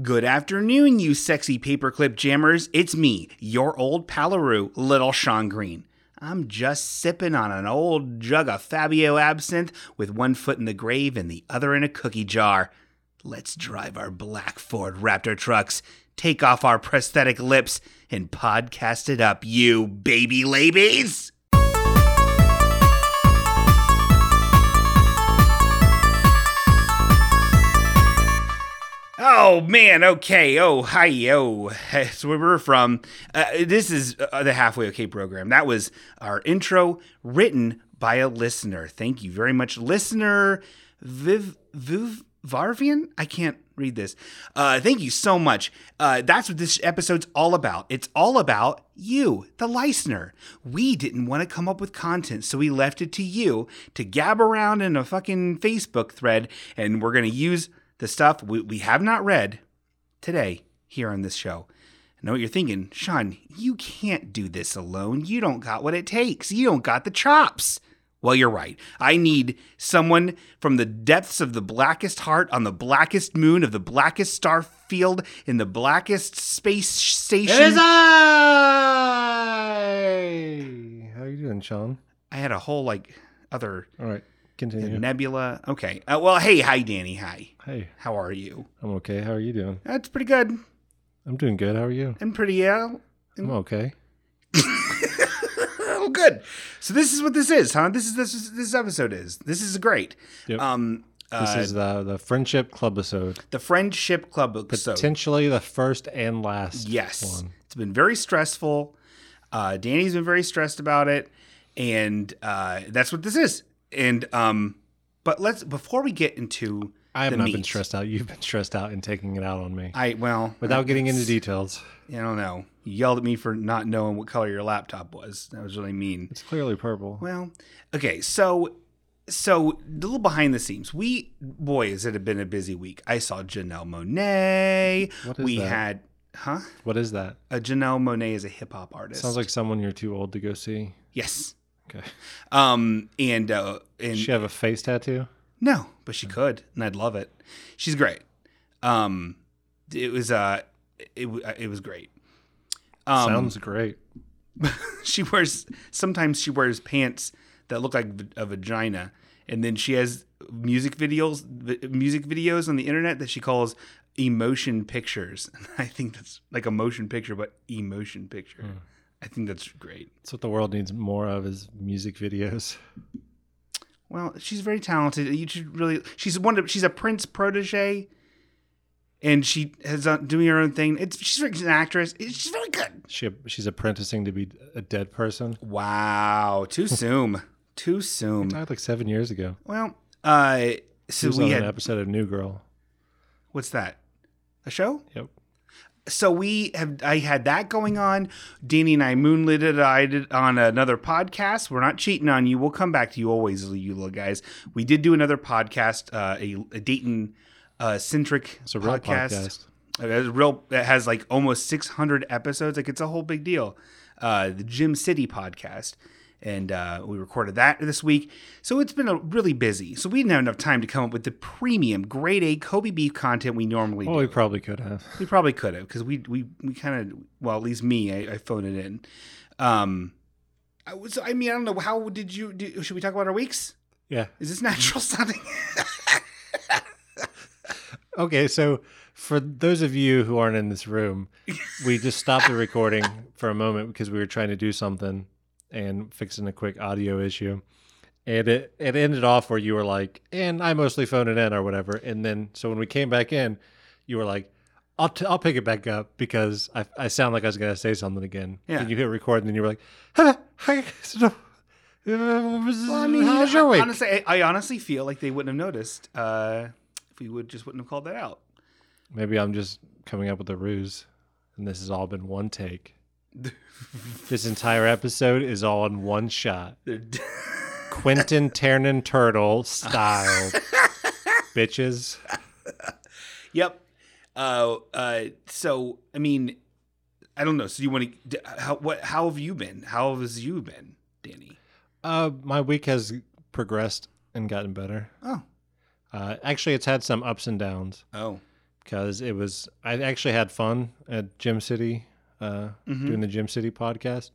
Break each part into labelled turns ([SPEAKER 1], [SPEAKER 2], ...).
[SPEAKER 1] Good afternoon, you sexy paperclip jammers. It's me, your old Palaroo, Little Sean Green. I'm just sipping on an old jug of Fabio absinthe with one foot in the grave and the other in a cookie jar. Let's drive our black Ford Raptor trucks, take off our prosthetic lips, and podcast it up, you baby ladies! Oh man, okay. Oh, hi, yo. That's where we're from. Uh, this is uh, the Halfway Okay program. That was our intro written by a listener. Thank you very much, listener Viv Viv Varvian. I can't read this. Uh, thank you so much. Uh, that's what this episode's all about. It's all about you, the listener. We didn't want to come up with content, so we left it to you to gab around in a fucking Facebook thread, and we're gonna use the stuff we, we have not read today here on this show. I know what you're thinking, Sean, you can't do this alone. You don't got what it takes. You don't got the chops. Well, you're right. I need someone from the depths of the blackest heart on the blackest moon of the blackest star field in the blackest space
[SPEAKER 2] It is
[SPEAKER 1] station.
[SPEAKER 2] I. How you doing, Sean?
[SPEAKER 1] I had a whole like other
[SPEAKER 2] All right, continue.
[SPEAKER 1] nebula. Okay. Uh, well, hey, hi, Danny. Hi.
[SPEAKER 2] Hey,
[SPEAKER 1] How are you?
[SPEAKER 2] I'm okay. How are you doing?
[SPEAKER 1] That's pretty good.
[SPEAKER 2] I'm doing good. How are you?
[SPEAKER 1] I'm pretty uh, ill.
[SPEAKER 2] I'm
[SPEAKER 1] Mm.
[SPEAKER 2] okay.
[SPEAKER 1] oh, good. So this is what this is, huh? This is this is, this episode is. This is great.
[SPEAKER 2] Yep.
[SPEAKER 1] Um,
[SPEAKER 2] This
[SPEAKER 1] uh,
[SPEAKER 2] is the the friendship club episode,
[SPEAKER 1] the friendship club episode.
[SPEAKER 2] potentially the first and last.
[SPEAKER 1] yes,
[SPEAKER 2] one.
[SPEAKER 1] it's been very stressful. Uh, Danny's been very stressed about it, and uh, that's what this is. And um, but let's before we get into
[SPEAKER 2] I have
[SPEAKER 1] the
[SPEAKER 2] not been
[SPEAKER 1] meat.
[SPEAKER 2] stressed out. You've been stressed out and taking it out on me
[SPEAKER 1] I well
[SPEAKER 2] without getting into details.
[SPEAKER 1] I don't know. You yelled at me for not knowing what color your laptop was. That was really mean.
[SPEAKER 2] It's clearly purple.
[SPEAKER 1] Well, okay, so so a little behind the scenes. We boy, has it been a busy week. I saw Janelle Monet.
[SPEAKER 2] What is
[SPEAKER 1] we
[SPEAKER 2] that?
[SPEAKER 1] had huh?
[SPEAKER 2] What is that?
[SPEAKER 1] A Janelle Monet is a hip hop artist.
[SPEAKER 2] Sounds like someone you're too old to go see.
[SPEAKER 1] yes.
[SPEAKER 2] Okay.
[SPEAKER 1] Um and uh and
[SPEAKER 2] Does she have a face tattoo?
[SPEAKER 1] no, but she could, and I'd love it. She's great. Um it was uh it w- it was great. Um
[SPEAKER 2] Sounds great.
[SPEAKER 1] she wears sometimes she wears pants that look like v- a vagina and then she has music videos vi- music videos on the internet that she calls emotion pictures and i think that's like a motion picture but emotion picture
[SPEAKER 2] Hmm.
[SPEAKER 1] i think that's great
[SPEAKER 2] That's what the world needs more of is music videos.
[SPEAKER 1] well she's very talented you should really she's one of she's a prince protege and she has uh, doing her own thing it's she's an actress she's really good
[SPEAKER 2] She she's apprenticing to be a dead person.
[SPEAKER 1] wow too soon too soon
[SPEAKER 2] Died like seven years ago.
[SPEAKER 1] well uh
[SPEAKER 2] She
[SPEAKER 1] so
[SPEAKER 2] was
[SPEAKER 1] we
[SPEAKER 2] on
[SPEAKER 1] had
[SPEAKER 2] an episode of New Girl.
[SPEAKER 1] what's that? A show?
[SPEAKER 2] Yep.
[SPEAKER 1] So we have I had that going on. Danny and I moonlit it I did on another podcast. We're not cheating on you. We'll come back to you always, you little guys. We did do another podcast, uh, a, a Dayton uh, centric
[SPEAKER 2] It's a real podcast.
[SPEAKER 1] Uh, that's real that has like almost 600 episodes like it's a whole big deal uh the gym city podcast and uh we recorded that this week so it's been a really busy so we didn't have enough time to come up with the premium grade a kobe beef content we normally
[SPEAKER 2] Well,
[SPEAKER 1] do
[SPEAKER 2] we probably could have.
[SPEAKER 1] we probably could have because we we we kind of well at least me I, I phoned it in um I was I mean I don't know how did you do, should we talk about our weeks
[SPEAKER 2] Yeah.
[SPEAKER 1] is this natural sounding
[SPEAKER 2] Okay, so for those of you who aren't in this room, we just stopped the recording for a moment because we were trying to do something and fixing a quick audio issue. And it, it ended off where you were like, and I mostly phoned it in or whatever. And then, so when we came back in, you were like, I'll, t- I'll pick it back up because I, I sound like I was going to say something again.
[SPEAKER 1] Yeah.
[SPEAKER 2] And you hit record and then you were like, huh, hi, so,
[SPEAKER 1] Well, I mean,
[SPEAKER 2] how's your week?
[SPEAKER 1] honestly, I, I honestly feel like they wouldn't have noticed uh, if we would just wouldn't have called that out.
[SPEAKER 2] Maybe I'm just coming up with a ruse, and this has all been one take. this entire episode is all in one shot.
[SPEAKER 1] They're-
[SPEAKER 2] Quentin Tarnan Turtle style. Bitches.
[SPEAKER 1] yep. Uh, uh, so I mean, I don't know. So you want to? How what? How have you been? How has you been, Danny?
[SPEAKER 2] Uh, my week has progressed and gotten better.
[SPEAKER 1] Oh,
[SPEAKER 2] Uh, actually, it's had some ups and downs
[SPEAKER 1] oh,
[SPEAKER 2] because it was I actually had fun at Gym City uh,
[SPEAKER 1] Mm-hmm.
[SPEAKER 2] doing the Gym City podcast.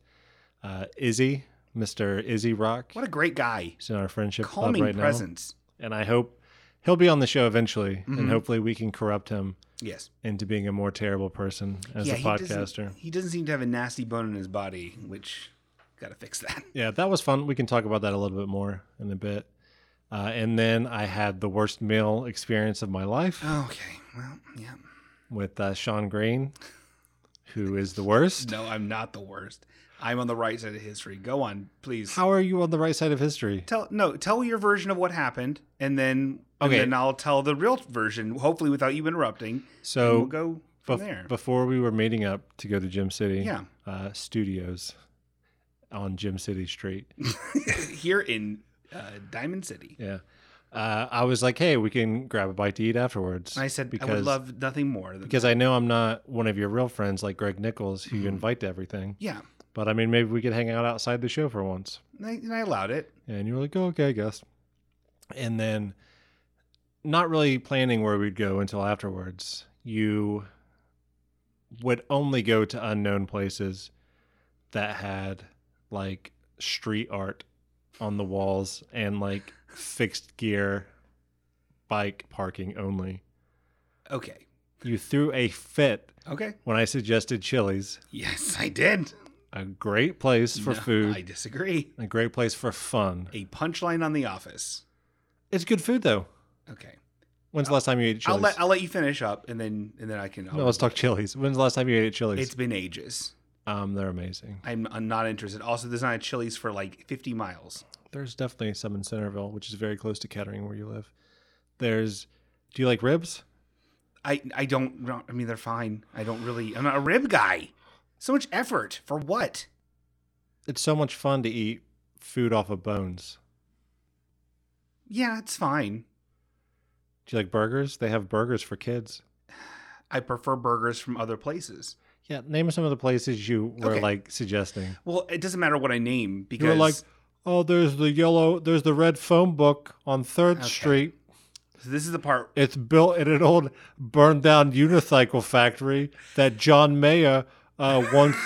[SPEAKER 2] Uh, Izzy, Mister Izzy Rock,
[SPEAKER 1] What a great guy.
[SPEAKER 2] is in our friendship club
[SPEAKER 1] Calming
[SPEAKER 2] right
[SPEAKER 1] presence.
[SPEAKER 2] now, and I hope he'll be on the show eventually,
[SPEAKER 1] Mm-hmm.
[SPEAKER 2] and hopefully we can corrupt him
[SPEAKER 1] Yes.
[SPEAKER 2] into being a more terrible person as a
[SPEAKER 1] he
[SPEAKER 2] podcaster.
[SPEAKER 1] Doesn't, he doesn't seem to have a nasty bone in his body, which got to fix that.
[SPEAKER 2] Yeah, that was fun. We can talk about that a little bit more in a bit. Uh, and then I had the worst meal experience of my life
[SPEAKER 1] Okay. Well, yeah.
[SPEAKER 2] with uh, Sean Green, who is the worst.
[SPEAKER 1] No, I'm not the worst. I'm on the right side of history. Go on, please.
[SPEAKER 2] How are you on the right side of history?
[SPEAKER 1] Tell no, tell your version of what happened, and then
[SPEAKER 2] Okay.
[SPEAKER 1] and then I'll tell the real version, hopefully without you interrupting. and we'll
[SPEAKER 2] So
[SPEAKER 1] go from
[SPEAKER 2] bef-
[SPEAKER 1] there.
[SPEAKER 2] before we were meeting up to go to Gym City
[SPEAKER 1] Yeah.
[SPEAKER 2] uh, Studios on Gym City Street,
[SPEAKER 1] Here in uh, Diamond City,
[SPEAKER 2] yeah, uh, I was like, hey, we can grab a bite to eat afterwards.
[SPEAKER 1] I said I would love nothing more than
[SPEAKER 2] because I know I'm not one of your real friends like Greg Nichols, who you invite to everything.
[SPEAKER 1] yeah,
[SPEAKER 2] But I mean, maybe we could hang out outside the show for once.
[SPEAKER 1] and I, and I allowed it.
[SPEAKER 2] And you were like, oh, okay, I guess. And then, not really planning where we'd go until afterwards, you would only go to unknown places that had like street art on the walls and like fixed gear bike parking only.
[SPEAKER 1] Okay,
[SPEAKER 2] You threw a fit
[SPEAKER 1] okay,
[SPEAKER 2] when I suggested Chili's,
[SPEAKER 1] yes, I did.
[SPEAKER 2] a great place for
[SPEAKER 1] No,
[SPEAKER 2] food,
[SPEAKER 1] I disagree.
[SPEAKER 2] a great place for fun.
[SPEAKER 1] A punchline on The Office.
[SPEAKER 2] It's good food though.
[SPEAKER 1] Okay,
[SPEAKER 2] When's the last time you ate at Chili's?
[SPEAKER 1] I'll let I'll let you finish up, and then and then I can. um,
[SPEAKER 2] no, let's talk Chili's. When's the last time you ate at Chili's?
[SPEAKER 1] It's been ages.
[SPEAKER 2] um, they're amazing.
[SPEAKER 1] I'm, I'm not interested. Also, there's not a Chili's for like 50 miles.
[SPEAKER 2] There's definitely some in Centerville, which is very close to Kettering, where you live. There's. Do you like ribs?
[SPEAKER 1] I I don't. I mean, they're fine. I don't really. I'm not a rib guy. So much effort for what?
[SPEAKER 2] It's so much fun to eat food off of bones.
[SPEAKER 1] Yeah, it's fine.
[SPEAKER 2] Do you like burgers? They have burgers for kids.
[SPEAKER 1] I prefer burgers from other places.
[SPEAKER 2] Yeah, name some of the places you were
[SPEAKER 1] Okay.
[SPEAKER 2] like suggesting.
[SPEAKER 1] Well, it doesn't matter what I name because
[SPEAKER 2] You were like, oh, there's the yellow, there's the red phone book on Third
[SPEAKER 1] Okay.
[SPEAKER 2] Street.
[SPEAKER 1] so this is the part.
[SPEAKER 2] It's built in an old burned down unicycle factory that John Mayer uh, once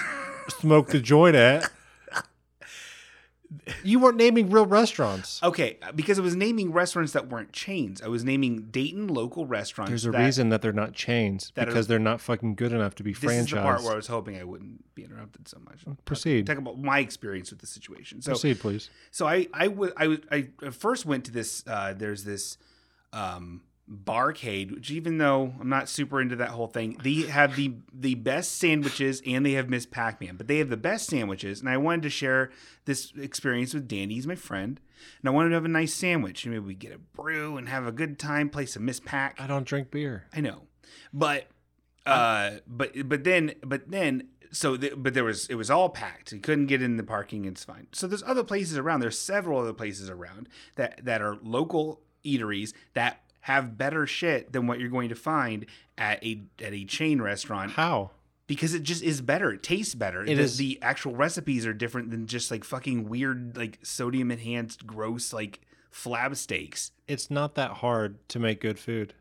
[SPEAKER 2] smoked a joint at. You weren't naming real restaurants.
[SPEAKER 1] Okay, because I was naming restaurants that weren't chains. I was naming Dayton local restaurants.
[SPEAKER 2] There's a
[SPEAKER 1] that-
[SPEAKER 2] reason that they're not chains
[SPEAKER 1] that are-
[SPEAKER 2] because they're not fucking good enough to be
[SPEAKER 1] This is the part where I
[SPEAKER 2] franchised.
[SPEAKER 1] was hoping I wouldn't be interrupted so much.
[SPEAKER 2] Proceed.
[SPEAKER 1] Talk about my experience with the situation. So,
[SPEAKER 2] Proceed, please.
[SPEAKER 1] So I I wa- I wa- I first went to this. Uh, there's this um, barcade, which even though I'm not super into that whole thing, they have the the best sandwiches and they have Miss Pac Man, but they have the best sandwiches. And I wanted to share this experience with Danny. He's my friend, and I wanted to have a nice sandwich. And maybe we get a brew and have a good time, play some Miss Pac.
[SPEAKER 2] I don't drink beer.
[SPEAKER 1] I know, but uh, but but then but then so the, but there was it was all packed. You couldn't get in the parking. It's fine. So there's other places around. There's several other places around that that are local eateries that have better shit than what you're going to find at a at a chain restaurant
[SPEAKER 2] How?
[SPEAKER 1] because it just is better. It tastes better.
[SPEAKER 2] It
[SPEAKER 1] the,
[SPEAKER 2] is-
[SPEAKER 1] the actual recipes are different than just like fucking weird like sodium enhanced gross like flab steaks.
[SPEAKER 2] It's not that hard to make good food.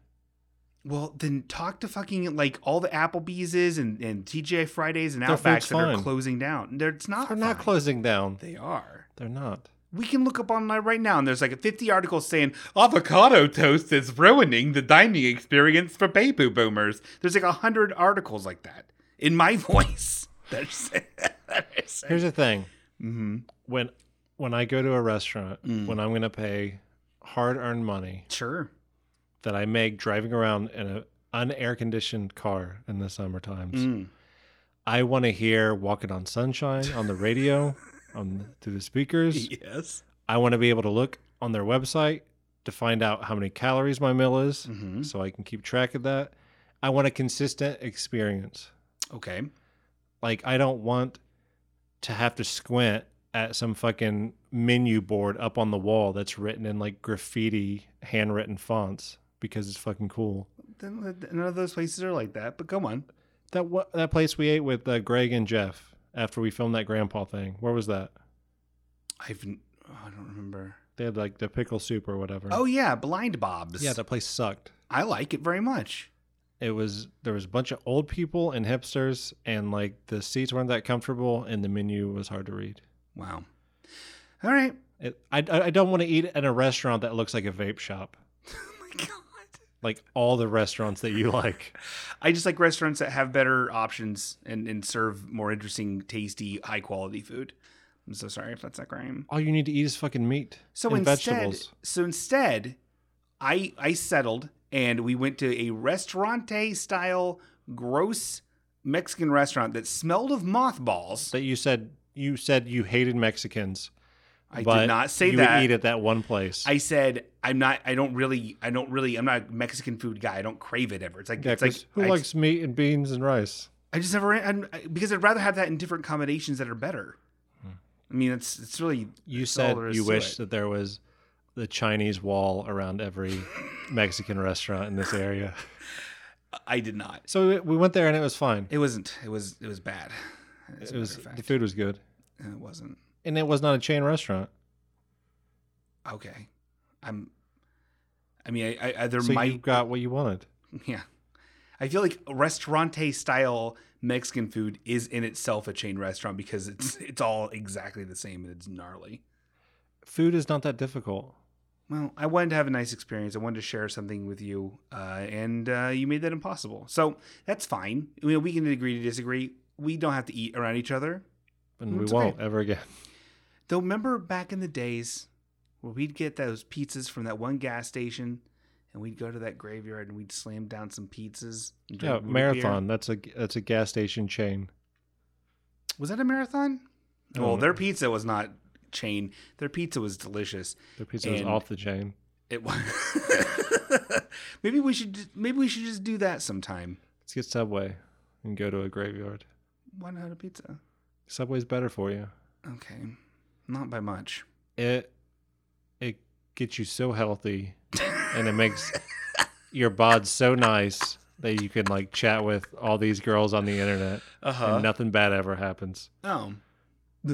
[SPEAKER 1] Well, then talk to fucking like all the Applebee's is and, and TGI Fridays and
[SPEAKER 2] Their
[SPEAKER 1] Outbacks
[SPEAKER 2] food's
[SPEAKER 1] that are
[SPEAKER 2] fine.
[SPEAKER 1] closing down. They're, it's not.
[SPEAKER 2] They're not
[SPEAKER 1] fine.
[SPEAKER 2] closing down.
[SPEAKER 1] They are.
[SPEAKER 2] They're not.
[SPEAKER 1] We can look up online right now, and there's like 50 articles saying avocado toast is ruining the dining experience for baby boomers. There's like 100 articles like that in my voice. That's
[SPEAKER 2] Here's the thing.
[SPEAKER 1] mm-hmm.
[SPEAKER 2] when when I go to a restaurant,
[SPEAKER 1] Mm.
[SPEAKER 2] when I'm going to pay hard-earned money
[SPEAKER 1] sure.
[SPEAKER 2] that I make driving around in an unair-conditioned car in the summer times,
[SPEAKER 1] Mm.
[SPEAKER 2] I want to hear "Walking on Sunshine" on the radio, on through the speakers.
[SPEAKER 1] Yes.
[SPEAKER 2] I want to be able to look on their website to find out how many calories my meal is,
[SPEAKER 1] hmm
[SPEAKER 2] so I can keep track of that. I want a consistent experience.
[SPEAKER 1] Okay.
[SPEAKER 2] Like I don't want to have to squint at some fucking menu board up on the wall that's written in like graffiti handwritten fonts because it's fucking cool.
[SPEAKER 1] Then none of those places are like that. But come on.
[SPEAKER 2] That what that place we ate with uh, Greg and Jeff after we filmed that grandpa thing. Where was that?
[SPEAKER 1] I've. n- oh, I don't remember.
[SPEAKER 2] They had like the pickle soup or whatever.
[SPEAKER 1] Oh yeah, Oh, Blind Bob's.
[SPEAKER 2] yeah, that place sucked.
[SPEAKER 1] I like it very much.
[SPEAKER 2] It was there was a bunch of old people and hipsters, and like the seats weren't that comfortable, and the menu was hard to read.
[SPEAKER 1] Wow. All right.
[SPEAKER 2] It, I I I don't want to eat at a restaurant that looks like a vape shop,
[SPEAKER 1] Oh my God.
[SPEAKER 2] like all the restaurants that you like.
[SPEAKER 1] I just like restaurants that have better options and, and serve more interesting, tasty, high quality food. I'm so sorry if that's not crime.
[SPEAKER 2] All you need to eat is fucking meat
[SPEAKER 1] So
[SPEAKER 2] and
[SPEAKER 1] instead,
[SPEAKER 2] vegetables.
[SPEAKER 1] so instead, I I settled and we went to a restaurante style gross Mexican restaurant that smelled of mothballs.
[SPEAKER 2] That you said you said you hated Mexicans.
[SPEAKER 1] I
[SPEAKER 2] but
[SPEAKER 1] did not say
[SPEAKER 2] you
[SPEAKER 1] that.
[SPEAKER 2] Would eat at that one place.
[SPEAKER 1] I said I'm not. I don't really. I don't really. I'm not a Mexican food guy. I don't crave it ever. It's like
[SPEAKER 2] Yeah,
[SPEAKER 1] it's like
[SPEAKER 2] 'cause who
[SPEAKER 1] I,
[SPEAKER 2] likes meat and beans and rice?
[SPEAKER 1] I just never. I'm, I- because I'd rather have that in different combinations that are better. I mean, it's it's really
[SPEAKER 2] Hmm. You
[SPEAKER 1] that's all
[SPEAKER 2] said
[SPEAKER 1] there is
[SPEAKER 2] you
[SPEAKER 1] to
[SPEAKER 2] wish
[SPEAKER 1] it.
[SPEAKER 2] that there was the Chinese wall around every Mexican restaurant in this area.
[SPEAKER 1] I did not.
[SPEAKER 2] So we- we went there and it was fine.
[SPEAKER 1] It wasn't. It was. It was bad. As
[SPEAKER 2] It,
[SPEAKER 1] a matter
[SPEAKER 2] was
[SPEAKER 1] of
[SPEAKER 2] the
[SPEAKER 1] fact.
[SPEAKER 2] food was good,
[SPEAKER 1] It wasn't.
[SPEAKER 2] and it was not a chain restaurant.
[SPEAKER 1] Okay. I'm. I mean, I, I, I there
[SPEAKER 2] so you
[SPEAKER 1] might.
[SPEAKER 2] got what you wanted.
[SPEAKER 1] Yeah. I feel like restaurante style Mexican food is in itself a chain restaurant because it's it's all exactly the same and it's gnarly.
[SPEAKER 2] Food is not that difficult.
[SPEAKER 1] Well, I wanted to have a nice experience. I wanted to share something with you, uh, and uh, you made that impossible. So that's fine. I mean, we can agree to disagree. We don't have to eat around each other.
[SPEAKER 2] And we
[SPEAKER 1] It's okay.
[SPEAKER 2] won't ever again.
[SPEAKER 1] Though, remember back in the days where we'd get those pizzas from that one gas station and we'd go to that graveyard and we'd slam down some pizzas? and
[SPEAKER 2] Yeah,
[SPEAKER 1] drink root beer?
[SPEAKER 2] marathon. That's a that's a gas station chain.
[SPEAKER 1] Was that a marathon?
[SPEAKER 2] I
[SPEAKER 1] Well,
[SPEAKER 2] don't
[SPEAKER 1] their
[SPEAKER 2] know.
[SPEAKER 1] pizza was not chain. Their pizza was delicious.
[SPEAKER 2] Their pizza was
[SPEAKER 1] And-
[SPEAKER 2] off the chain.
[SPEAKER 1] It was. maybe we should maybe we should just do that sometime.
[SPEAKER 2] Let's get Subway and go to a graveyard.
[SPEAKER 1] Why not a pizza?
[SPEAKER 2] Subway's better for you.
[SPEAKER 1] Okay. Not by much.
[SPEAKER 2] it it gets you so healthy and it makes your bod so nice that you can like chat with all these girls on the internet
[SPEAKER 1] Uh-huh.
[SPEAKER 2] and nothing bad ever happens.
[SPEAKER 1] Oh.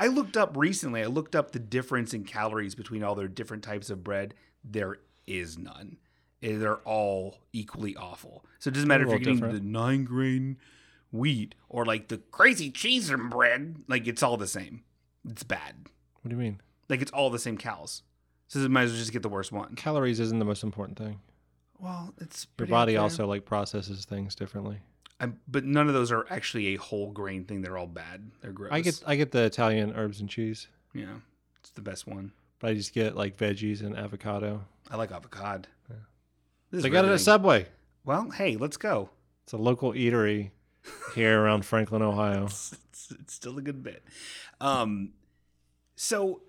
[SPEAKER 1] I looked up recently, I looked up the difference in calories between all their different types of bread. There is none. Eh, They're all equally awful. So it doesn't matter if you're
[SPEAKER 2] little
[SPEAKER 1] getting
[SPEAKER 2] different.
[SPEAKER 1] the nine grain wheat or like the crazy cheese and bread, like it's all the same. It's bad.
[SPEAKER 2] What do you mean?
[SPEAKER 1] Like it's all the same cows. So you might as well just get the worst one.
[SPEAKER 2] Calories isn't the most important thing.
[SPEAKER 1] Well, it's
[SPEAKER 2] Your
[SPEAKER 1] pretty up
[SPEAKER 2] body
[SPEAKER 1] there.
[SPEAKER 2] also like processes things differently.
[SPEAKER 1] I, but none of those are actually a whole grain thing. They're all bad. They're gross.
[SPEAKER 2] I get I get the Italian herbs and cheese,
[SPEAKER 1] yeah, it's the best one.
[SPEAKER 2] but I just get like veggies and avocado.
[SPEAKER 1] I like avocado. This is
[SPEAKER 2] So I got it
[SPEAKER 1] riveting.
[SPEAKER 2] at Subway.
[SPEAKER 1] Well, hey, let's go.
[SPEAKER 2] It's a local eatery here around Franklin, Ohio.
[SPEAKER 1] It's, it's- it's still a good bit. Um, so,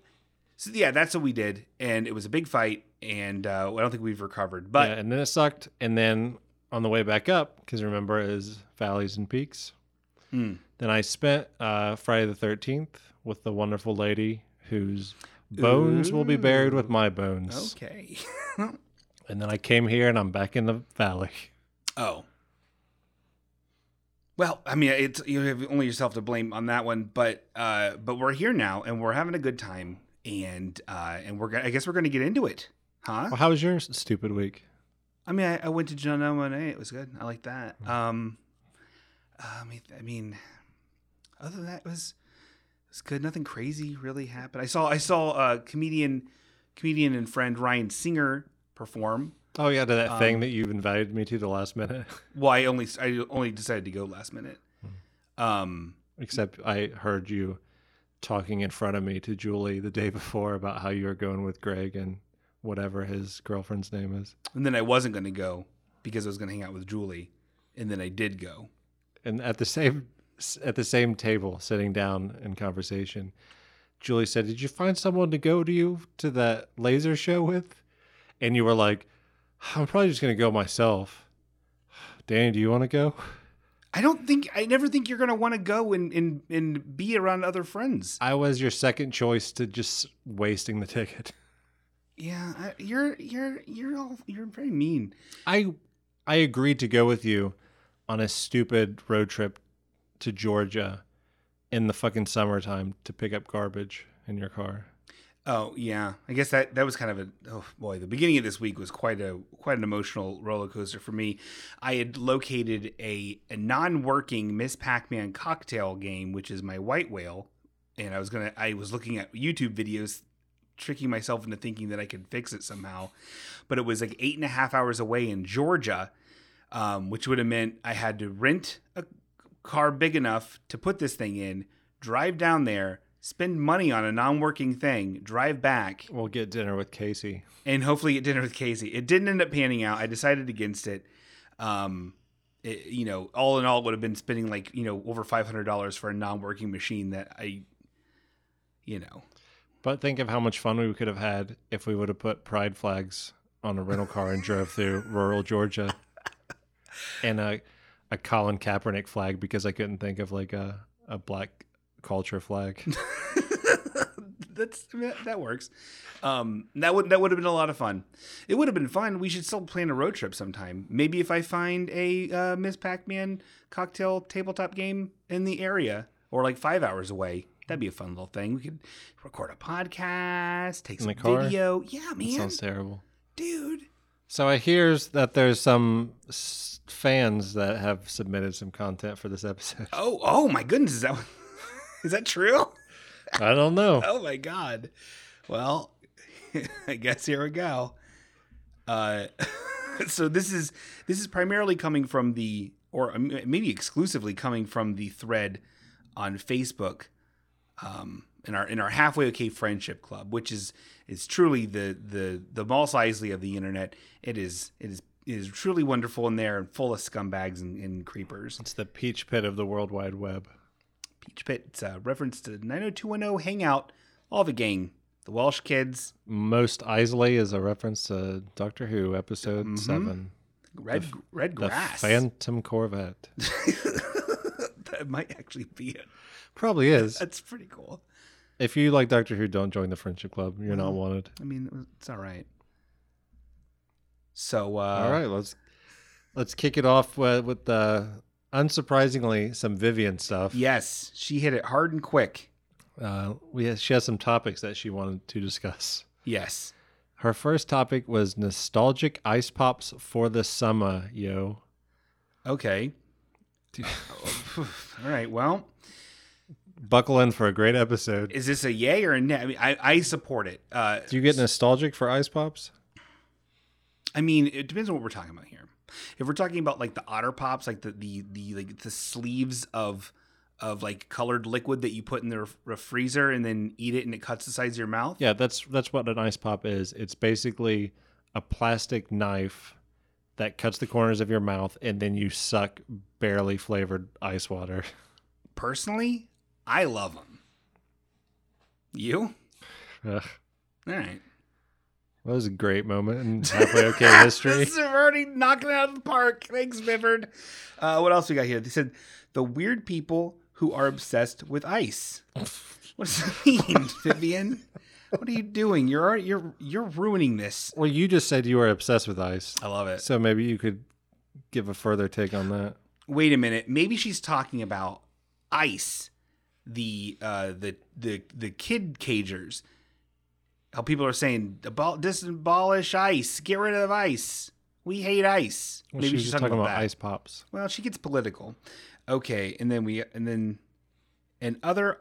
[SPEAKER 1] so yeah, that's what we did, and it was a big fight, and uh, I don't think we've recovered. But
[SPEAKER 2] yeah, and then it sucked. And then on the way back up, because remember, it is valleys and peaks.
[SPEAKER 1] Hmm.
[SPEAKER 2] Then I spent uh, Friday the thirteenth with the wonderful lady whose bones will be buried with my bones.
[SPEAKER 1] okay.
[SPEAKER 2] And then I came here, and I'm back in the valley.
[SPEAKER 1] oh. Well, I mean, it's you have only yourself to blame on that one, but uh, but we're here now, and we're having a good time, and uh, and we're gonna, I guess we're gonna get into it, huh?
[SPEAKER 2] Well, how was your s- stupid week?
[SPEAKER 1] I mean, I, I went to John L. Monet. It was good. I like that. Um, I mean, I mean, other than that, it was it was good. Nothing crazy really happened. I saw I saw uh, comedian comedian and friend Ryan Singer perform.
[SPEAKER 2] Oh yeah, to that
[SPEAKER 1] Um,
[SPEAKER 2] thing that you invited me to the last minute.
[SPEAKER 1] Well, I only I only decided to go last minute. Um,
[SPEAKER 2] Except I heard you talking in front of me to Julie the day before about how you were going with Greg and whatever his girlfriend's name is.
[SPEAKER 1] and then I wasn't going to go because I was going to hang out with Julie, and then I did go.
[SPEAKER 2] and at the same at the same table sitting down in conversation julie said did you find someone to go to you to that laser show with and you were like i'm probably just going to go myself danny do you want to go
[SPEAKER 1] I don't think I never think you're going to want to go and, and and be around other friends.
[SPEAKER 2] i was your second choice to just wasting the ticket
[SPEAKER 1] Yeah, I, you're you're you're all you're very mean.
[SPEAKER 2] i i agreed to go with you on a stupid road trip to georgia in the fucking summertime to pick up garbage in your car
[SPEAKER 1] Oh yeah, I guess that that was kind of a oh boy. The beginning of this week was quite a quite an emotional roller coaster for me. I had located a, a non-working Miss Pac-Man cocktail game, which is my white whale, and I was gonna I was looking at YouTube videos, tricking myself into thinking that I could fix it somehow, but it was like eight and a half hours away in Georgia, um, which would have meant I had to rent a car big enough to put this thing in, drive down there, spend money on a non-working thing, drive back,
[SPEAKER 2] We'll get dinner with Casey.
[SPEAKER 1] and hopefully get dinner with Casey. It didn't end up panning out. I decided against it. Um, it, you know, all in all, it would have been spending like you know over five hundred dollars for a non-working machine that I, you know,
[SPEAKER 2] But think of how much fun we could have had if we would have put pride flags on a rental car and drove through rural Georgia, and a a Colin Kaepernick flag because I couldn't think of like a a black culture flag.
[SPEAKER 1] that's I mean, that- that works. Um, that would that would have been a lot of fun. It would have been fun. We should still plan a road trip sometime. Maybe if I find a uh, Miss Pac-Man cocktail tabletop game in the area or like five hours away. That'd be a fun little thing. We could record a podcast, take
[SPEAKER 2] In
[SPEAKER 1] some
[SPEAKER 2] the car?
[SPEAKER 1] video. Yeah,
[SPEAKER 2] That
[SPEAKER 1] man,
[SPEAKER 2] sounds terrible.
[SPEAKER 1] dude.
[SPEAKER 2] So I hears that there's some s- fans that have submitted some content for this episode.
[SPEAKER 1] Oh, oh my goodness, is that is that true?
[SPEAKER 2] I don't know.
[SPEAKER 1] Oh my god. Well, I guess here we go. Uh, so this is this is primarily coming from the or um, maybe exclusively coming from the thread on Facebook um, in our in our halfway okay friendship club, which is is truly the the the Moss Isley of the internet. It is it is it is truly wonderful in there and full of scumbags and, and creepers.
[SPEAKER 2] It's the peach pit of the World Wide Web.
[SPEAKER 1] Peach Pit. It's a reference to 90210 Hangout, all the gang, the Welsh kids,
[SPEAKER 2] Most Isley is a reference to Doctor Who episode seven.
[SPEAKER 1] red red
[SPEAKER 2] The
[SPEAKER 1] grass.
[SPEAKER 2] Phantom Corvette.
[SPEAKER 1] that might actually be it.
[SPEAKER 2] Probably is.
[SPEAKER 1] That's pretty cool.
[SPEAKER 2] If you like Doctor Who, don't join the friendship club. You're not wanted.
[SPEAKER 1] I mean, it's all right. So, uh,
[SPEAKER 2] All right, let's let's kick it off with, with uh, unsurprisingly some Vivian stuff.
[SPEAKER 1] yes, she hit it hard and quick.
[SPEAKER 2] Uh, we has, she has some topics that she wanted to discuss.
[SPEAKER 1] Yes.
[SPEAKER 2] Her first topic was nostalgic ice pops for the summer, yo.
[SPEAKER 1] Okay. all right. Well,
[SPEAKER 2] Buckle in for a great episode.
[SPEAKER 1] is this a yay or a nay? I mean, I, I support it. Uh,
[SPEAKER 2] Do you get nostalgic for ice pops?
[SPEAKER 1] I mean, it depends on what we're talking about here. If we're talking about like the otter pops, like the the the like the sleeves of of like colored liquid that you put in the ref- ref- freezer and then eat it and it cuts the sides of your mouth.
[SPEAKER 2] Yeah, that's that's what an ice pop is. It's basically a plastic knife that cuts the corners of your mouth, and then you suck barely flavored ice water.
[SPEAKER 1] Personally, I love them. You?
[SPEAKER 2] Ugh.
[SPEAKER 1] All right.
[SPEAKER 2] That was a great moment in halfway okay history.
[SPEAKER 1] This is already knocking it out of the park. Thanks, Bifford. Uh, what else we got here? They said the weird people who are obsessed with ice. What does that mean, Vivian? What are you doing? You're already- you're you're ruining this.
[SPEAKER 2] Well, you just said you were obsessed with ice,
[SPEAKER 1] I love it.
[SPEAKER 2] so maybe you could give a further take on that.
[SPEAKER 1] wait a minute maybe she's talking about ice the uh the the the kid cagers how people are saying about disabolish ice get rid of ice we hate ice
[SPEAKER 2] Well,
[SPEAKER 1] maybe
[SPEAKER 2] she was
[SPEAKER 1] she's,
[SPEAKER 2] just
[SPEAKER 1] talking, about, that.
[SPEAKER 2] ice pops.
[SPEAKER 1] well she gets political okay and then we and then and other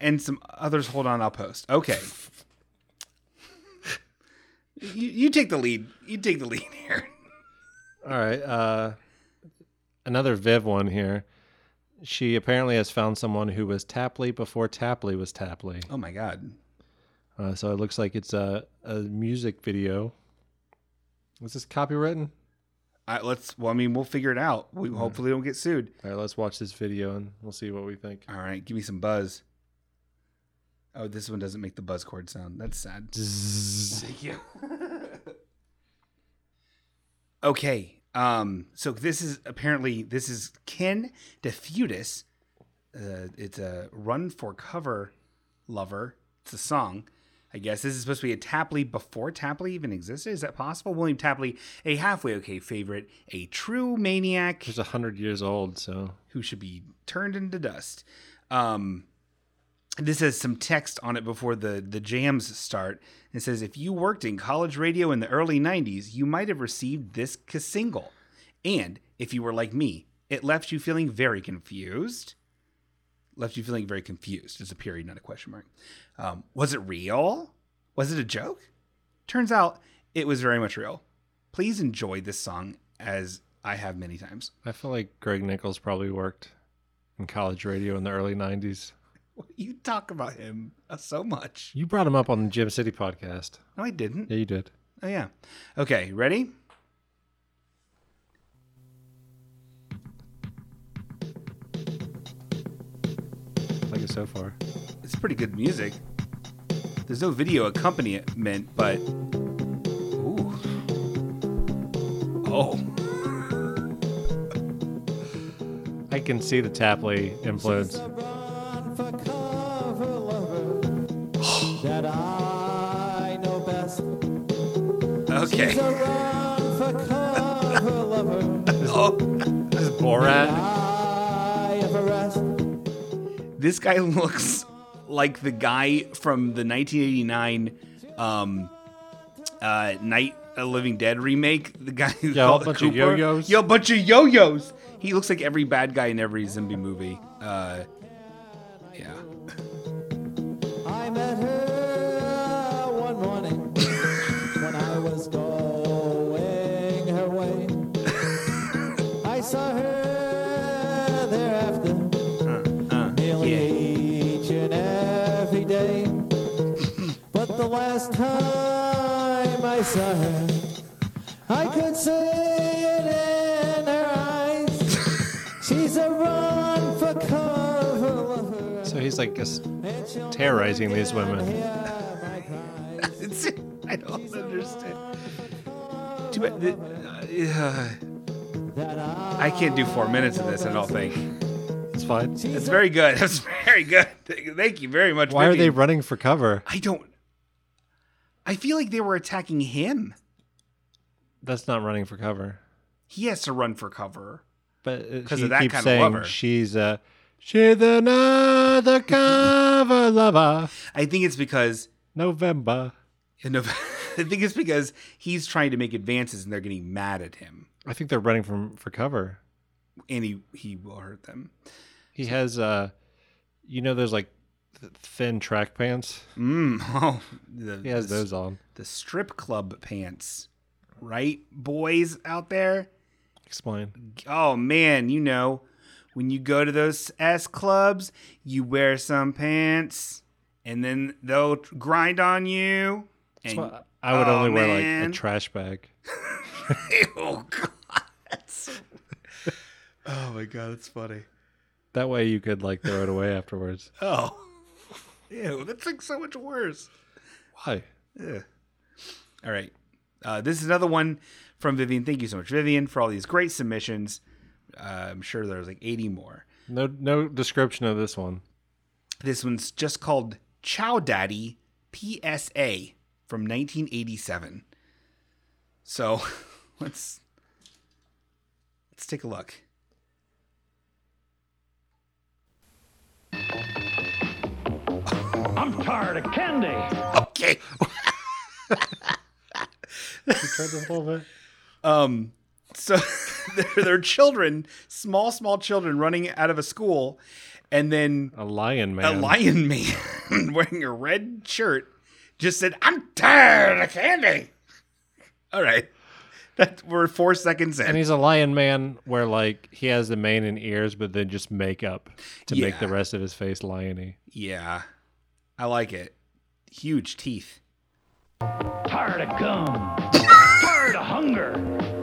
[SPEAKER 1] and some others hold on i'll post okay you, you take the lead you take the lead here
[SPEAKER 2] All right, uh, another Viv one here. She apparently has found someone who was Tapley before Tapley was Tapley.
[SPEAKER 1] oh my god
[SPEAKER 2] Uh, so it looks like it's a, a music video. Was this copywritten?
[SPEAKER 1] I, let's. Well, I mean, we'll figure it out. We hopefully don't get sued.
[SPEAKER 2] All right, let's watch this video and we'll see what we think.
[SPEAKER 1] All right, give me some buzz. Oh, this one doesn't make the buzz chord sound. That's sad. Thank you. okay. Um. So this is apparently this is Ken DeFudis. Uh, it's a run for cover lover. It's a song. I guess this is supposed to be a Tapley before Tapley even existed. Is that possible? William Tapley, a halfway okay favorite, a true maniac
[SPEAKER 2] She's 100 years old, so
[SPEAKER 1] who should be turned into dust. Um, this has some text on it before the the jams start. It says, "If you worked in college radio in the early '90s, you might have received this k- single, and if you were like me, it left you feeling very confused." Left you feeling very confused. It's a period, not a question mark. Um, was it real? Was it a joke? Turns out it was very much real. Please enjoy this song as I have many times.
[SPEAKER 2] I feel like Greg Nichols probably worked in college radio in the early 90s.
[SPEAKER 1] You talk about him uh, so much.
[SPEAKER 2] You brought him up on the Jim City podcast.
[SPEAKER 1] No, I didn't.
[SPEAKER 2] Yeah, you did.
[SPEAKER 1] Oh yeah. Okay, ready?
[SPEAKER 2] I like it so far.
[SPEAKER 1] It's pretty good music. There's no video accompaniment, but ooh, oh,
[SPEAKER 2] I can see the Tapley influence.
[SPEAKER 3] Run for cover, lover, that I know best.
[SPEAKER 1] okay.
[SPEAKER 3] So run for cover, lover,
[SPEAKER 1] Oh,
[SPEAKER 2] This is Borat.
[SPEAKER 3] I ever rest.
[SPEAKER 1] this guy looks like the guy from the 1989 um, uh, Night of Living Dead remake. The guy who
[SPEAKER 2] Yeah, a
[SPEAKER 1] called
[SPEAKER 2] bunch
[SPEAKER 1] the
[SPEAKER 2] of
[SPEAKER 1] Cooper.
[SPEAKER 2] yo-yos.
[SPEAKER 1] Yo, bunch of yo-yos. He looks like every bad guy in every zombie movie. Uh, yeah.
[SPEAKER 3] I met her one morning when I was going her way. I saw her thereafter nearly each and every day. But the last time I saw her, I could see it in her eyes. She's a run for cover lover.
[SPEAKER 2] So he's like just
[SPEAKER 3] and she'll
[SPEAKER 2] terrorizing these women.
[SPEAKER 3] women.
[SPEAKER 1] It's, I don't understand. Too bad. that- uh, I can't do four minutes of this. I don't think
[SPEAKER 2] It's fine.
[SPEAKER 1] it's very good. It's very good. Thank you very much.
[SPEAKER 2] Why are they
[SPEAKER 1] Vicky.
[SPEAKER 2] running for cover?
[SPEAKER 1] I don't. I feel like they were attacking him.
[SPEAKER 2] That's not running for cover.
[SPEAKER 1] He has to run for cover.
[SPEAKER 2] But because
[SPEAKER 1] 'Cause
[SPEAKER 2] he
[SPEAKER 1] of that
[SPEAKER 2] keeps
[SPEAKER 1] kind of
[SPEAKER 2] saying
[SPEAKER 1] lover.
[SPEAKER 2] she's a she's another cover lover.
[SPEAKER 1] I think it's because
[SPEAKER 2] November.
[SPEAKER 1] in Nov- I think it's because he's trying to make advances and they're getting mad at him,
[SPEAKER 2] I think they're running from for cover.
[SPEAKER 1] and he he will hurt them.
[SPEAKER 2] He has uh, you know those like th- thin track pants.
[SPEAKER 1] Mm. Oh, the,
[SPEAKER 2] He has those on.
[SPEAKER 1] the strip club pants, right, boys out there?
[SPEAKER 2] Explain.
[SPEAKER 1] Oh man, you know, when you go to those S clubs, you wear some pants, and then they'll grind on you. And,
[SPEAKER 2] Well, I would
[SPEAKER 1] Aw,
[SPEAKER 2] only wear like
[SPEAKER 1] Oh, man.
[SPEAKER 2] a trash bag.
[SPEAKER 1] oh god. oh my god, that's funny.
[SPEAKER 2] That way you could like throw it away afterwards.
[SPEAKER 1] Oh. Ew, that's like so much worse.
[SPEAKER 2] Why?
[SPEAKER 1] All right. Uh, this is another one from Vivian. Thank you so much, Vivian, for all these great submissions. Uh, I'm sure there's like 80 more.
[SPEAKER 2] No, no description of this one.
[SPEAKER 1] This one's just called Chow Daddy PSA from 1987. So let's let's take a look.
[SPEAKER 4] I'm tired of candy.
[SPEAKER 1] Okay. Um, so they're, they're children, small, small children running out of a school, and then
[SPEAKER 2] A lion
[SPEAKER 1] a
[SPEAKER 2] man.
[SPEAKER 1] lion man wearing a red shirt just said, I'm tired of candy. All right. That we're four seconds in.
[SPEAKER 2] And he's a lion man where like he has the mane and ears, but then just makeup to make the
[SPEAKER 1] Yeah.
[SPEAKER 2] rest of his face liony.
[SPEAKER 1] yeah. I like it. Huge teeth.
[SPEAKER 4] Tired of gum. tired of hunger.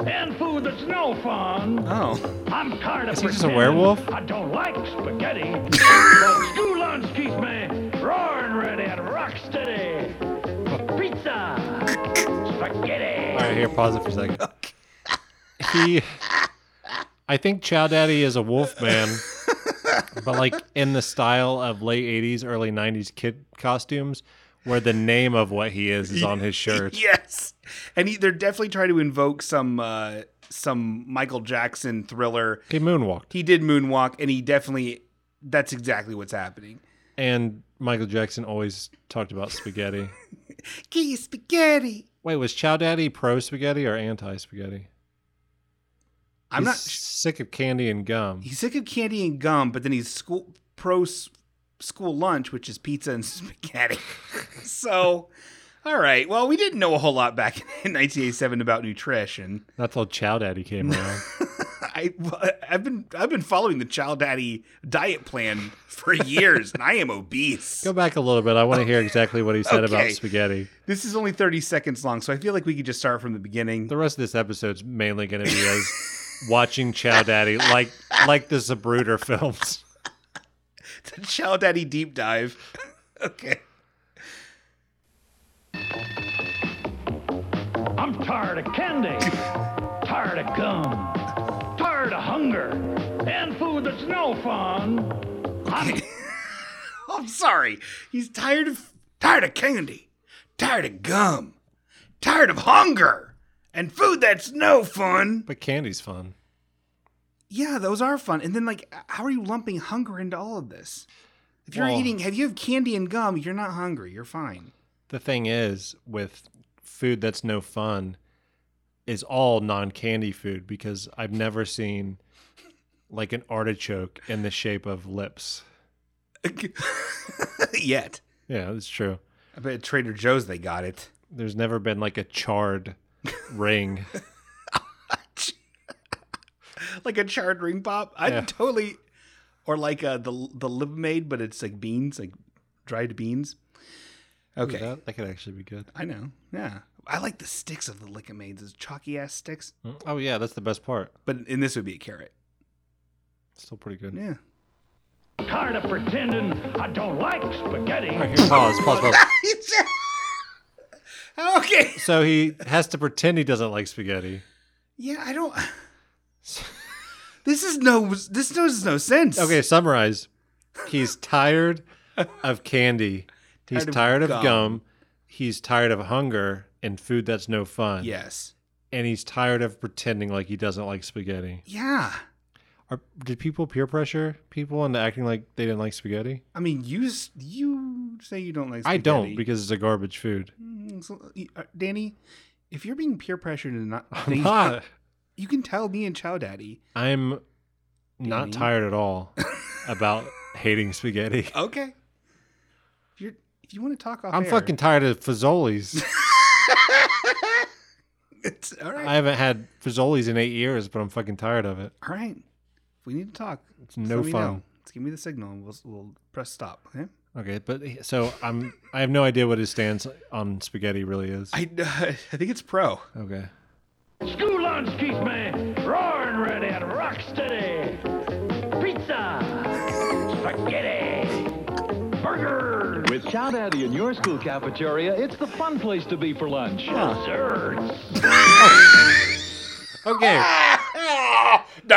[SPEAKER 4] And food that's no fun.
[SPEAKER 1] Oh.
[SPEAKER 4] I'm tired of
[SPEAKER 2] he just a
[SPEAKER 4] pretending
[SPEAKER 2] werewolf?
[SPEAKER 4] I don't like spaghetti. but school lunch keeps me roaring ready and rock steady. Pizza. Spaghetti.
[SPEAKER 2] All right, here, pause it for a second. He, I think Chow Daddy is a wolf man, but like in the style of late '80s, early '90s kid costumes, where the name of what he is is on his shirt.
[SPEAKER 1] Yes. And he, they're definitely trying to invoke some uh some Michael Jackson thriller.
[SPEAKER 2] He moonwalked,
[SPEAKER 1] He did moonwalk and he definitely that's exactly what's happening.
[SPEAKER 2] And Michael Jackson always talked about spaghetti.
[SPEAKER 1] Key spaghetti.
[SPEAKER 2] Wait, was Chow Daddy pro spaghetti or anti spaghetti?
[SPEAKER 1] I'm
[SPEAKER 2] He's
[SPEAKER 1] not.
[SPEAKER 2] sick of candy and gum.
[SPEAKER 1] He's sick of candy and gum, but then he's school pro s- school lunch, which is pizza and spaghetti. so, all right. Well, we didn't know a whole lot back in 1987 about nutrition.
[SPEAKER 2] Not till Chow Daddy came around.
[SPEAKER 1] I, I've been I've been following the Child Daddy diet plan for years, and I am obese.
[SPEAKER 2] Go back a little bit. I want to hear exactly what he said about
[SPEAKER 1] Okay.
[SPEAKER 2] spaghetti.
[SPEAKER 1] This is only 30 seconds long, so I feel like we could just start from the beginning.
[SPEAKER 2] The rest of this episode's mainly going to be us watching Chow Daddy, like like the Zabruder films.
[SPEAKER 1] The Child Daddy deep dive. okay.
[SPEAKER 4] I'm tired of candy, tired of gum, tired of hunger, and food that's no fun. I'm
[SPEAKER 1] I'm sorry. He's tired of tired of candy, tired of gum, tired of hunger, and food that's no fun.
[SPEAKER 2] But candy's fun.
[SPEAKER 1] Yeah, those are fun. And then like how are you lumping hunger into all of this? If you're
[SPEAKER 2] Well-
[SPEAKER 1] eating if you have candy and gum, you're not hungry. You're fine.
[SPEAKER 2] The thing is, with food that's no fun, is all non candy food because I've never seen like an artichoke in the shape of lips.
[SPEAKER 1] Yet.
[SPEAKER 2] Yeah, that's true.
[SPEAKER 1] I bet at Trader Joe's they got it.
[SPEAKER 2] There's never been like a charred ring.
[SPEAKER 1] Like a charred ring pop. I
[SPEAKER 2] Yeah.
[SPEAKER 1] would totally or like uh, the the livermade, but it's like beans, like dried beans. Okay.
[SPEAKER 2] That, that could actually be good.
[SPEAKER 1] I know. Yeah. I like the sticks of the Lickamades, those chalky ass sticks.
[SPEAKER 2] Mm. Oh yeah, that's the best part.
[SPEAKER 1] But and this would be a carrot.
[SPEAKER 2] Still pretty good.
[SPEAKER 1] Yeah.
[SPEAKER 4] tired of pretending I don't like spaghetti.
[SPEAKER 2] All right, here, pause, pause, pause.
[SPEAKER 1] okay.
[SPEAKER 2] So he has to pretend he doesn't like spaghetti.
[SPEAKER 1] Yeah, I don't. This is no. This does no sense.
[SPEAKER 2] Okay, summarize. He's tired of candy. He's
[SPEAKER 1] Tired of
[SPEAKER 2] tired of,
[SPEAKER 1] gum.
[SPEAKER 2] gum. He's tired of hunger and food that's no fun.
[SPEAKER 1] Yes.
[SPEAKER 2] And he's tired of pretending like he doesn't like spaghetti.
[SPEAKER 1] Yeah.
[SPEAKER 2] Are, did people peer pressure people into acting like they didn't like spaghetti?
[SPEAKER 1] I mean, you s- you say you don't like.
[SPEAKER 2] I don't
[SPEAKER 1] spaghetti.
[SPEAKER 2] because it's a garbage food.
[SPEAKER 1] Mm, so- uh, Danny, if you're being peer pressured and not,
[SPEAKER 2] I'm not.
[SPEAKER 1] you can tell me and Chow Daddy.
[SPEAKER 2] I'm
[SPEAKER 1] Danny?
[SPEAKER 2] not tired at all about hating spaghetti.
[SPEAKER 1] Okay. If you're if you want to talk off,
[SPEAKER 2] I'm
[SPEAKER 1] air-
[SPEAKER 2] fucking tired of fazoli's.
[SPEAKER 1] It's all right.
[SPEAKER 2] I haven't had fazoli's in eight years, but I'm fucking tired of it.
[SPEAKER 1] All right. If we need to talk,
[SPEAKER 2] It's no
[SPEAKER 1] let me
[SPEAKER 2] fun.
[SPEAKER 1] know. Let's give me the signal and we'll, we'll press stop. Okay.
[SPEAKER 2] Okay, but he- so I'm I have no idea what his stance on spaghetti really is.
[SPEAKER 1] I, I think it's pro.
[SPEAKER 2] okay.
[SPEAKER 4] School lunch keeps me roaring ready and rock steady. Pizza, spaghetti, burgers,
[SPEAKER 5] With Chow Daddy in your school cafeteria, it's the fun place to be for lunch.
[SPEAKER 4] desserts.
[SPEAKER 2] Okay.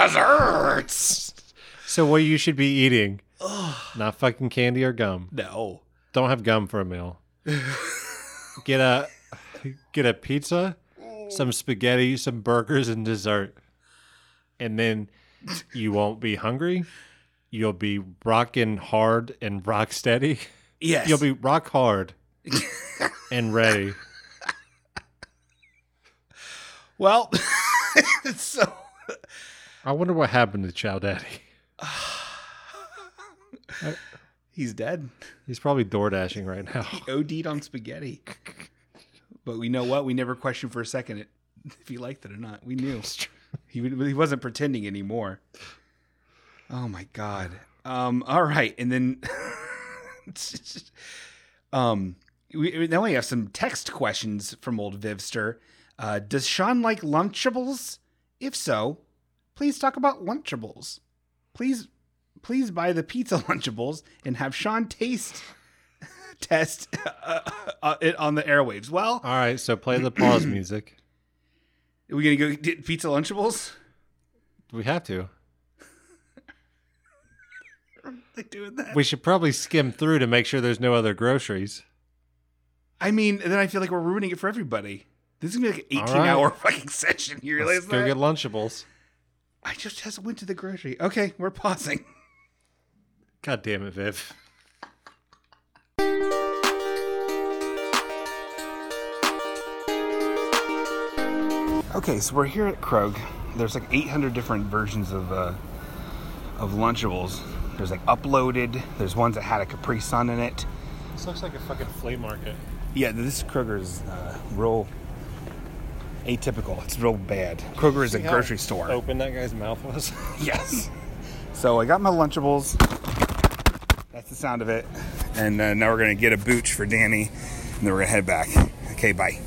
[SPEAKER 1] Desserts.
[SPEAKER 2] So what you should be eating? Not fucking candy or gum.
[SPEAKER 1] No.
[SPEAKER 2] Don't have gum for a meal. get a get a pizza, some spaghetti, some burgers and dessert. And then you won't be hungry. You'll be rocking hard and rock steady.
[SPEAKER 1] Yes.
[SPEAKER 2] You'll be rock hard and ready.
[SPEAKER 1] well. so
[SPEAKER 2] I wonder what happened to Chow Daddy.
[SPEAKER 1] he's dead.
[SPEAKER 2] He's probably door dashing right now.
[SPEAKER 1] OD'd on spaghetti. But we know what? We never questioned for a second it, if he liked it or not. We knew. He, w- he wasn't pretending anymore. Oh my god. Um. All right, and then, um, we we- now we have some text questions from old Vivster. Uh, does Sean like Lunchables? If so, please talk about Lunchables. Please, please buy the pizza Lunchables and have Sean taste test uh, uh, it on the airwaves. Well,
[SPEAKER 2] All right, so play the pause music.
[SPEAKER 1] are we gonna go get pizza Lunchables?
[SPEAKER 2] We have to.
[SPEAKER 1] Like doing that.
[SPEAKER 2] We should probably skim through to make sure there's no other groceries.
[SPEAKER 1] I mean, then I feel like we're ruining it for everybody. This is gonna be like an
[SPEAKER 2] All
[SPEAKER 1] 18
[SPEAKER 2] right.
[SPEAKER 1] hour fucking session. You realize
[SPEAKER 2] Let's go
[SPEAKER 1] that?
[SPEAKER 2] get Lunchables.
[SPEAKER 1] I just just went to the grocery. Okay, we're pausing.
[SPEAKER 2] God damn it, Viv.
[SPEAKER 1] Okay, so we're here at Krog. There's like 800 different versions of uh, of Lunchables. There's like uploaded. There's ones that had a Capri Sun in it.
[SPEAKER 2] This looks like a fucking flea market.
[SPEAKER 1] Yeah, this Kroger's uh, real atypical. It's real bad. Kroger is a
[SPEAKER 2] See how
[SPEAKER 1] grocery store.
[SPEAKER 2] Open that guy's mouth was.
[SPEAKER 1] Yes. So I got my Lunchables. That's the sound of it. And uh, now we're gonna get a booch for Danny, and then we're gonna head back. Okay, bye.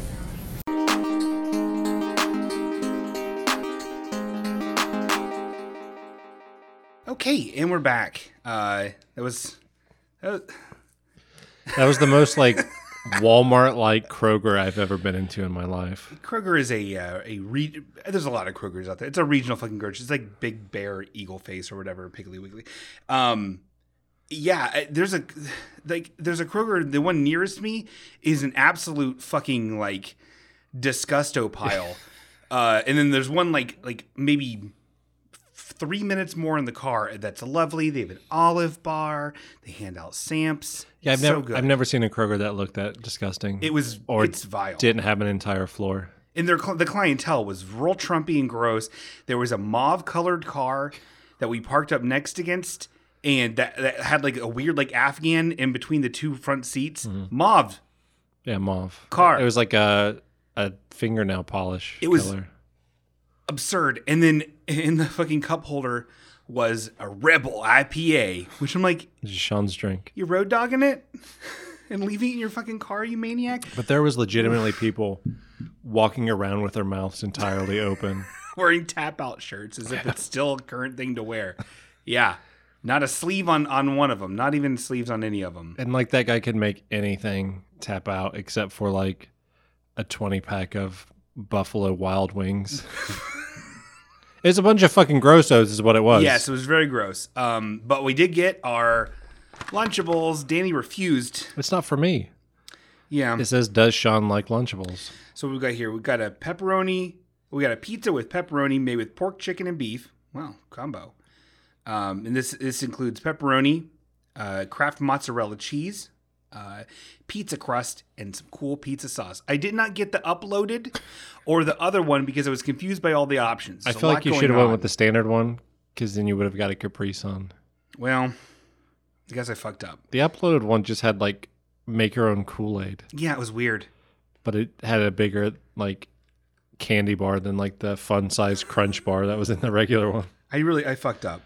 [SPEAKER 1] Okay, and we're back. Uh, that was, that was
[SPEAKER 2] that was the most like Walmart like Kroger I've ever been into in my life.
[SPEAKER 1] Kroger is a uh, a re- there's a lot of Krogers out there. It's a regional fucking grocery. It's like Big Bear, Eagle Face, or whatever, Piggly Wiggly. Um, yeah, I- there's a like there's a Kroger. The one nearest me is an absolute fucking like disgusto pile. uh, and then there's one like like maybe three minutes more in the car that's lovely. They have an olive bar. They hand out samps.
[SPEAKER 2] Yeah, I've
[SPEAKER 1] It's so
[SPEAKER 2] never
[SPEAKER 1] good.
[SPEAKER 2] I've never seen a Kroger that looked that disgusting.
[SPEAKER 1] It was
[SPEAKER 2] or
[SPEAKER 1] it's vile.
[SPEAKER 2] didn't have an entire floor.
[SPEAKER 1] and their cl- the clientele was real trumpy and gross. There was a mauve colored car that we parked up next against, and that, that had like a weird like Afghan in between the two front seats. Mauve.
[SPEAKER 2] Yeah, mauve
[SPEAKER 1] Car.
[SPEAKER 2] It was like a a fingernail polish.
[SPEAKER 1] It was-
[SPEAKER 2] color.
[SPEAKER 1] absurd. And then in the fucking cup holder was a Rebel IPA, which I'm like,
[SPEAKER 2] It was Sean's drink.
[SPEAKER 1] you road dogging it and leaving it in your fucking car, you maniac.
[SPEAKER 2] But there was legitimately people walking around with their mouths entirely open.
[SPEAKER 1] Wearing tap out shirts as if it's still a current thing to wear. Yeah. Not a sleeve on, on one of them, not even sleeves on any of them.
[SPEAKER 2] And like that guy could make anything tap out except for like a 20 pack of Buffalo Wild Wings. it's a bunch of fucking grossos, is what it was.
[SPEAKER 1] Yes, it was very gross. Um, but we did get our Lunchables. Danny refused.
[SPEAKER 2] It's not for me.
[SPEAKER 1] Yeah.
[SPEAKER 2] It says, Does Sean like Lunchables?
[SPEAKER 1] So we got here. We got a pepperoni. We got a pizza with pepperoni made with pork, chicken, and beef. Wow, combo. Um, and this this includes pepperoni, uh, Kraft mozzarella cheese, uh, pizza crust, and some cool pizza sauce. I did not get the uploaded or the other one because I was confused by all the options.
[SPEAKER 2] I
[SPEAKER 1] There's a
[SPEAKER 2] feel
[SPEAKER 1] lot
[SPEAKER 2] like you
[SPEAKER 1] going
[SPEAKER 2] should have went
[SPEAKER 1] on.
[SPEAKER 2] with the standard one because then you would have got a Capri Sun.
[SPEAKER 1] Well, I guess I fucked up.
[SPEAKER 2] The uploaded one just had like make your own Kool Aid,
[SPEAKER 1] Yeah, it was weird.
[SPEAKER 2] but it had a bigger like candy bar than like the fun size crunch bar that was in the regular one.
[SPEAKER 1] I really I fucked up.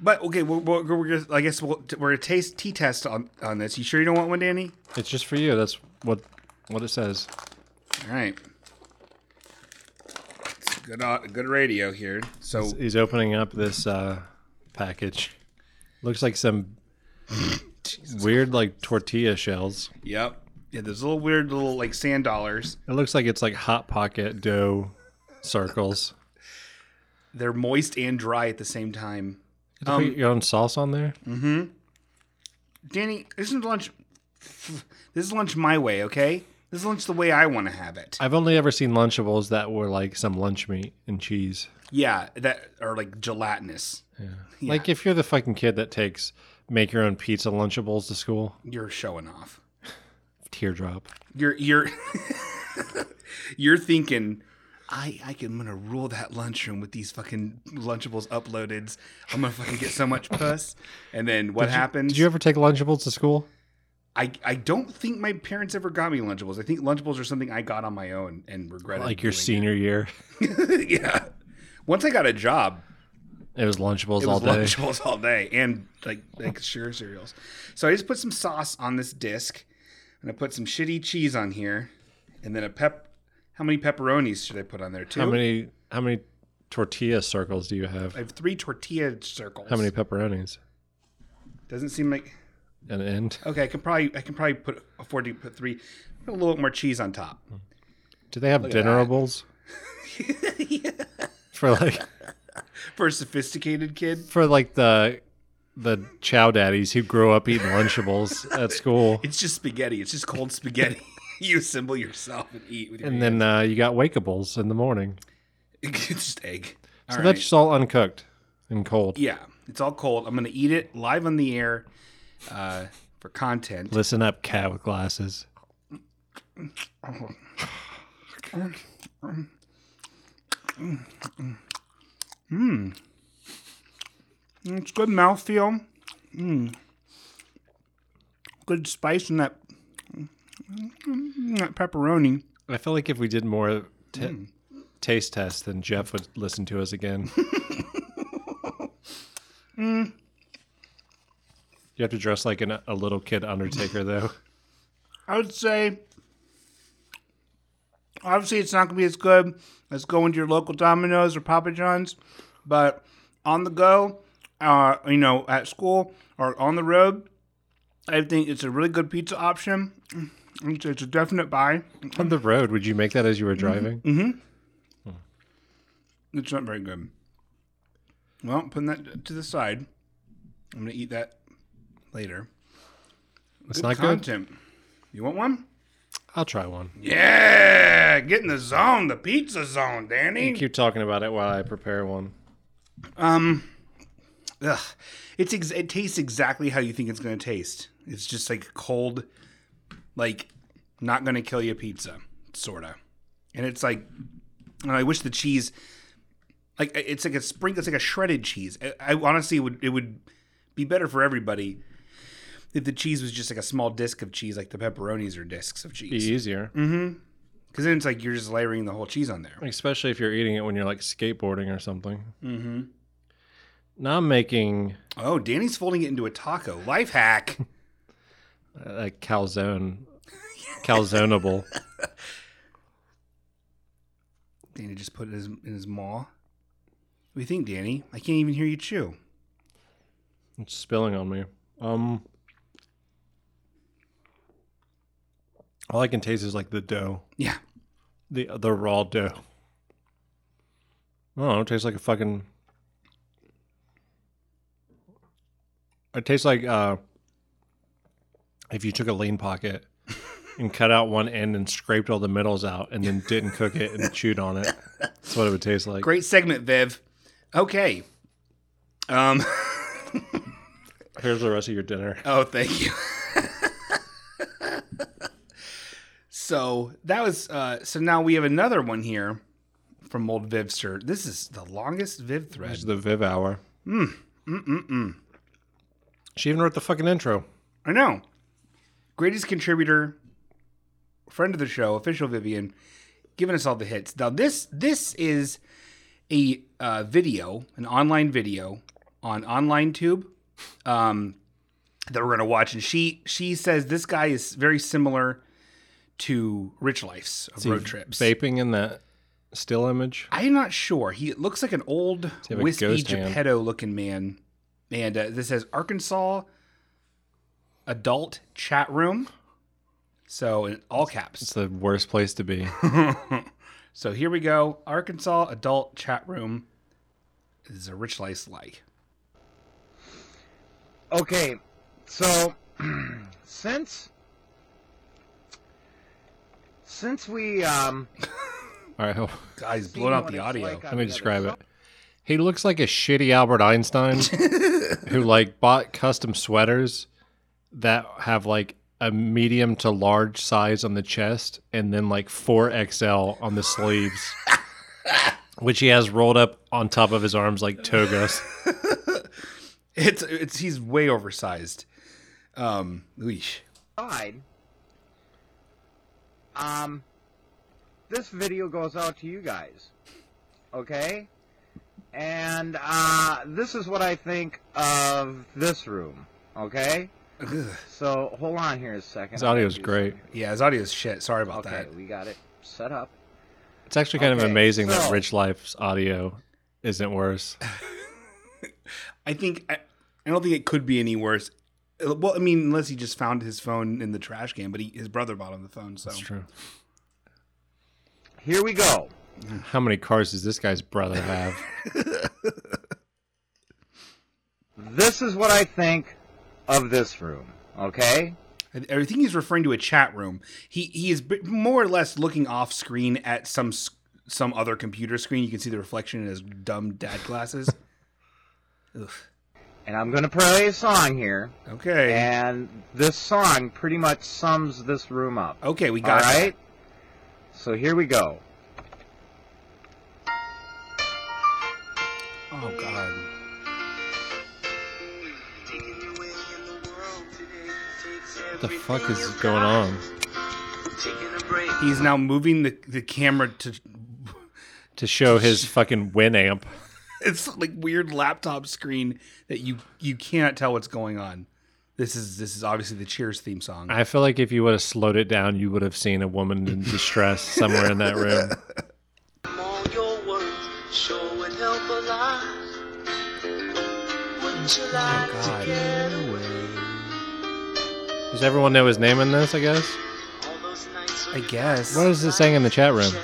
[SPEAKER 1] But okay, we're, we're, we're gonna, I guess we'll, we're gonna taste tea test on on this. You sure you don't want one, Danny?
[SPEAKER 2] It's just for you. That's what what it says.
[SPEAKER 1] All right. It's good au- good radio here. So
[SPEAKER 2] He's opening up this uh, package. Looks like some weird like tortilla shells.
[SPEAKER 1] yep. Yeah, there's little weird little like sand dollars.
[SPEAKER 2] It looks like it's like hot pocket dough circles.
[SPEAKER 1] They're moist and dry at the same time.
[SPEAKER 2] You have to put your own sauce on there.
[SPEAKER 1] Danny, this is lunch this is lunch my way, okay? This is lunch the way I want to have it.
[SPEAKER 2] I've only ever seen Lunchables that were like some lunch meat and cheese.
[SPEAKER 1] Yeah, that are like gelatinous.
[SPEAKER 2] Like if you're the fucking kid that takes make your own pizza Lunchables to school,
[SPEAKER 1] You're showing off.
[SPEAKER 2] teardrop.
[SPEAKER 1] you're you're you're thinking I, I can, I'm gonna rule that lunchroom with these fucking Lunchables uploaded. I'm gonna fucking get so much puss. And then what happens?
[SPEAKER 2] Did you ever take Lunchables to school?
[SPEAKER 1] I, I don't think my parents ever got me Lunchables. I think Lunchables are something I got on my own and regretted.
[SPEAKER 2] Like your
[SPEAKER 1] doing.
[SPEAKER 2] senior year,
[SPEAKER 1] yeah. Once I got a job,
[SPEAKER 2] it was Lunchables
[SPEAKER 1] it
[SPEAKER 2] all
[SPEAKER 1] was
[SPEAKER 2] day.
[SPEAKER 1] Lunchables all day and like like sugar cereals. So I just put some sauce on this disc, and I put some shitty cheese on here, and then a pep. How many pepperonis should I put on there? Two.
[SPEAKER 2] How many how many tortilla circles do you have?
[SPEAKER 1] I have three tortilla circles.
[SPEAKER 2] How many pepperonis?
[SPEAKER 1] Doesn't seem like
[SPEAKER 2] An end.
[SPEAKER 1] okay. I can probably I can probably put afford to put three. Put a little bit more cheese on top.
[SPEAKER 2] Mm. Do they have
[SPEAKER 1] at
[SPEAKER 2] dinerables? For like
[SPEAKER 1] For a sophisticated kid,
[SPEAKER 2] for like the the chow daddies who grew up eating lunchables at school.
[SPEAKER 1] it's just spaghetti. It's just cold spaghetti. you assemble yourself and eat with your
[SPEAKER 2] And then uh, you got wakeables in the morning.
[SPEAKER 1] it's just egg. All
[SPEAKER 2] So
[SPEAKER 1] right.
[SPEAKER 2] that's just all uncooked and cold.
[SPEAKER 1] yeah. It's all cold. I'm gonna eat it live on the air uh, for content.
[SPEAKER 2] Listen up, cat with glasses.
[SPEAKER 1] It's good mouthfeel. Mm. Good spice in that, mm, that pepperoni.
[SPEAKER 2] I feel like if we did more t- taste tests, then Jeff would listen to us again. You have to dress like an, a little kid undertaker, though.
[SPEAKER 1] I would say, obviously, it's not going to be as good as going to your local Domino's or Papa John's, but on the go, uh, you know, at school or on the road, I think it's a really good pizza option. It's, it's a definite buy.
[SPEAKER 2] On the road, would you make that as you were driving?
[SPEAKER 1] It's not very good. Well, putting that to the side, I'm going to eat that later.
[SPEAKER 2] It's not good.
[SPEAKER 1] Content. You want one?
[SPEAKER 2] I'll try one.
[SPEAKER 1] Yeah, get in the zone, the pizza zone, Danny.
[SPEAKER 2] You keep talking about it while I prepare one.
[SPEAKER 1] Ugh. It's ex- it tastes exactly how you think it's going to taste. It's just like cold, like not going to kill you pizza, sorta. And it's like, and I wish the cheese, like it's like a sprinkle, it's like a shredded cheese. I, I honestly would it would be better for everybody if the cheese was just like a small disc of cheese, like the pepperonis are discs of
[SPEAKER 2] Be
[SPEAKER 1] cheese.
[SPEAKER 2] easier,
[SPEAKER 1] Because then it's like you're just layering the whole cheese on there.
[SPEAKER 2] especially if you're eating it when you're like skateboarding or something. Mm-hmm. Now I'm making
[SPEAKER 1] Oh, Danny's folding it into a taco. Life hack.
[SPEAKER 2] a calzone, calzoneable.
[SPEAKER 1] Danny just put it in his, in his maw. What do you think, Danny? I can't even hear you chew.
[SPEAKER 2] It's spilling on me. Um, all I can taste is like the dough,
[SPEAKER 1] Yeah.
[SPEAKER 2] the the raw dough. Oh, it tastes like a fucking. It tastes like uh, if you took a lean pocket and cut out one end and scraped all the middles out, and then didn't cook it and chewed on it. That's what it would taste like.
[SPEAKER 1] Great segment, Viv. Okay. Um.
[SPEAKER 2] Here's the rest of your dinner.
[SPEAKER 1] Oh, thank you. so that was. Uh, so now we have another one here from old Vivster. This is the longest Viv thread.
[SPEAKER 2] It's the Viv Hour. Mm. Mm. Mm. She even wrote the fucking intro.
[SPEAKER 1] I know. Greatest contributor, friend of the show, official Vivian, giving us all the hits. Now this this is a uh, video, an online video on online tube um, that we're gonna watch, and she she says this guy is very similar to Rich Life's of road trips.
[SPEAKER 2] Vaping in that still image.
[SPEAKER 1] I'm not sure. He looks like an old
[SPEAKER 2] he have a
[SPEAKER 1] wispy
[SPEAKER 2] ghost hand?
[SPEAKER 1] Geppetto looking man, and uh, this says Arkansas adult chat room. So in all
[SPEAKER 2] It's
[SPEAKER 1] caps.
[SPEAKER 2] the worst place to be.
[SPEAKER 1] So here we go. Arkansas adult chat room. This is a rich lice like.
[SPEAKER 6] Okay, so since since we um,
[SPEAKER 2] All right, hold-
[SPEAKER 1] Guys, blowing out the audio.
[SPEAKER 6] Like uh,
[SPEAKER 2] let me describe it. He looks like a shitty Albert Einstein who like bought custom sweaters that have like a medium to large size on the chest and then like 4XL on the sleeves. Which he has rolled up on top of his arms like togas.
[SPEAKER 1] It's it's he's way oversized. Um, leash.
[SPEAKER 6] Side. Um, this video goes out to you guys, okay? And uh, this is what I think of this room, okay? So hold on here a second.
[SPEAKER 2] His
[SPEAKER 6] I'll
[SPEAKER 2] audio
[SPEAKER 6] do
[SPEAKER 2] is great.
[SPEAKER 6] something.
[SPEAKER 1] Yeah, his audio's shit. Sorry about
[SPEAKER 6] Okay,
[SPEAKER 1] that.
[SPEAKER 6] we got it set up.
[SPEAKER 2] It's actually kind of
[SPEAKER 6] Okay,
[SPEAKER 2] amazing that
[SPEAKER 6] so-
[SPEAKER 2] Rich Life's audio isn't worse.
[SPEAKER 1] I think I, I don't think it could be any worse. Uh, Well, I mean, unless he just found his phone in the trash can, but he, his brother bought him the phone. So
[SPEAKER 2] That's true.
[SPEAKER 6] Here we go.
[SPEAKER 2] How many cars does this guy's brother have?
[SPEAKER 6] This is what I think of this room, okay?
[SPEAKER 1] I, I think he's referring to a chat room. He he is b- more or less looking off screen at some s- some other computer screen. You can see the reflection in his dumb dad glasses. Ugh.
[SPEAKER 6] And I'm gonna play a song here,
[SPEAKER 1] Okay,
[SPEAKER 6] and this song pretty much sums this room up.
[SPEAKER 2] Oh,
[SPEAKER 1] okay, we
[SPEAKER 6] All
[SPEAKER 1] got it.
[SPEAKER 6] right. So here we go.
[SPEAKER 2] Oh God. The fuck is going on?
[SPEAKER 1] He's now moving the, the camera to
[SPEAKER 2] To show his fucking Winamp.
[SPEAKER 1] it's like weird laptop screen that you you cannot tell what's going on. This is this is obviously the Cheers theme song.
[SPEAKER 2] I feel like if you would have slowed it down, you would have seen a woman in distress somewhere in that room.
[SPEAKER 7] all your words sure would help a lot. Wouldn't you like to get away?
[SPEAKER 2] Does everyone know his name in this? I guess.
[SPEAKER 7] All those nights
[SPEAKER 1] I guess.
[SPEAKER 2] What is this saying in the chat room?
[SPEAKER 1] I-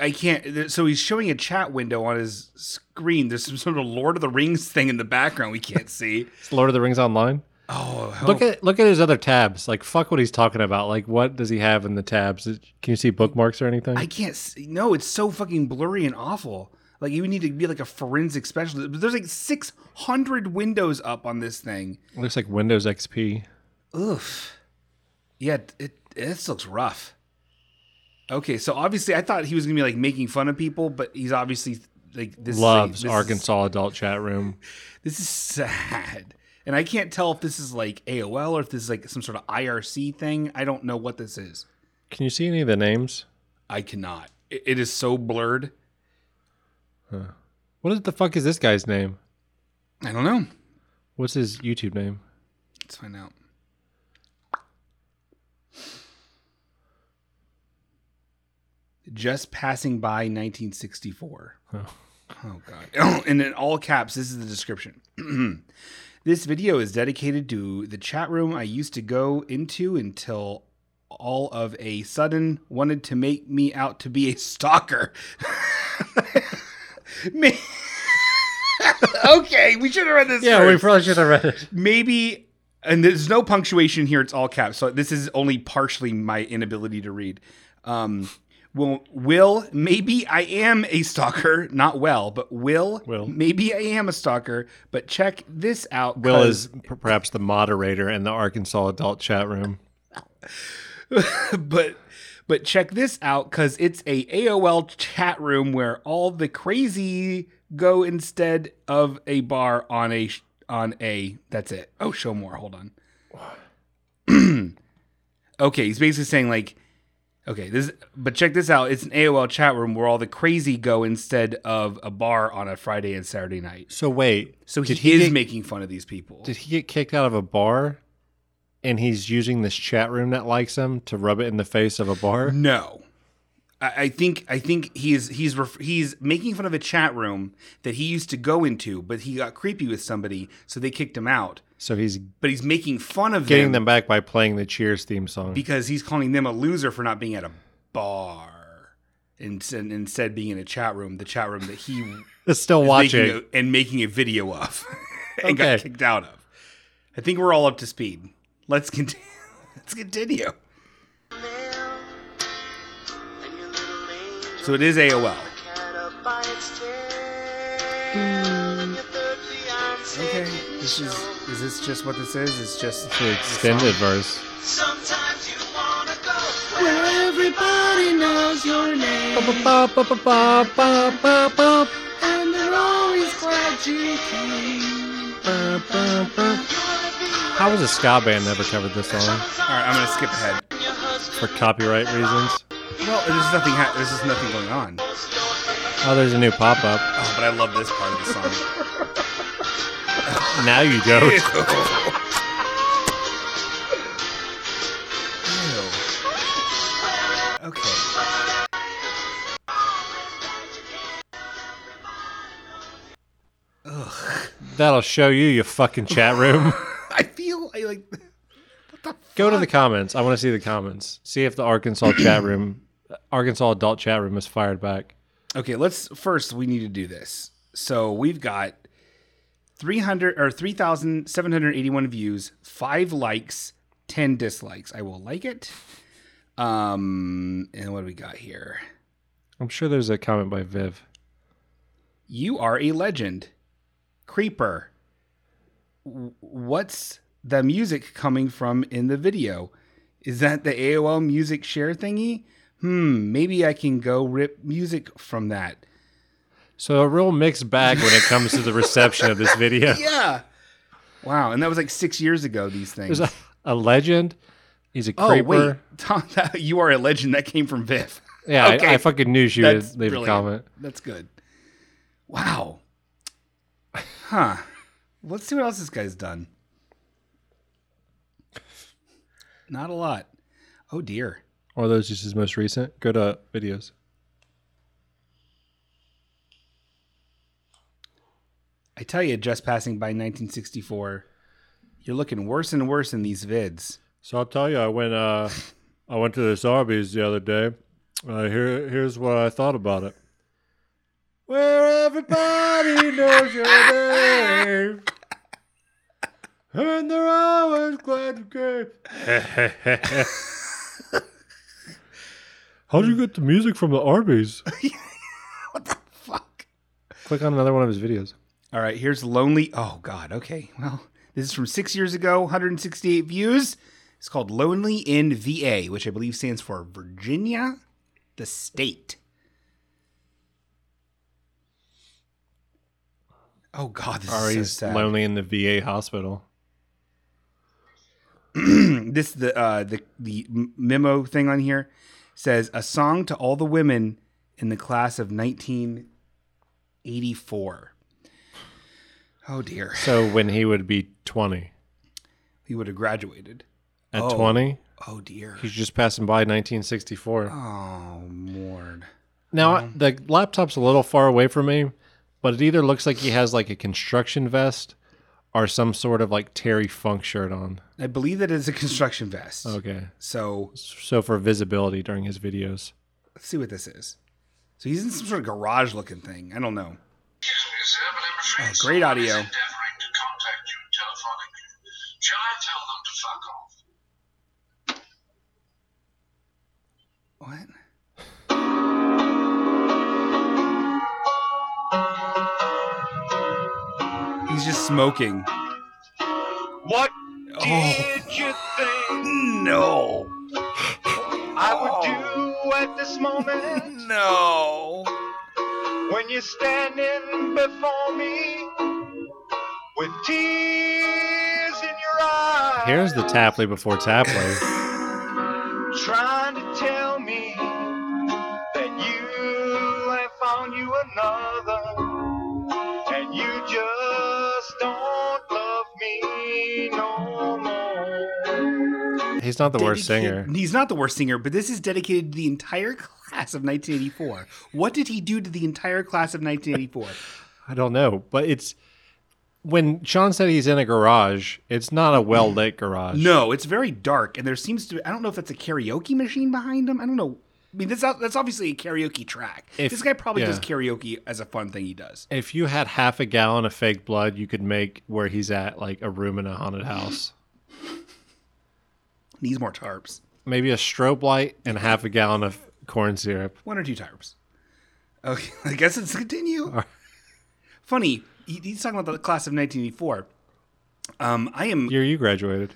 [SPEAKER 1] I can't. there- So he's showing a chat window on his screen. There's some sort of Lord of the Rings thing in the background we can't see.
[SPEAKER 2] It's Lord of the Rings Online.
[SPEAKER 1] Oh, hell-
[SPEAKER 2] Look at look at his other tabs. Like fuck what he's talking about. Like what does he have in the tabs? Can you see bookmarks or anything?
[SPEAKER 1] I can't. See. No, it's so fucking blurry and awful. Like you need to be like a forensic specialist. But there's like 600 windows up on this thing.
[SPEAKER 2] It looks like Windows XP.
[SPEAKER 1] Oof. Yeah, it, it this looks rough. Okay, so obviously I thought he was gonna be like making fun of people, but he's obviously like this is a-
[SPEAKER 2] Loves
[SPEAKER 1] this is-
[SPEAKER 2] Arkansas adult chat room.
[SPEAKER 1] this is sad, and I can't tell if this is like AOL or if this is like some sort of IRC thing. I don't know what this is.
[SPEAKER 2] Can you see any of the names?
[SPEAKER 1] I cannot. It, it is so blurred.
[SPEAKER 2] What is the fuck is this guy's name?
[SPEAKER 1] I don't know.
[SPEAKER 2] What's his YouTube name?
[SPEAKER 1] Let's find out. Just passing by 1964.
[SPEAKER 2] Oh.
[SPEAKER 1] Oh, God. and in all caps, this is the description. this video is dedicated to the chat room I used to go into until all of a sudden wanted to make me out to be a stalker. Me- okay, we should have read this first
[SPEAKER 2] probably should have read it.
[SPEAKER 1] maybe and there's no punctuation here it's all caps so this is only partially my inability to read um will will maybe i am a stalker not well but will
[SPEAKER 2] Will.
[SPEAKER 1] maybe i am a stalker but check this out
[SPEAKER 2] Will
[SPEAKER 1] 'cause-
[SPEAKER 2] is p- perhaps the moderator in the Arkansas adult chat room.
[SPEAKER 1] but but check this out because it's a AOL chat room where all the crazy go instead of a bar on a sh- on a that's it. Oh, show more. Hold on. okay, he's basically saying like, okay, this. But check this out. It's an AOL chat room where all the crazy go instead of a bar on a Friday and Saturday night.
[SPEAKER 2] So wait,
[SPEAKER 1] So he,
[SPEAKER 2] did he
[SPEAKER 1] is
[SPEAKER 2] get,
[SPEAKER 1] making fun of these people.
[SPEAKER 2] did he get kicked out of a bar? And he's using this chat room that likes him to rub it in the face of a bar.
[SPEAKER 1] No, I, I think I think he's he's ref- he's making fun of a chat room that he used to go into, but he got creepy with somebody, so they kicked him out.
[SPEAKER 2] So he's
[SPEAKER 1] But he's making fun of
[SPEAKER 2] getting
[SPEAKER 1] them,
[SPEAKER 2] them back by playing the Cheers theme song.
[SPEAKER 1] because he's calling them a loser for not being at a bar and, s- and instead being in a chat room, the chat room that he is
[SPEAKER 2] It's still
[SPEAKER 1] making
[SPEAKER 2] watching.
[SPEAKER 1] a, and making a video of and got
[SPEAKER 2] Okay.
[SPEAKER 1] kicked out of. I think we're all up to speed. Let's continue. Let's continue. So it is AOL. Okay. This is is this just what this is? It's just
[SPEAKER 2] It's the extended verse.
[SPEAKER 7] Sometimes you wanna go
[SPEAKER 2] How was a ska band never covered this song
[SPEAKER 1] All right, I'm gonna skip ahead.
[SPEAKER 2] for copyright reasons?
[SPEAKER 1] Well, there's nothing. Ha- there's just nothing going on. Oh,
[SPEAKER 2] Oh, there's a new pop up.
[SPEAKER 1] but I love this part of the song.
[SPEAKER 2] Now you don't.
[SPEAKER 1] Ew. Okay.
[SPEAKER 2] That'll show you, you fucking chat room.
[SPEAKER 1] I feel I like.
[SPEAKER 2] Go to the comments. I want to see the comments. See if the Arkansas chat room, Arkansas adult chat room, is fired back.
[SPEAKER 1] Okay, let's first. We need to do this. So we've got 300 or 3,781 views, five likes, 10 dislikes. I will like it. Um, and what do we got here?
[SPEAKER 2] I'm sure there's a comment by Viv.
[SPEAKER 1] You are a legend. Creeper. W- What's the music coming from in the video? Is that the AOL music share thingy? Hmm, maybe I can go rip music from that.
[SPEAKER 2] So a real mixed bag when it comes to the reception of this video.
[SPEAKER 1] Yeah. Wow. And that was like six years ago, these things.
[SPEAKER 2] There's a, a legend. He's a
[SPEAKER 1] oh,
[SPEAKER 2] creeper.
[SPEAKER 1] wait. Tom, you are a legend. That came from Viv.
[SPEAKER 2] Yeah,
[SPEAKER 1] Okay.
[SPEAKER 2] I, I fucking knew she would
[SPEAKER 1] That's
[SPEAKER 2] leave
[SPEAKER 1] brilliant.
[SPEAKER 2] a comment.
[SPEAKER 1] That's good. Wow. Huh. Let's see what else this guy's done. Not a lot. Oh, dear.
[SPEAKER 2] Or those just his most recent. Go to videos.
[SPEAKER 1] I tell you, just passing by 1964, you're looking worse and worse in these vids.
[SPEAKER 2] So I'll tell you, I went. Uh, I went to this Arby's the other day. Uh, here, here's what I thought about it. Where everybody knows your name, and they're always glad to give. How'd you get the music from the Arby's?
[SPEAKER 1] What the fuck?
[SPEAKER 2] Click on another one of his videos.
[SPEAKER 1] All right, here's Lonely. Oh, God. Okay. Well, this is from six years ago, 168 views. It's called Lonely in VA, which I believe stands for Virginia, the state. Oh, God. This is
[SPEAKER 2] Ari's
[SPEAKER 1] so sad.
[SPEAKER 2] lonely in the VA hospital.
[SPEAKER 1] this the uh the the memo thing on here says a song to all the women in the class of 1984 oh dear
[SPEAKER 2] So when he would be twenty,
[SPEAKER 1] he would have graduated
[SPEAKER 2] at
[SPEAKER 1] Oh.
[SPEAKER 2] twenty,
[SPEAKER 1] oh dear
[SPEAKER 2] he's just passing by 1964.
[SPEAKER 1] oh lord
[SPEAKER 2] Now the laptop's a little far away from me, but it either looks like he has like a construction vest or some sort of like Terry Funk shirt on.
[SPEAKER 1] i believe that is a construction vest
[SPEAKER 2] Okay,
[SPEAKER 1] so
[SPEAKER 2] so for visibility during his videos,
[SPEAKER 1] let's see what this is so he's in some sort of garage looking thing i don't know
[SPEAKER 7] Oh,
[SPEAKER 1] great audio.
[SPEAKER 7] Endeavoring to contact you telephonically. Shall I tell them to fuck off?
[SPEAKER 1] what he's just smoking
[SPEAKER 8] What
[SPEAKER 1] oh
[SPEAKER 8] did you think
[SPEAKER 1] No.
[SPEAKER 8] I would do at this moment
[SPEAKER 1] No.
[SPEAKER 8] when you're standing before me with tears in your eyes?
[SPEAKER 2] here's the Tapley before Tapley.
[SPEAKER 8] trying to tell me that you have found you another and you just don't love me no more.
[SPEAKER 2] He's not the worst
[SPEAKER 1] Dedicated-
[SPEAKER 2] singer.
[SPEAKER 1] He's not the worst singer, but this is dedicated to the entire class of 1984. What did he do to the entire class of 1984?
[SPEAKER 2] I don't know, but it's when Sean said he's in a garage. It's not a well lit garage.
[SPEAKER 1] no, it's very dark, and there seems to be, I don't know if that's a karaoke machine behind him. I don't know. I mean, that's, not- that's obviously a karaoke track.
[SPEAKER 2] If-
[SPEAKER 1] this guy probably
[SPEAKER 2] yeah.
[SPEAKER 1] does karaoke as a fun thing he does.
[SPEAKER 2] If you had half a gallon of fake blood, you could make where he's at like a room in a haunted house.
[SPEAKER 1] Needs more tarps.
[SPEAKER 2] Maybe a strobe light and half a gallon of corn syrup.
[SPEAKER 1] One or two tarps. Okay, I guess let's continue. Funny, he- he's talking about the class of 1984. Um, I am
[SPEAKER 2] Year you graduated.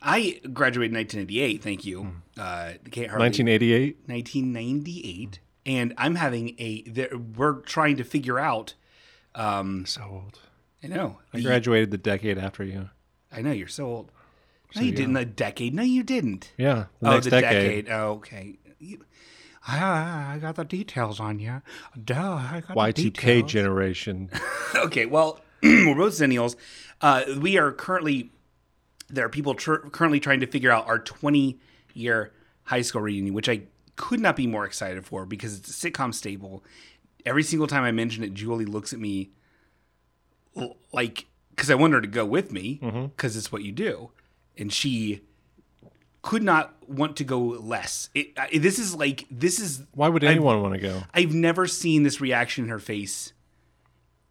[SPEAKER 1] I graduated in 1988. Thank
[SPEAKER 2] Hmm.
[SPEAKER 1] you. Uh, can't hardly,
[SPEAKER 2] 1988.
[SPEAKER 1] 1998, and I'm having a. there- We're trying to figure out.
[SPEAKER 2] So old.
[SPEAKER 1] I know.
[SPEAKER 2] I
[SPEAKER 1] the-
[SPEAKER 2] graduated the decade after you.
[SPEAKER 1] I know. You're so old. No, you didn't. A decade. No, you didn't.
[SPEAKER 2] Yeah. The
[SPEAKER 1] oh,
[SPEAKER 2] next
[SPEAKER 1] the
[SPEAKER 2] decade.
[SPEAKER 1] decade. Oh, okay. You, I, I got the details on you. Duh. I got the
[SPEAKER 2] Y2K
[SPEAKER 1] details.
[SPEAKER 2] generation.
[SPEAKER 1] Okay, well, we're both zennials. Uh, we are currently there are people tr- currently trying to figure out our 20 year high school reunion, which I could not be more excited for because it's a sitcom staple. Every single time I mention it, Julie looks at me l- like because I want her to go with me because it's what you do, and she could not want to go less. It, I, this is like this is
[SPEAKER 2] Why would anyone want to go?
[SPEAKER 1] I've never seen this reaction in her face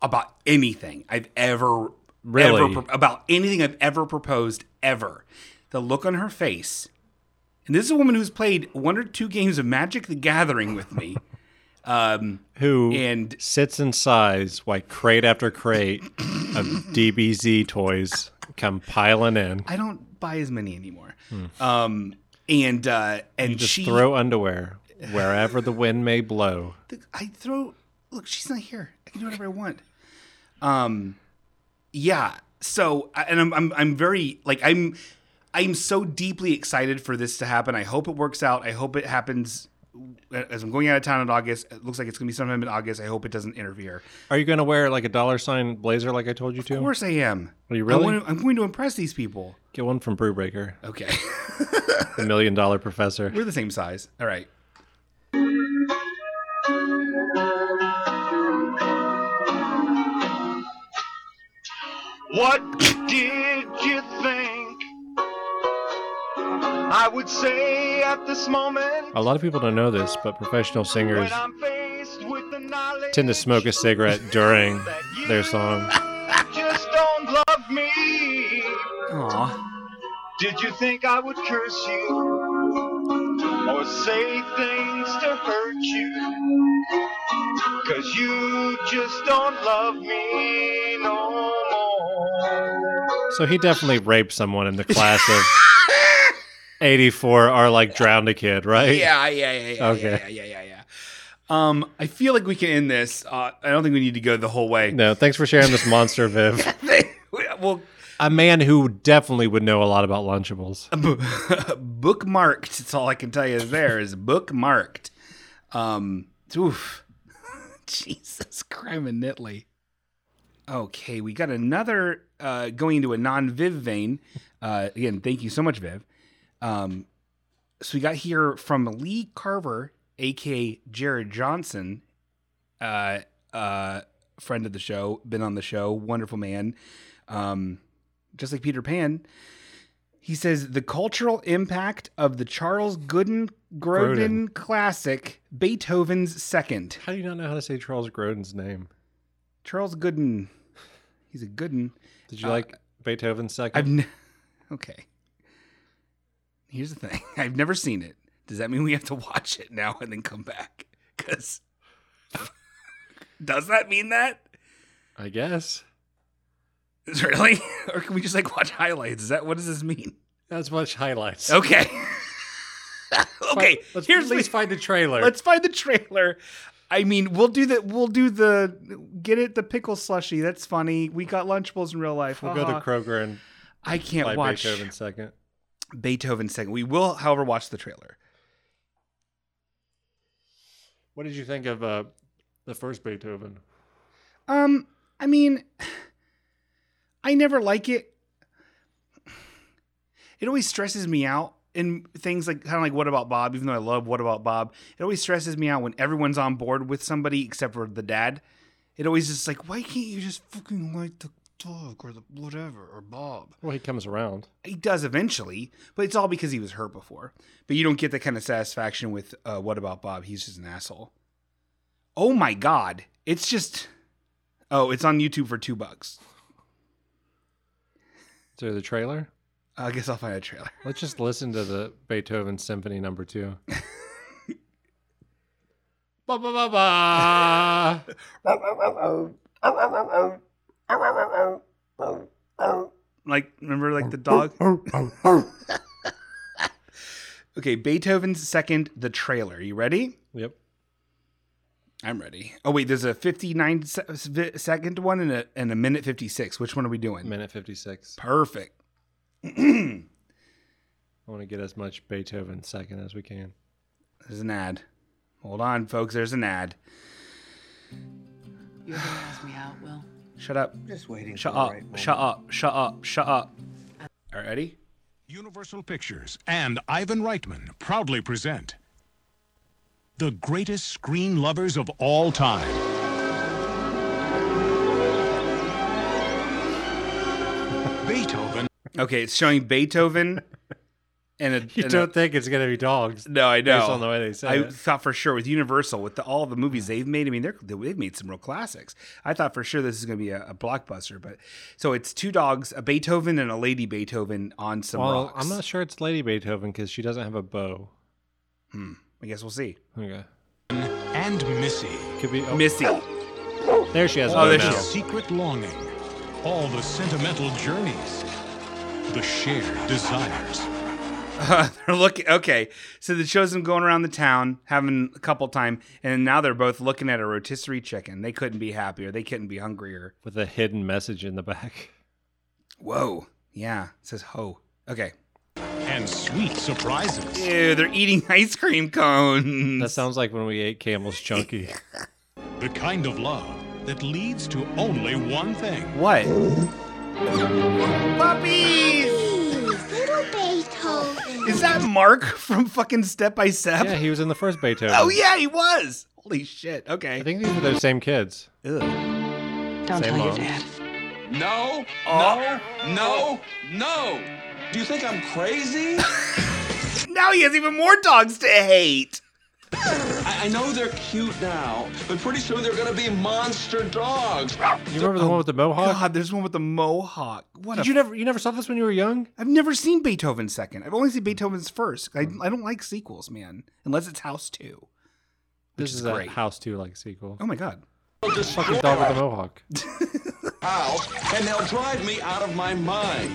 [SPEAKER 1] about anything I've ever
[SPEAKER 2] Really?
[SPEAKER 1] ever pro- about anything I've ever proposed ever. The look on her face, and this is a woman who's played one or two games of Magic: The Gathering with me, um,
[SPEAKER 2] Who
[SPEAKER 1] and
[SPEAKER 2] sits and sighs why crate after crate of DBZ toys come piling in.
[SPEAKER 1] I don't buy as many anymore. Um, and uh, and
[SPEAKER 2] Hmm. Just
[SPEAKER 1] she
[SPEAKER 2] throw underwear wherever the wind may blow.
[SPEAKER 1] I throw look, she's not here. I can do whatever I want. Um, yeah. So, I- and I'm, I'm, I'm very like I'm, I'm so deeply excited for this to happen. I hope it works out. I hope it happens. uh, As I'm going out of town in August, it looks like it's gonna be sometime in August. I hope it doesn't interfere.
[SPEAKER 2] Are you going to wear like a dollar sign blazer like I told you to?
[SPEAKER 1] Of course, I am.
[SPEAKER 2] Are you
[SPEAKER 1] I
[SPEAKER 2] really?
[SPEAKER 1] wanna- I'm going to impress these people.
[SPEAKER 2] Get one from Brew Breaker,
[SPEAKER 1] Okay,
[SPEAKER 2] the million dollar professor.
[SPEAKER 1] we're the same size. All right.
[SPEAKER 8] What did you think? I would say at this moment
[SPEAKER 2] A lot of people don't know this, but professional singers
[SPEAKER 8] when I'm faced with the knowledge
[SPEAKER 2] tend to smoke a cigarette during their song.
[SPEAKER 8] just don't love me.
[SPEAKER 1] Aw.
[SPEAKER 8] Did you think I would curse you or say things to hurt you? Cause you just don't love me no more.
[SPEAKER 2] So he definitely raped someone in the class of 84 or like drowned a kid, right?
[SPEAKER 1] Yeah, yeah, yeah, yeah.
[SPEAKER 2] Okay.
[SPEAKER 1] Yeah, yeah, yeah, yeah. yeah. Um, I feel like we can end this. Uh, I don't think we need to go the whole way.
[SPEAKER 2] No, thanks for sharing this monster, Viv.
[SPEAKER 1] well,
[SPEAKER 2] A man who definitely would know a lot about Lunchables.
[SPEAKER 1] b- bookmarked. That's all I can tell you. Is there is bookmarked. Um, oof. Jesus, crime and Nitley. Okay, we got another uh, going into a non-Viv vein. Uh, again, thank you so much, Viv. Um, so we got here from Lee Carver, aka Jared Johnson, uh, uh, friend of the show, been on the show, wonderful man. Um, just like Peter Pan, he says the cultural impact of the Charles Gooden Groden, classic Beethoven's Second.
[SPEAKER 2] How do you not know how to say Charles Grodin's name?
[SPEAKER 1] Charles Gooden, he's a Gooden.
[SPEAKER 2] Did you
[SPEAKER 1] Uh,
[SPEAKER 2] like Beethoven's
[SPEAKER 1] I've
[SPEAKER 2] second?
[SPEAKER 1] n- okay. Here's the thing: I've never seen it. Does that mean we have to watch it now and then come back? Because does that mean that
[SPEAKER 2] I guess.
[SPEAKER 1] Is it really, or can we just like watch highlights? Is that what does this mean?
[SPEAKER 2] Let's watch highlights.
[SPEAKER 1] Okay. okay.
[SPEAKER 2] Let's
[SPEAKER 1] here's
[SPEAKER 2] at least
[SPEAKER 1] the-
[SPEAKER 2] find the trailer.
[SPEAKER 1] Let's find the trailer. I mean, we'll do the we'll do the get it the pickle slushy. That's funny. We got lunchables in real life.
[SPEAKER 2] we'll go to
[SPEAKER 1] Haha.
[SPEAKER 2] Kroger and
[SPEAKER 1] I
[SPEAKER 2] buy
[SPEAKER 1] Uh-huh. can't watch
[SPEAKER 2] Beethoven's second.
[SPEAKER 1] Beethoven's second. We will, however, watch the trailer.
[SPEAKER 2] What did you think of uh, the first Beethoven?
[SPEAKER 1] Um, I mean, I never like it. It always stresses me out in things like kind of like What About Bob, even though I love What About Bob. It always stresses me out when everyone's on board with somebody except for the dad. It always just like, why can't you just fucking like the dog or the whatever or Bob?
[SPEAKER 2] Well, he comes around.
[SPEAKER 1] He does eventually, but it's all because he was hurt before. But you don't get that kind of satisfaction with uh, what about Bob? He's just an asshole. Oh my god, it's just. Oh, it's on YouTube for two bucks.
[SPEAKER 2] Is there the trailer?
[SPEAKER 1] I guess I'll find a trailer.
[SPEAKER 2] Let's just listen to the Beethoven Symphony Number Two. ba ba ba ba.
[SPEAKER 1] Like remember, like the dog. okay, Beethoven's second, the trailer. You ready?
[SPEAKER 2] Yep.
[SPEAKER 1] I'm ready. Oh wait, there's a 59 se- se- second one and a and a minute 56. Which one are we doing?
[SPEAKER 2] Minute fifty-six.
[SPEAKER 1] Perfect.
[SPEAKER 2] I want to get as much Beethoven second as we can.
[SPEAKER 1] There's an ad. Hold on, folks. There's an ad.
[SPEAKER 9] You're gonna ask me out, Will.
[SPEAKER 1] Shut up.
[SPEAKER 6] Just waiting.
[SPEAKER 1] Shut up. shut up. Shut up. Shut up. All right, ready?
[SPEAKER 10] Universal Pictures and Ivan Reitman proudly present the greatest screen lovers of all time. Beethoven
[SPEAKER 1] Okay, it's showing Beethoven and a.
[SPEAKER 2] You
[SPEAKER 1] and
[SPEAKER 2] don't
[SPEAKER 1] a-
[SPEAKER 2] think it's gonna be dogs?
[SPEAKER 1] no, I know.
[SPEAKER 2] Based on the way they said
[SPEAKER 1] I
[SPEAKER 2] it.
[SPEAKER 1] thought for sure with Universal, with the, all the movies they've made. I mean, they're, they've made some real classics. I thought for sure this is going to be a, a blockbuster, but so it's two dogs, a Beethoven and a Lady Beethoven on some
[SPEAKER 2] Well,
[SPEAKER 1] rocks.
[SPEAKER 2] I'm not sure it's Lady Beethoven because she doesn't have a bow.
[SPEAKER 1] I guess we'll see.
[SPEAKER 2] Okay.
[SPEAKER 10] and Missy.
[SPEAKER 2] Could be. Oh,
[SPEAKER 1] Missy.
[SPEAKER 2] there she has.
[SPEAKER 1] Oh,
[SPEAKER 2] Oh,
[SPEAKER 1] there
[SPEAKER 2] there
[SPEAKER 1] she
[SPEAKER 10] The
[SPEAKER 1] Yeah. is.
[SPEAKER 10] secret longing, all the sentimental journeys, the shared desires,
[SPEAKER 1] they're looking. Okay, so it shows them going around the town, having a couple time, and now they're both looking at a rotisserie chicken. They couldn't be happier. They couldn't be hungrier.
[SPEAKER 2] with a hidden message in the back.
[SPEAKER 1] Whoa. Yeah. It says ho. Okay.
[SPEAKER 10] and sweet surprises.
[SPEAKER 1] Ew, they're eating ice cream cones.
[SPEAKER 2] That sounds like when we ate Campbell's Chunky.
[SPEAKER 10] The kind of love that leads to only one thing.
[SPEAKER 1] what? Puppies.
[SPEAKER 9] Little Beethoven.
[SPEAKER 1] Is that Mark from fucking Step by Step?
[SPEAKER 2] yeah, he was in the first Beethoven.
[SPEAKER 1] Oh yeah, he was. Holy shit.
[SPEAKER 2] I
[SPEAKER 1] Okay.
[SPEAKER 2] think these were those same kids.
[SPEAKER 1] Ugh.
[SPEAKER 11] Don't
[SPEAKER 2] Same
[SPEAKER 11] tell your
[SPEAKER 2] mom.
[SPEAKER 11] dad.
[SPEAKER 8] No, no, no, no. Do you think I'm crazy?
[SPEAKER 1] Now he has even more dogs to hate.
[SPEAKER 8] I, I know they're cute now, but pretty soon they're gonna be monster dogs.
[SPEAKER 2] You remember the one with the mohawk?
[SPEAKER 1] God, there's one with the mohawk. What a
[SPEAKER 2] Did you never you never saw this when you were young?
[SPEAKER 1] I've never seen Beethoven's second. I've only seen Beethoven's first. I, I don't like sequels, man, unless it's House Two.
[SPEAKER 2] This
[SPEAKER 1] is
[SPEAKER 2] is,
[SPEAKER 1] great.
[SPEAKER 2] a House 2 like sequel.
[SPEAKER 1] Oh my god.
[SPEAKER 2] Fucking dog with a mohawk.
[SPEAKER 8] House, and they'll drive me out of my mind.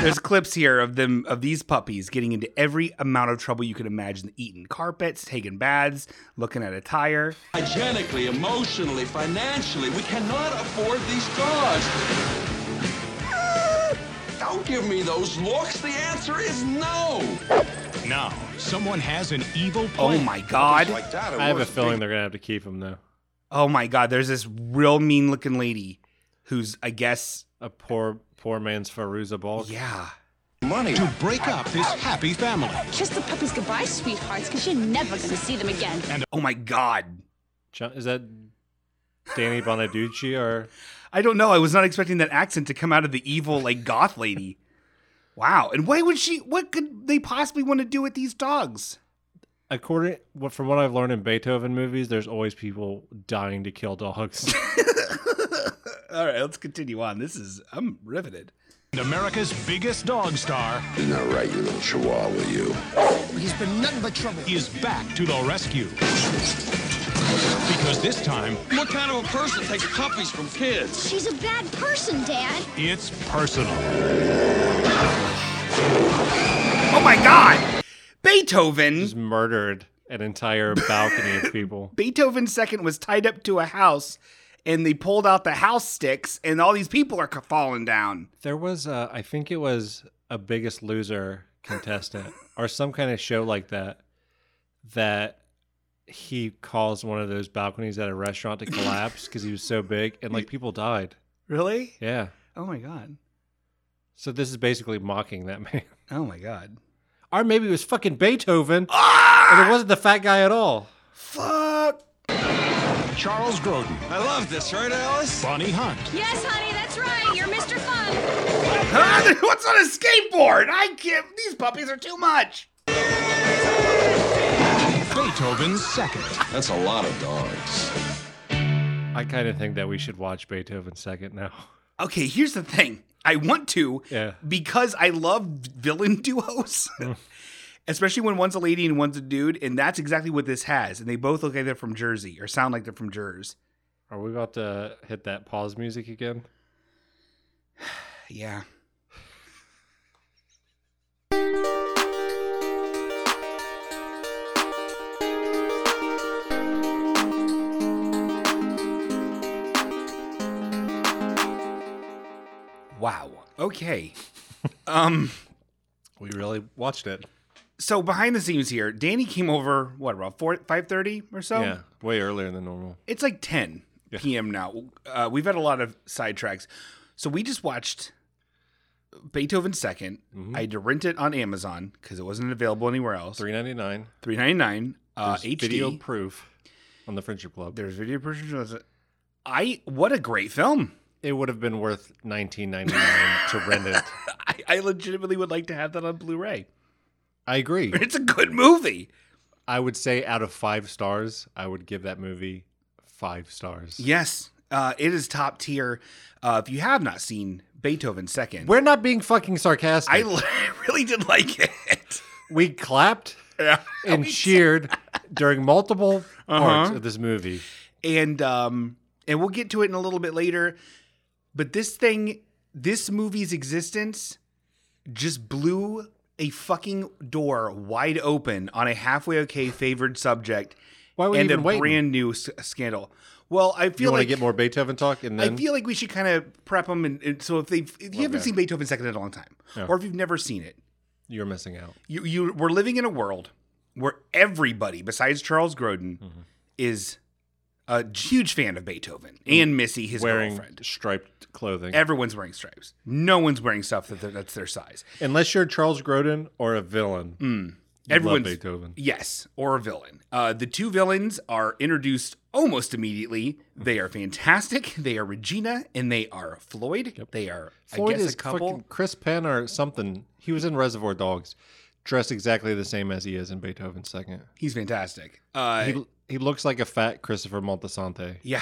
[SPEAKER 1] There's clips here of them of these puppies getting into every amount of trouble you could imagine: eating carpets, taking baths, looking at a tire.
[SPEAKER 8] Hygienically, emotionally, financially, we cannot afford these dogs. Ah, Don't give me those looks. The answer is no.
[SPEAKER 10] Now, someone has an evil
[SPEAKER 1] Oh
[SPEAKER 10] plan.
[SPEAKER 1] my god.
[SPEAKER 8] Like that, it
[SPEAKER 2] I have a
[SPEAKER 8] was
[SPEAKER 2] feeling they're gonna have to keep him though.
[SPEAKER 1] Oh my god. There's this real mean-looking lady who's, I guess,
[SPEAKER 2] A poor poor man's Faruza ball.
[SPEAKER 1] yeah.
[SPEAKER 8] money.
[SPEAKER 10] to break up this happy family.
[SPEAKER 9] Kiss the puppies goodbye, sweethearts, because you're never going to see them again.
[SPEAKER 1] Oh my god.
[SPEAKER 2] Is that Danny Bonaducci or
[SPEAKER 1] I don't know. I was not expecting that accent to come out of the evil, like, goth lady. Wow. And why would she, what could they possibly want to do with these dogs?
[SPEAKER 2] according what from what I've learned in Beethoven movies, there's always people dying to kill dogs.
[SPEAKER 1] All right, let's continue on. This is, I'm riveted.
[SPEAKER 10] And America's biggest dog star
[SPEAKER 7] You're not right, you little chihuahua, you.
[SPEAKER 10] is back to the rescue. Because this time,
[SPEAKER 8] What kind of a person takes puppies from kids?
[SPEAKER 9] She's a bad person, Dad.
[SPEAKER 10] it's personal.
[SPEAKER 1] Oh my God. Beethoven.
[SPEAKER 2] Just murdered an entire balcony of people.
[SPEAKER 1] Beethoven's second was tied up to a house and they pulled out the house sticks and all these people are ca- falling down.
[SPEAKER 2] There was, uh, I think it was a Biggest Loser contestant or some kind of show like that, that he caused one of those balconies at a restaurant to collapse because he was so big and like people died.
[SPEAKER 1] Really?
[SPEAKER 2] Yeah.
[SPEAKER 1] Oh my God.
[SPEAKER 2] So this is basically mocking that man.
[SPEAKER 1] Oh my God.
[SPEAKER 2] Or maybe it was fucking Beethoven. And it wasn't the fat guy at all.
[SPEAKER 1] Fuck.
[SPEAKER 10] Charles Grodin,
[SPEAKER 8] I love this, right, Alice?
[SPEAKER 10] Bonnie Hunt,
[SPEAKER 9] Yes, honey, that's right. You're Mr. Fun.
[SPEAKER 1] Huh? What's on a skateboard? I can't. These puppies are too much.
[SPEAKER 10] Beethoven's second.
[SPEAKER 8] That's a lot of dogs.
[SPEAKER 2] I kind of think that we should watch Beethoven second now.
[SPEAKER 1] Okay, here's the thing. I want to
[SPEAKER 2] Yeah.
[SPEAKER 1] because I love villain duos. Especially when one's a lady and one's a dude, and that's exactly what this has. And they both look like they're from Jersey or sound like they're from Jersey.
[SPEAKER 2] Are we about to hit that pause music again?
[SPEAKER 1] Yeah. Wow. Okay. um
[SPEAKER 2] We really watched it.
[SPEAKER 1] so behind the scenes here, Danny came over what about four five thirty or so?
[SPEAKER 2] Yeah. Way earlier than normal.
[SPEAKER 1] It's like ten p.m. now. Uh, we've had a lot of sidetracks, so we just watched Beethoven 2nd I had to rent it on Amazon because it wasn't available anywhere else.
[SPEAKER 2] Three ninety nine.
[SPEAKER 1] Mm-hmm. Three ninety nine uh,
[SPEAKER 2] There's
[SPEAKER 1] HD.
[SPEAKER 2] video proof on the Friendship Club.
[SPEAKER 1] There's video version. I what a great film.
[SPEAKER 2] It would have been worth nineteen ninety nine to rent it.
[SPEAKER 1] I, I legitimately would like to have that on Blu-ray.
[SPEAKER 2] I agree.
[SPEAKER 1] It's a good movie.
[SPEAKER 2] I would say out of five stars, I would give that movie five stars.
[SPEAKER 1] Yes, uh, it is top tier. Uh, if you have not seen Beethoven Second,
[SPEAKER 2] We're not being fucking sarcastic.
[SPEAKER 1] I li- really did like it.
[SPEAKER 2] we clapped
[SPEAKER 1] Yeah.
[SPEAKER 2] and cheered during multiple parts
[SPEAKER 1] Uh-huh.
[SPEAKER 2] of this movie.
[SPEAKER 1] and um and we'll get to it in a little bit later but this thing this movie's existence just blew a fucking door wide open on a halfway okay favored subject
[SPEAKER 2] Why were you
[SPEAKER 1] and a
[SPEAKER 2] even waiting?
[SPEAKER 1] brand new s- scandal. Well, I
[SPEAKER 2] You
[SPEAKER 1] feel
[SPEAKER 2] want to
[SPEAKER 1] like
[SPEAKER 2] get more Beethoven talk, and then
[SPEAKER 1] I feel like we should kind of prep them. And, and so if they if you haven't
[SPEAKER 2] Okay.
[SPEAKER 1] seen Beethoven's Second in a long time,
[SPEAKER 2] Yeah.
[SPEAKER 1] or if you've never seen it,
[SPEAKER 2] you're missing out.
[SPEAKER 1] you you we're living in a world where everybody besides Charles Grodin
[SPEAKER 2] Mm-hmm.
[SPEAKER 1] is a huge fan of Beethoven and Missy, his
[SPEAKER 2] Wearing
[SPEAKER 1] girlfriend.
[SPEAKER 2] striped clothing,
[SPEAKER 1] Everyone's wearing stripes. No one's wearing stuff that they're- that's their size.
[SPEAKER 2] unless you're Charles Grodin or a villain. You love
[SPEAKER 1] Hmm. Everyone's
[SPEAKER 2] Beethoven.
[SPEAKER 1] Yes, or a villain. Uh, the two villains are introduced almost immediately. They are fantastic. They are Regina and they are Floyd. They are I
[SPEAKER 2] Floyd
[SPEAKER 1] guess
[SPEAKER 2] is
[SPEAKER 1] a couple.
[SPEAKER 2] fucking Chris Penn or something. He was in Reservoir Dogs, dressed exactly the same as he is in Beethoven's Second.
[SPEAKER 1] He's fantastic. Uh,
[SPEAKER 2] he he looks like a fat Christopher Montesante.
[SPEAKER 1] yeah,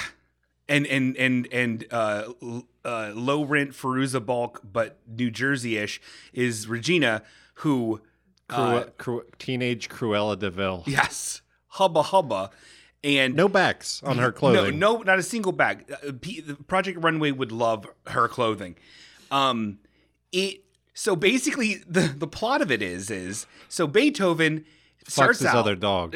[SPEAKER 1] and and and and uh, l- uh, low rent Feruza Balk, but New Jersey ish is Regina, who
[SPEAKER 2] Cru-
[SPEAKER 1] uh,
[SPEAKER 2] cru- teenage Cruella Deville.
[SPEAKER 1] yes, hubba hubba, and
[SPEAKER 2] No backs on her clothing.
[SPEAKER 1] No, no, not a single bag. Uh, P- the Project Runway would love her clothing. Um, it so basically the the plot of it is is so Beethoven
[SPEAKER 2] Fucks
[SPEAKER 1] starts
[SPEAKER 2] his
[SPEAKER 1] out.
[SPEAKER 2] other dog.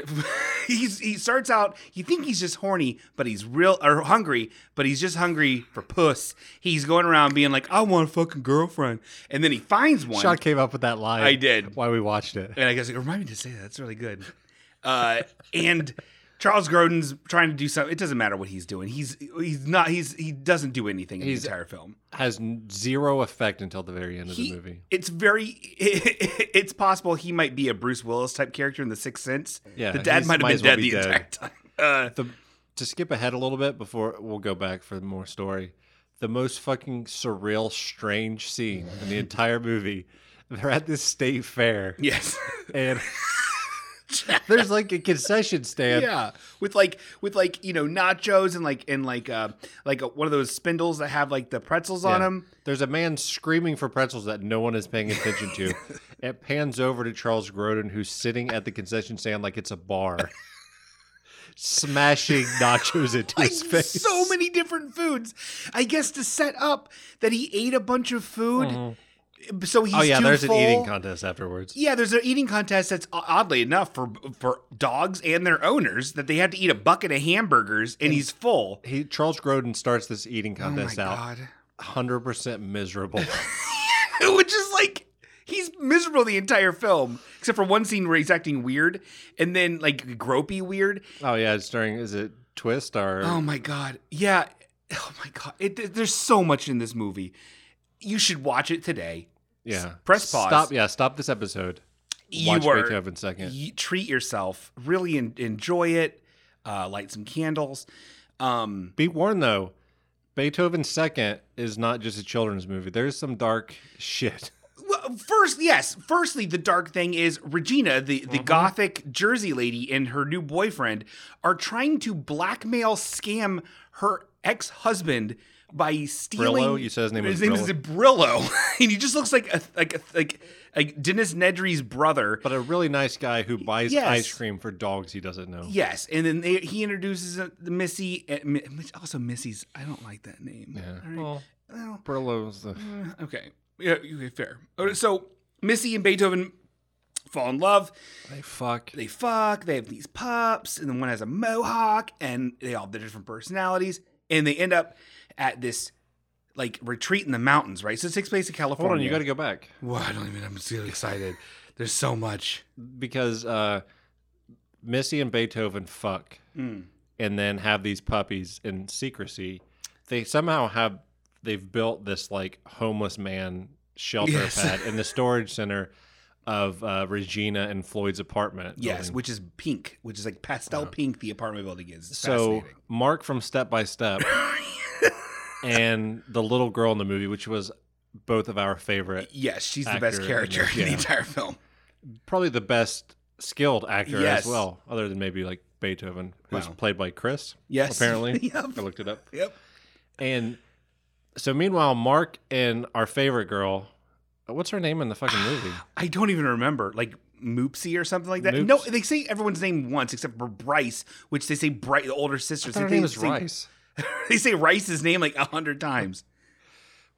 [SPEAKER 1] he's he starts out. You think he's just horny, but he's real or hungry, but he's just hungry for puss. He's going around being like, "I want a fucking girlfriend," and then he finds one.
[SPEAKER 2] Sean came up with that line.
[SPEAKER 1] I did.
[SPEAKER 2] Why we watched it.
[SPEAKER 1] And I guess like, remind me to say that. That's really good. Uh, and Charles Grodin's trying to do something. It doesn't matter what he's doing. He's he's not. He's he doesn't do anything in
[SPEAKER 2] He's-
[SPEAKER 1] the entire film.
[SPEAKER 2] Has n- zero effect until the very end of
[SPEAKER 1] He-
[SPEAKER 2] the movie.
[SPEAKER 1] It's very. it's possible he might be a Bruce Willis type character in The Sixth Sense.
[SPEAKER 2] Yeah,
[SPEAKER 1] the dad
[SPEAKER 2] he's-
[SPEAKER 1] might have
[SPEAKER 2] might
[SPEAKER 1] been
[SPEAKER 2] as well
[SPEAKER 1] dead
[SPEAKER 2] be
[SPEAKER 1] the
[SPEAKER 2] dead.
[SPEAKER 1] entire time. Uh,
[SPEAKER 2] The, to skip ahead a little bit before we'll go back for more story. The most fucking surreal, strange scene in the entire movie. They're at this state fair,
[SPEAKER 1] yes.
[SPEAKER 2] and there's like a concession stand.
[SPEAKER 1] Yeah, with like with like you know nachos and like and like uh like a, one of those spindles that have like the pretzels on
[SPEAKER 2] Yeah.
[SPEAKER 1] them.
[SPEAKER 2] There's a man screaming for pretzels that no one is paying attention to. it pans over to Charles Grodin, who's sitting at the concession stand like it's a bar, smashing nachos into
[SPEAKER 1] like
[SPEAKER 2] his face.
[SPEAKER 1] so many different foods. I guess to set up that he ate a bunch of food, so he's
[SPEAKER 2] Oh yeah,
[SPEAKER 1] too
[SPEAKER 2] there's
[SPEAKER 1] full.
[SPEAKER 2] an eating contest afterwards.
[SPEAKER 1] Yeah, there's an eating contest that's o- oddly enough for for dogs and their owners that they have to eat a bucket of hamburgers and he's full.
[SPEAKER 2] He Charles Grodin starts this eating
[SPEAKER 1] Oh my
[SPEAKER 2] contest out,
[SPEAKER 1] god!
[SPEAKER 2] hundred percent miserable.
[SPEAKER 1] Which is like he's miserable the entire film, except for one scene where he's acting weird and then like gropey weird.
[SPEAKER 2] oh yeah, it's during is it twist or
[SPEAKER 1] Oh my god. Yeah. Oh my god. It, th- there's so much in this movie. You should watch it today.
[SPEAKER 2] yeah?
[SPEAKER 1] press pause.
[SPEAKER 2] Stop. Yeah, stop this episode.
[SPEAKER 1] You
[SPEAKER 2] Watch
[SPEAKER 1] are-
[SPEAKER 2] Beethoven second.
[SPEAKER 1] y- treat yourself really en- enjoy it uh, light some candles um,
[SPEAKER 2] Be warned though, Beethoven Second is not just a children's movie. There's some dark shit.
[SPEAKER 1] well, first yes firstly the dark thing is regina the, the
[SPEAKER 2] Mm-hmm.
[SPEAKER 1] gothic jersey lady and her new boyfriend are trying to blackmail scam her ex-husband by stealing
[SPEAKER 2] Brillo? You said his name was
[SPEAKER 1] his name is Brillo, and he just looks like a, like a, like like Dennis Nedry's brother.
[SPEAKER 2] But a really nice guy who buys
[SPEAKER 1] Yes.
[SPEAKER 2] ice cream for dogs he doesn't know.
[SPEAKER 1] Yes, and then they, he introduces uh, Missy. uh, Mi- Also, Missy's. I don't like that name. All right.
[SPEAKER 2] Well,
[SPEAKER 1] Well,
[SPEAKER 2] Brillo's the
[SPEAKER 1] Okay. Yeah, okay, fair. Uh, So Missy and Beethoven fall in love.
[SPEAKER 2] they fuck.
[SPEAKER 1] They fuck. They have these pups, and then one has a mohawk, and they all have their different personalities, and they end up at this like retreat in the mountains, right? So it takes place in California.
[SPEAKER 2] Hold on, you got to go back
[SPEAKER 1] Whoa, I don't even. I'm so excited. There's so much.
[SPEAKER 2] because uh, Missy and Beethoven fuck,
[SPEAKER 1] Mm,
[SPEAKER 2] and then have these puppies in secrecy. They somehow have they've built this like homeless man shelter
[SPEAKER 1] Yes.
[SPEAKER 2] pad in the storage center of uh, Regina and Floyd's apartment.
[SPEAKER 1] Yes,
[SPEAKER 2] building.
[SPEAKER 1] which is pink, which is like pastel pink. The apartment building is It's
[SPEAKER 2] so
[SPEAKER 1] fascinating.
[SPEAKER 2] Mark from Step by Step and the little girl in the movie, which was both of our favorite,
[SPEAKER 1] Yes, she's the best
[SPEAKER 2] Accurate,
[SPEAKER 1] character in the
[SPEAKER 2] yeah.
[SPEAKER 1] entire film.
[SPEAKER 2] probably the best skilled actor
[SPEAKER 1] Yes.
[SPEAKER 2] as well, other than maybe like Beethoven, who's
[SPEAKER 1] Wow.
[SPEAKER 2] played by Chris.
[SPEAKER 1] Yes.
[SPEAKER 2] apparently.
[SPEAKER 1] Yep.
[SPEAKER 2] I looked it up.
[SPEAKER 1] Yep.
[SPEAKER 2] And so meanwhile, Mark and our favorite girl, what's her name in the fucking movie?
[SPEAKER 1] I don't even remember, like Moopsy or something like that. No,
[SPEAKER 2] Moops.
[SPEAKER 1] they say everyone's name once except for Bryce, which they say Bryce, the older sister.
[SPEAKER 2] Her
[SPEAKER 1] they
[SPEAKER 2] name is
[SPEAKER 1] say,
[SPEAKER 2] Rice.
[SPEAKER 1] They say Rice's name like a hundred times.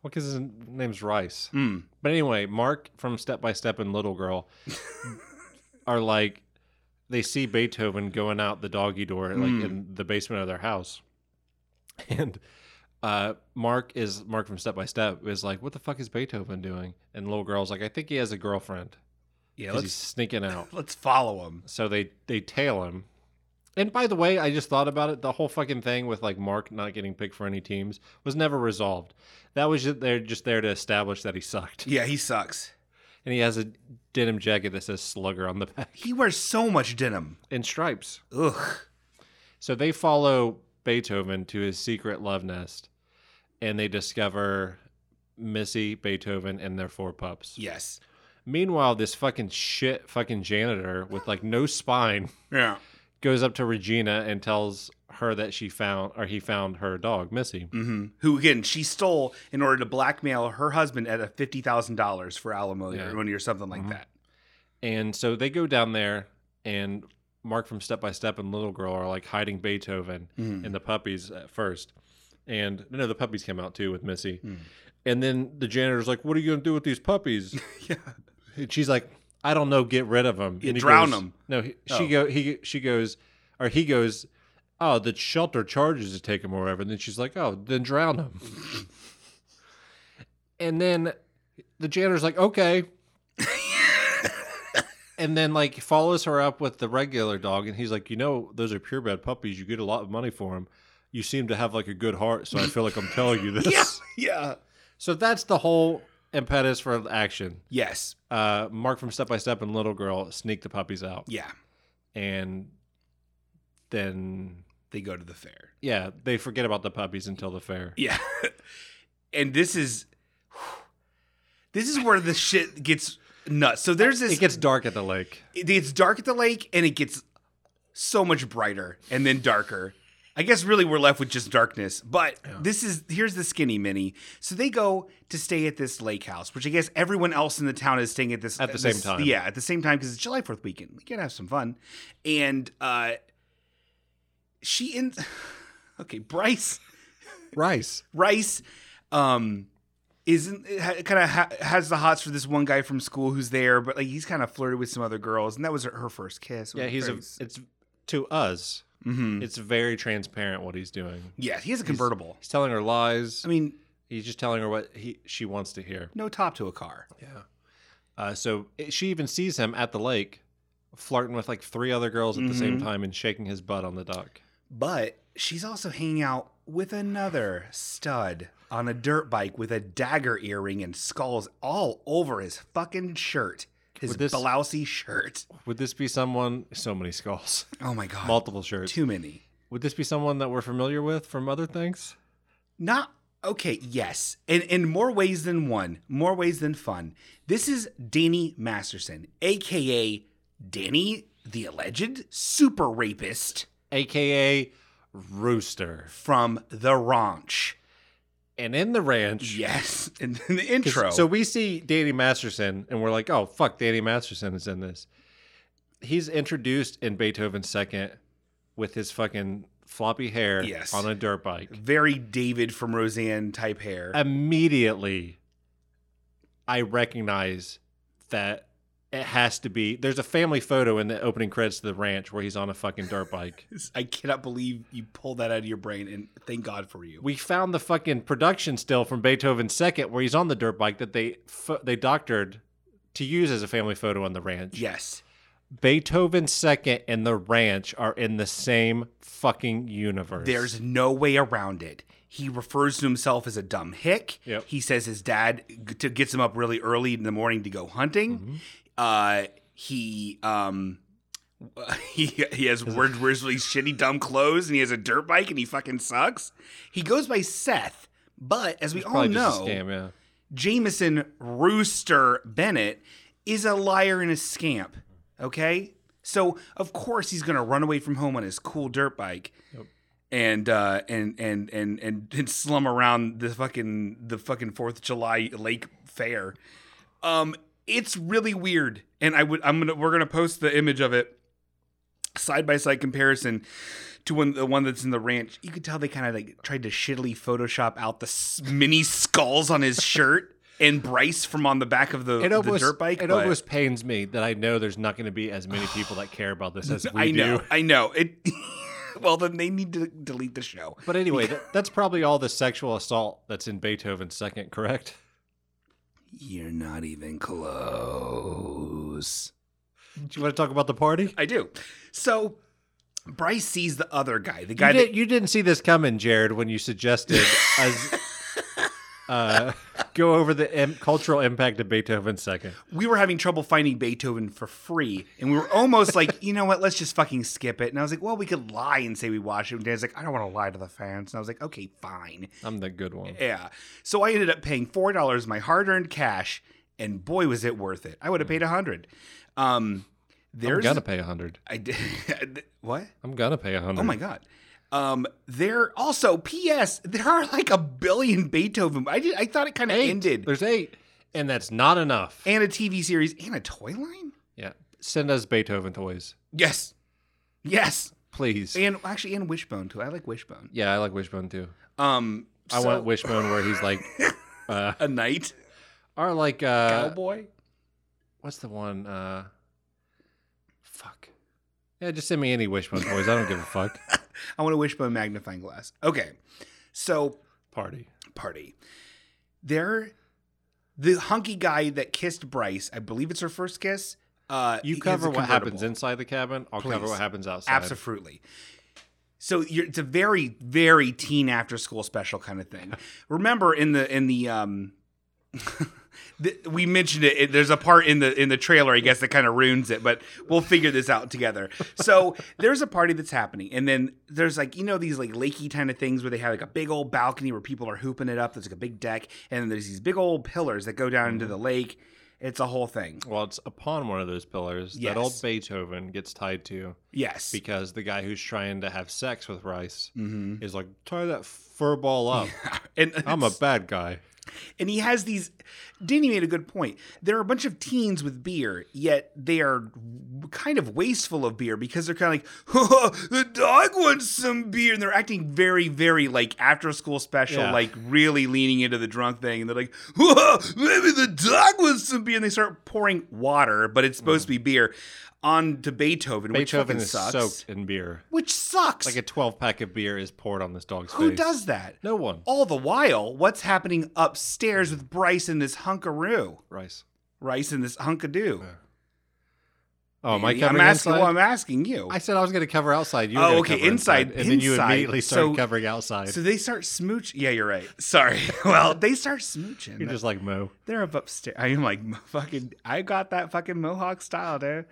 [SPEAKER 2] Well, because his name's Rice. But anyway, Mark from Step by Step and Little Girl are like, they see Beethoven going out the doggy door, like
[SPEAKER 1] Mm.
[SPEAKER 2] in the basement of their house. And uh, Mark is, Mark from Step by Step is like, what the fuck is Beethoven doing? And Little Girl's like, I think he has a girlfriend.
[SPEAKER 1] Yeah,
[SPEAKER 2] 'cause
[SPEAKER 1] let's-
[SPEAKER 2] he's sneaking out.
[SPEAKER 1] Let's follow him.
[SPEAKER 2] So they they tail him. And by the way, I just thought about it. The whole fucking thing with like Mark not getting picked for any teams was never resolved. That was just, they're just there to establish that he sucked.
[SPEAKER 1] Yeah, he sucks.
[SPEAKER 2] And he has a denim jacket that says "Slugger" on the back
[SPEAKER 1] He wears so much denim.
[SPEAKER 2] in stripes.
[SPEAKER 1] Ugh.
[SPEAKER 2] So they follow Beethoven to his secret love nest, and they discover Missy, Beethoven, and their four pups.
[SPEAKER 1] Yes.
[SPEAKER 2] Meanwhile, this fucking shit fucking janitor with like no spine
[SPEAKER 1] Yeah.
[SPEAKER 2] goes up to Regina and tells her that she found or he found her dog Missy.
[SPEAKER 1] hmm Who again? She stole in order to blackmail her husband at a fifty thousand dollars for alimony
[SPEAKER 2] Yeah.
[SPEAKER 1] or money or something like
[SPEAKER 2] Mhm.
[SPEAKER 1] that.
[SPEAKER 2] And so they go down there and Mark from Step by Step and Little Girl are like hiding Beethoven
[SPEAKER 1] Mhm.
[SPEAKER 2] and the puppies at first. And no, the puppies come out too with Missy.
[SPEAKER 1] Mm.
[SPEAKER 2] And then the janitor's like, "What are you going to do with these puppies?"
[SPEAKER 1] Yeah.
[SPEAKER 2] And she's like, "I don't know. Get rid of them.
[SPEAKER 1] Yeah, drown
[SPEAKER 2] goes,
[SPEAKER 1] 'em.
[SPEAKER 2] No, he,
[SPEAKER 1] Oh.
[SPEAKER 2] she go. He she goes, or he goes. Oh, the shelter charges to take them or whatever. And then she's like, "Oh, then drown them." and then the janitor's like, "Okay." and then like follows her up with the regular dog, and he's like, "You know, those are purebred puppies. You get a lot of money for them. You seem to have like a good heart, so I feel like I'm telling you this."
[SPEAKER 1] Yeah.
[SPEAKER 2] So that's the whole impetus for action
[SPEAKER 1] Yes.
[SPEAKER 2] uh, Mark from Step by Step and Little Girl sneak the puppies out,
[SPEAKER 1] Yeah.
[SPEAKER 2] and then
[SPEAKER 1] They go to the fair.
[SPEAKER 2] yeah, they forget about the puppies until the fair.
[SPEAKER 1] Yeah. and this is this is where the shit gets nuts. So there's this
[SPEAKER 2] It gets dark at the lake.
[SPEAKER 1] it gets dark at the lake and it gets so much brighter and then darker. I guess really we're left with just darkness. But this is here's the skinny mini. So they go to stay at this lake house, which I guess everyone else in the town is staying at this
[SPEAKER 2] At the
[SPEAKER 1] this-
[SPEAKER 2] same time.
[SPEAKER 1] Yeah, at the same time because it's July Fourth weekend. We can have some fun. And uh she in okay Bryce
[SPEAKER 2] Rice.
[SPEAKER 1] Rice um isn't kind of ha- has the hots for this one guy from school who's there, but like he's kind of flirted with some other girls, and that was her, her first kiss.
[SPEAKER 2] Yeah, he's a. It's to us.
[SPEAKER 1] Mhm.
[SPEAKER 2] It's very transparent what he's doing.
[SPEAKER 1] yeah, he has a convertible.
[SPEAKER 2] He's telling her lies.
[SPEAKER 1] I mean,
[SPEAKER 2] he's just telling her what he she wants to hear.
[SPEAKER 1] no top to a car.
[SPEAKER 2] Yeah. Uh, so it- she even sees him at the lake, flirting with like three other girls at the same
[SPEAKER 1] Mm-hmm.
[SPEAKER 2] time and shaking his butt on the dock.
[SPEAKER 1] But she's also hanging out with another stud on a dirt bike with a dagger earring and skulls all over his fucking shirt, his
[SPEAKER 2] Would this-
[SPEAKER 1] blousy shirt.
[SPEAKER 2] Would this be someone? So many skulls,
[SPEAKER 1] Oh my god,
[SPEAKER 2] multiple shirts.
[SPEAKER 1] too many.
[SPEAKER 2] Would this be someone that we're familiar with from other things?
[SPEAKER 1] Not okay, yes. And in more ways than one, more ways than fun. This is Danny Masterson, aka Danny the alleged super rapist
[SPEAKER 2] AKA Rooster.
[SPEAKER 1] from the ranch.
[SPEAKER 2] And in the ranch.
[SPEAKER 1] Yes, in, in the
[SPEAKER 2] 'cause-
[SPEAKER 1] intro.
[SPEAKER 2] So we see Danny Masterson and we're like, oh, fuck, Danny Masterson is in this. He's introduced in Beethoven's second with his fucking floppy hair
[SPEAKER 1] Yes.
[SPEAKER 2] on a dirt bike.
[SPEAKER 1] very David from Roseanne type hair.
[SPEAKER 2] Immediately, I recognize that it has to be. There's a family photo in the opening credits to the ranch where he's on a fucking dirt bike.
[SPEAKER 1] I cannot believe you pulled that out of your brain, and thank God for you.
[SPEAKER 2] we found the fucking production still from Beethoven's second where he's on the dirt bike that they pho- they doctored to use as a family photo on the ranch.
[SPEAKER 1] yes.
[SPEAKER 2] Beethoven's second and the ranch are in the same fucking universe.
[SPEAKER 1] There's no way around it. He refers to himself as a dumb hick.
[SPEAKER 2] Yep.
[SPEAKER 1] He says his dad g- to gets him up really early in the morning to go hunting.
[SPEAKER 2] Mm-hmm.
[SPEAKER 1] Uh, he um, he he has weird, wears really shitty, dumb clothes, and he has a dirt bike, and he fucking sucks. He goes by Seth, but as we all
[SPEAKER 2] probably just
[SPEAKER 1] know,
[SPEAKER 2] a scam, yeah.
[SPEAKER 1] Jameson Rooster Bennett is a liar and a scamp. Okay, so of course he's gonna run away from home on his cool dirt bike, and uh, and, and and and and slum around the fucking the fucking Fourth of July Lake Fair. Um, it's really weird, and I would I'm gonna we're gonna post the image of it side by side comparison to one, the one that's in the ranch, you could tell they kind of like tried to shittily Photoshop out the s- mini skulls on his shirt and Bryce from on the back of the,
[SPEAKER 2] It
[SPEAKER 1] the
[SPEAKER 2] almost
[SPEAKER 1] dirt bike.
[SPEAKER 2] it
[SPEAKER 1] but-
[SPEAKER 2] almost pains me that I know there's not going to be as many people that care about this as we
[SPEAKER 1] I know,
[SPEAKER 2] do.
[SPEAKER 1] I know. It. well, then they need to delete the show.
[SPEAKER 2] But anyway, that, that's probably all the sexual assault that's in Beethoven's second, correct?
[SPEAKER 1] You're not even close.
[SPEAKER 2] Do you want to talk about the party?
[SPEAKER 1] I do. So Bryce sees the other guy, the guy
[SPEAKER 2] you,
[SPEAKER 1] that
[SPEAKER 2] did, you didn't see this coming, Jared, when you suggested us uh, go over the im- cultural impact of Beethoven's second.
[SPEAKER 1] we were having trouble finding Beethoven for free, and we were almost like, you know what, let's just fucking skip it. And I was like, well, we could lie and say we watched it. And Dan's like, I don't want to lie to the fans. And I was like, okay, fine.
[SPEAKER 2] I'm the good one.
[SPEAKER 1] Yeah. So I ended up paying four dollars, my hard-earned cash, and boy, was it worth it. I would have paid a hundred. Um,
[SPEAKER 2] I'm
[SPEAKER 1] there's
[SPEAKER 2] gonna pay Hmm. a hundred.
[SPEAKER 1] I did what?
[SPEAKER 2] I'm gonna pay a hundred.
[SPEAKER 1] Oh my god. Um, there also P.S. There are like a billion Beethoven. I did, I thought it kind of
[SPEAKER 2] Eight.
[SPEAKER 1] ended.
[SPEAKER 2] There's eight, and that's not enough.
[SPEAKER 1] And a TV series and a toy line.
[SPEAKER 2] yeah, send us Beethoven toys,
[SPEAKER 1] Yes. Yes.
[SPEAKER 2] please.
[SPEAKER 1] And actually, and Wishbone too. I like Wishbone.
[SPEAKER 2] yeah, I like Wishbone too.
[SPEAKER 1] Um,
[SPEAKER 2] I
[SPEAKER 1] so-
[SPEAKER 2] want Wishbone where he's like, uh,
[SPEAKER 1] a knight
[SPEAKER 2] or like, uh,
[SPEAKER 1] cowboy.
[SPEAKER 2] what's the one? Uh, fuck. Yeah, just send me any Wishbone toys. I don't give a fuck.
[SPEAKER 1] I want a Wishbone magnifying glass. Okay, so
[SPEAKER 2] Party.
[SPEAKER 1] party. There, the hunky guy that kissed Bryce. I believe it's her first kiss. Uh,
[SPEAKER 2] You
[SPEAKER 1] is
[SPEAKER 2] cover
[SPEAKER 1] a
[SPEAKER 2] what happens
[SPEAKER 1] convertible.
[SPEAKER 2] inside the cabin. I'll cover
[SPEAKER 1] Please.
[SPEAKER 2] what happens outside.
[SPEAKER 1] Absolutely. So you're, it's a very, very teen after school special kind of thing. Remember in the in the um, the, we mentioned it, it- There's a part in the in the trailer, I guess, that kind of ruins it, but we'll figure this out together. So there's a party that's happening, and then there's like you know these like lakey kind of things where they have like a big old balcony where people are hooping it up. There's like a big deck, and then there's these big old pillars that go down
[SPEAKER 2] Mm-hmm.
[SPEAKER 1] into the lake. It's a whole thing.
[SPEAKER 2] Well, it's upon one of those pillars that old
[SPEAKER 1] Yes.
[SPEAKER 2] Beethoven gets tied to
[SPEAKER 1] Yes.
[SPEAKER 2] because the guy who's trying to have sex with Rice
[SPEAKER 1] mm-hmm.
[SPEAKER 2] is like, tie that fur ball up.
[SPEAKER 1] And
[SPEAKER 2] I'm a bad guy.
[SPEAKER 1] And he has these. Danny made a good point. There are a bunch of teens with beer, yet they are w- kind of wasteful of beer because they're kind of like, the dog wants some beer. And they're acting very, very like after school special,
[SPEAKER 2] Yeah.
[SPEAKER 1] like really leaning into the drunk thing. And they're like, maybe the dog wants some beer. And they start pouring water, but it's supposed to be beer, onto Beethoven, which
[SPEAKER 2] Mm. Beethoven
[SPEAKER 1] fucking
[SPEAKER 2] is
[SPEAKER 1] sucks.
[SPEAKER 2] soaked in beer.
[SPEAKER 1] Which sucks.
[SPEAKER 2] Like a 12 pack of beer is poured on this dog's
[SPEAKER 1] Who
[SPEAKER 2] face.
[SPEAKER 1] does Oh. that?
[SPEAKER 2] No one.
[SPEAKER 1] All the while, what's happening upstairs with Bryce and this hunkaroo?
[SPEAKER 2] Rice.
[SPEAKER 1] rice in this hunkadoo.
[SPEAKER 2] Oh, am I
[SPEAKER 1] I'm
[SPEAKER 2] covering
[SPEAKER 1] asking.
[SPEAKER 2] inside?
[SPEAKER 1] Well, I'm asking you.
[SPEAKER 2] I said I was going to cover outside. You were
[SPEAKER 1] Oh,
[SPEAKER 2] gonna
[SPEAKER 1] okay,
[SPEAKER 2] cover
[SPEAKER 1] inside,
[SPEAKER 2] And then you
[SPEAKER 1] inside.
[SPEAKER 2] immediately started
[SPEAKER 1] So-
[SPEAKER 2] covering outside.
[SPEAKER 1] so they start smooch. Yeah, you're right. Sorry. well, they start smooching.
[SPEAKER 2] You're just like Mo.
[SPEAKER 1] They're up upstairs. I am like "Mo- fucking. I got that fucking mohawk style, dude.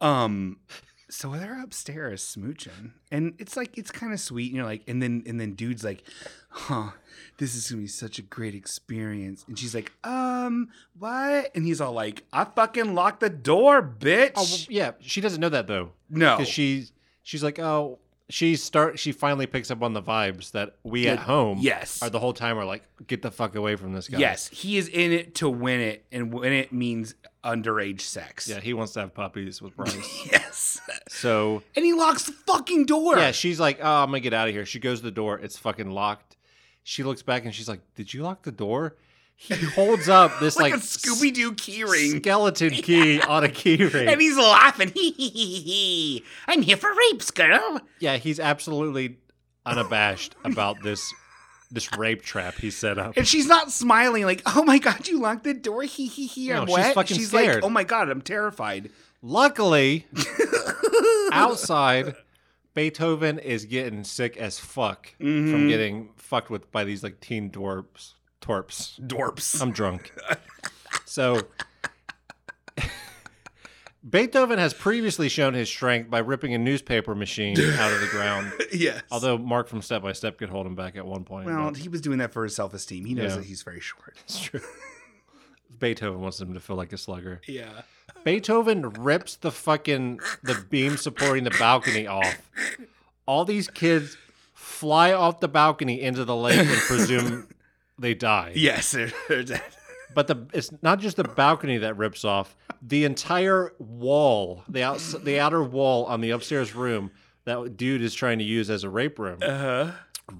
[SPEAKER 1] Um. So they're upstairs smooching, and it's like it's kind of sweet, and you're like, and then and then dude's like, "Huh, this is gonna be such a great experience," and she's like, "Um, what?" And he's all like, "I fucking locked the door, bitch."
[SPEAKER 2] Oh, well, yeah. She doesn't know that though.
[SPEAKER 1] no,
[SPEAKER 2] because she's she's like oh she start she finally picks up on the vibes that we at
[SPEAKER 1] Yeah,
[SPEAKER 2] home
[SPEAKER 1] yes.
[SPEAKER 2] are the whole time are like get the fuck away from this guy
[SPEAKER 1] Yes, he is in it to win it, and win it means underage sex.
[SPEAKER 2] yeah he wants to have puppies with Bryce
[SPEAKER 1] Yes.
[SPEAKER 2] so
[SPEAKER 1] And he locks the fucking door.
[SPEAKER 2] yeah she's like oh I'm gonna get out of here she goes to the door it's fucking locked she looks back and she's like did you lock the door he holds up this
[SPEAKER 1] like,
[SPEAKER 2] like,
[SPEAKER 1] a Scooby Doo key
[SPEAKER 2] s-
[SPEAKER 1] ring.
[SPEAKER 2] skeleton key on a key ring
[SPEAKER 1] And he's laughing. Hee hee hee hee. I'm here for rapes, girl.
[SPEAKER 2] yeah he's absolutely unabashed about this this rape trap he set up
[SPEAKER 1] And she's not smiling, like, oh my God, you locked the door. Hee hee hee. I'm
[SPEAKER 2] No, she's
[SPEAKER 1] wet.
[SPEAKER 2] fucking
[SPEAKER 1] she's
[SPEAKER 2] scared.
[SPEAKER 1] like, oh my God, I'm terrified.
[SPEAKER 2] Luckily, outside, Beethoven is getting sick as fuck
[SPEAKER 1] Mm-hmm.
[SPEAKER 2] from getting fucked with by these like teen dwarps. Torps.
[SPEAKER 1] Dorps.
[SPEAKER 2] I'm drunk. so Beethoven has previously shown his strength by ripping a newspaper machine out of the ground.
[SPEAKER 1] yes.
[SPEAKER 2] Although Mark from Step by Step could hold him back at one point.
[SPEAKER 1] well,
[SPEAKER 2] but
[SPEAKER 1] he was doing that for his self esteem. He knows
[SPEAKER 2] Yeah.
[SPEAKER 1] that he's very short.
[SPEAKER 2] it's true. Beethoven wants him to feel like a slugger.
[SPEAKER 1] Yeah.
[SPEAKER 2] Beethoven rips the fucking the beam supporting the balcony off. All these kids fly off the balcony into the lake and presume they die.
[SPEAKER 1] Yes. there- there's that.
[SPEAKER 2] But the it's not just the balcony that rips off. The entire wall, the outs- the outer wall on the upstairs room that dude is trying to use as a rape room.
[SPEAKER 1] Uh-huh.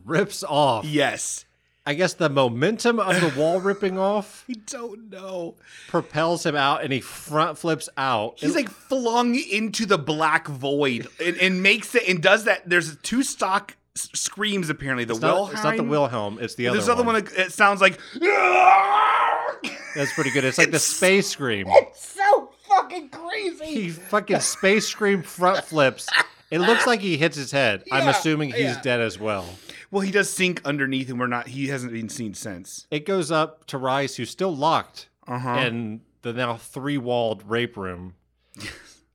[SPEAKER 2] Rips off.
[SPEAKER 1] Yes.
[SPEAKER 2] I guess the momentum of the wall ripping off
[SPEAKER 1] I don't know.
[SPEAKER 2] propels him out, and he front flips out.
[SPEAKER 1] He's like flung into the black void and, and makes it and does that. There's two stock s- screams apparently. The
[SPEAKER 2] it's not, it's not the
[SPEAKER 1] Wilhelm-
[SPEAKER 2] Wilhelm. It's the other.
[SPEAKER 1] There's another
[SPEAKER 2] one.
[SPEAKER 1] one that that sounds like.
[SPEAKER 2] That's pretty good. It's like the space scream.
[SPEAKER 1] so fucking crazy.
[SPEAKER 2] He fucking space scream front flips. It looks like he hits his head. I'm
[SPEAKER 1] Yeah,
[SPEAKER 2] assuming he's
[SPEAKER 1] yeah.
[SPEAKER 2] dead as well.
[SPEAKER 1] Well, he does sink underneath, and we're not. He hasn't been seen since.
[SPEAKER 2] It goes up to Rice, who's still locked
[SPEAKER 1] Uh huh.
[SPEAKER 2] in the now three walled rape room,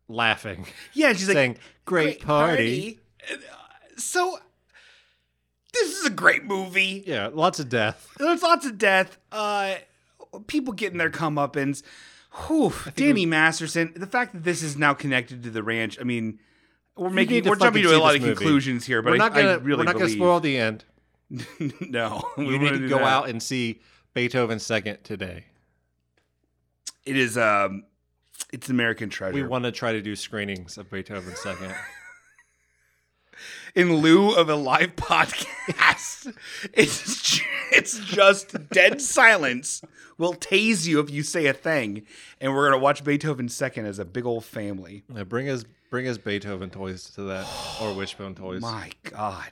[SPEAKER 2] laughing,
[SPEAKER 1] yeah, and she's like,
[SPEAKER 2] saying, Great, party.
[SPEAKER 1] And, uh, So this is a great movie.
[SPEAKER 2] Yeah, lots of death.
[SPEAKER 1] There's lots of death. Uh, people getting their comeuppance. Whew, Danny Masterson. The fact that this is now connected to the ranch. I mean, we're
[SPEAKER 2] need
[SPEAKER 1] making
[SPEAKER 2] to
[SPEAKER 1] we're jumping
[SPEAKER 2] fucking
[SPEAKER 1] to a
[SPEAKER 2] see
[SPEAKER 1] lot
[SPEAKER 2] this
[SPEAKER 1] of
[SPEAKER 2] movie.
[SPEAKER 1] conclusions here, but
[SPEAKER 2] we're
[SPEAKER 1] I,
[SPEAKER 2] not gonna
[SPEAKER 1] I really
[SPEAKER 2] we're not gonna
[SPEAKER 1] believe
[SPEAKER 2] spoil the end.
[SPEAKER 1] no. we
[SPEAKER 2] You need
[SPEAKER 1] wouldn't
[SPEAKER 2] to
[SPEAKER 1] do
[SPEAKER 2] go
[SPEAKER 1] that.
[SPEAKER 2] out and see Beethoven's second today.
[SPEAKER 1] It is um, it's an American treasure.
[SPEAKER 2] We want to try to do screenings of Beethoven's second.
[SPEAKER 1] in lieu of a live podcast. It's ju- it's just dead silence. We'll tase you if you say a thing, and we're gonna watch Beethoven second as a big old family.
[SPEAKER 2] Now bring us bring us Beethoven toys to that or wishbone toys.
[SPEAKER 1] My God.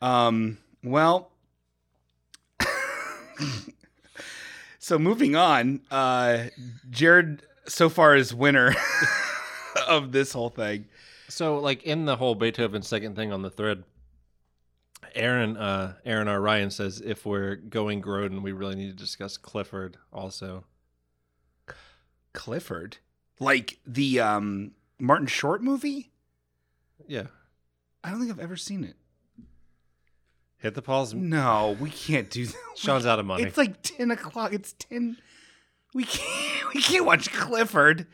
[SPEAKER 1] Um. Well. so moving on, uh, Jared so far is winner of this whole thing.
[SPEAKER 2] So, like in the whole Beethoven second thing on the thread, Aaron, uh, Aaron R. Ryan says if we're going Groden, we really need to discuss Clifford also.
[SPEAKER 1] Clifford, like the um Martin Short movie.
[SPEAKER 2] Yeah,
[SPEAKER 1] I don't think I've ever seen it.
[SPEAKER 2] hit the pause.
[SPEAKER 1] No, we can't do that.
[SPEAKER 2] Sean's out of money.
[SPEAKER 1] Mm. It's like ten o'clock. It's ten. We can't. We can't watch Clifford.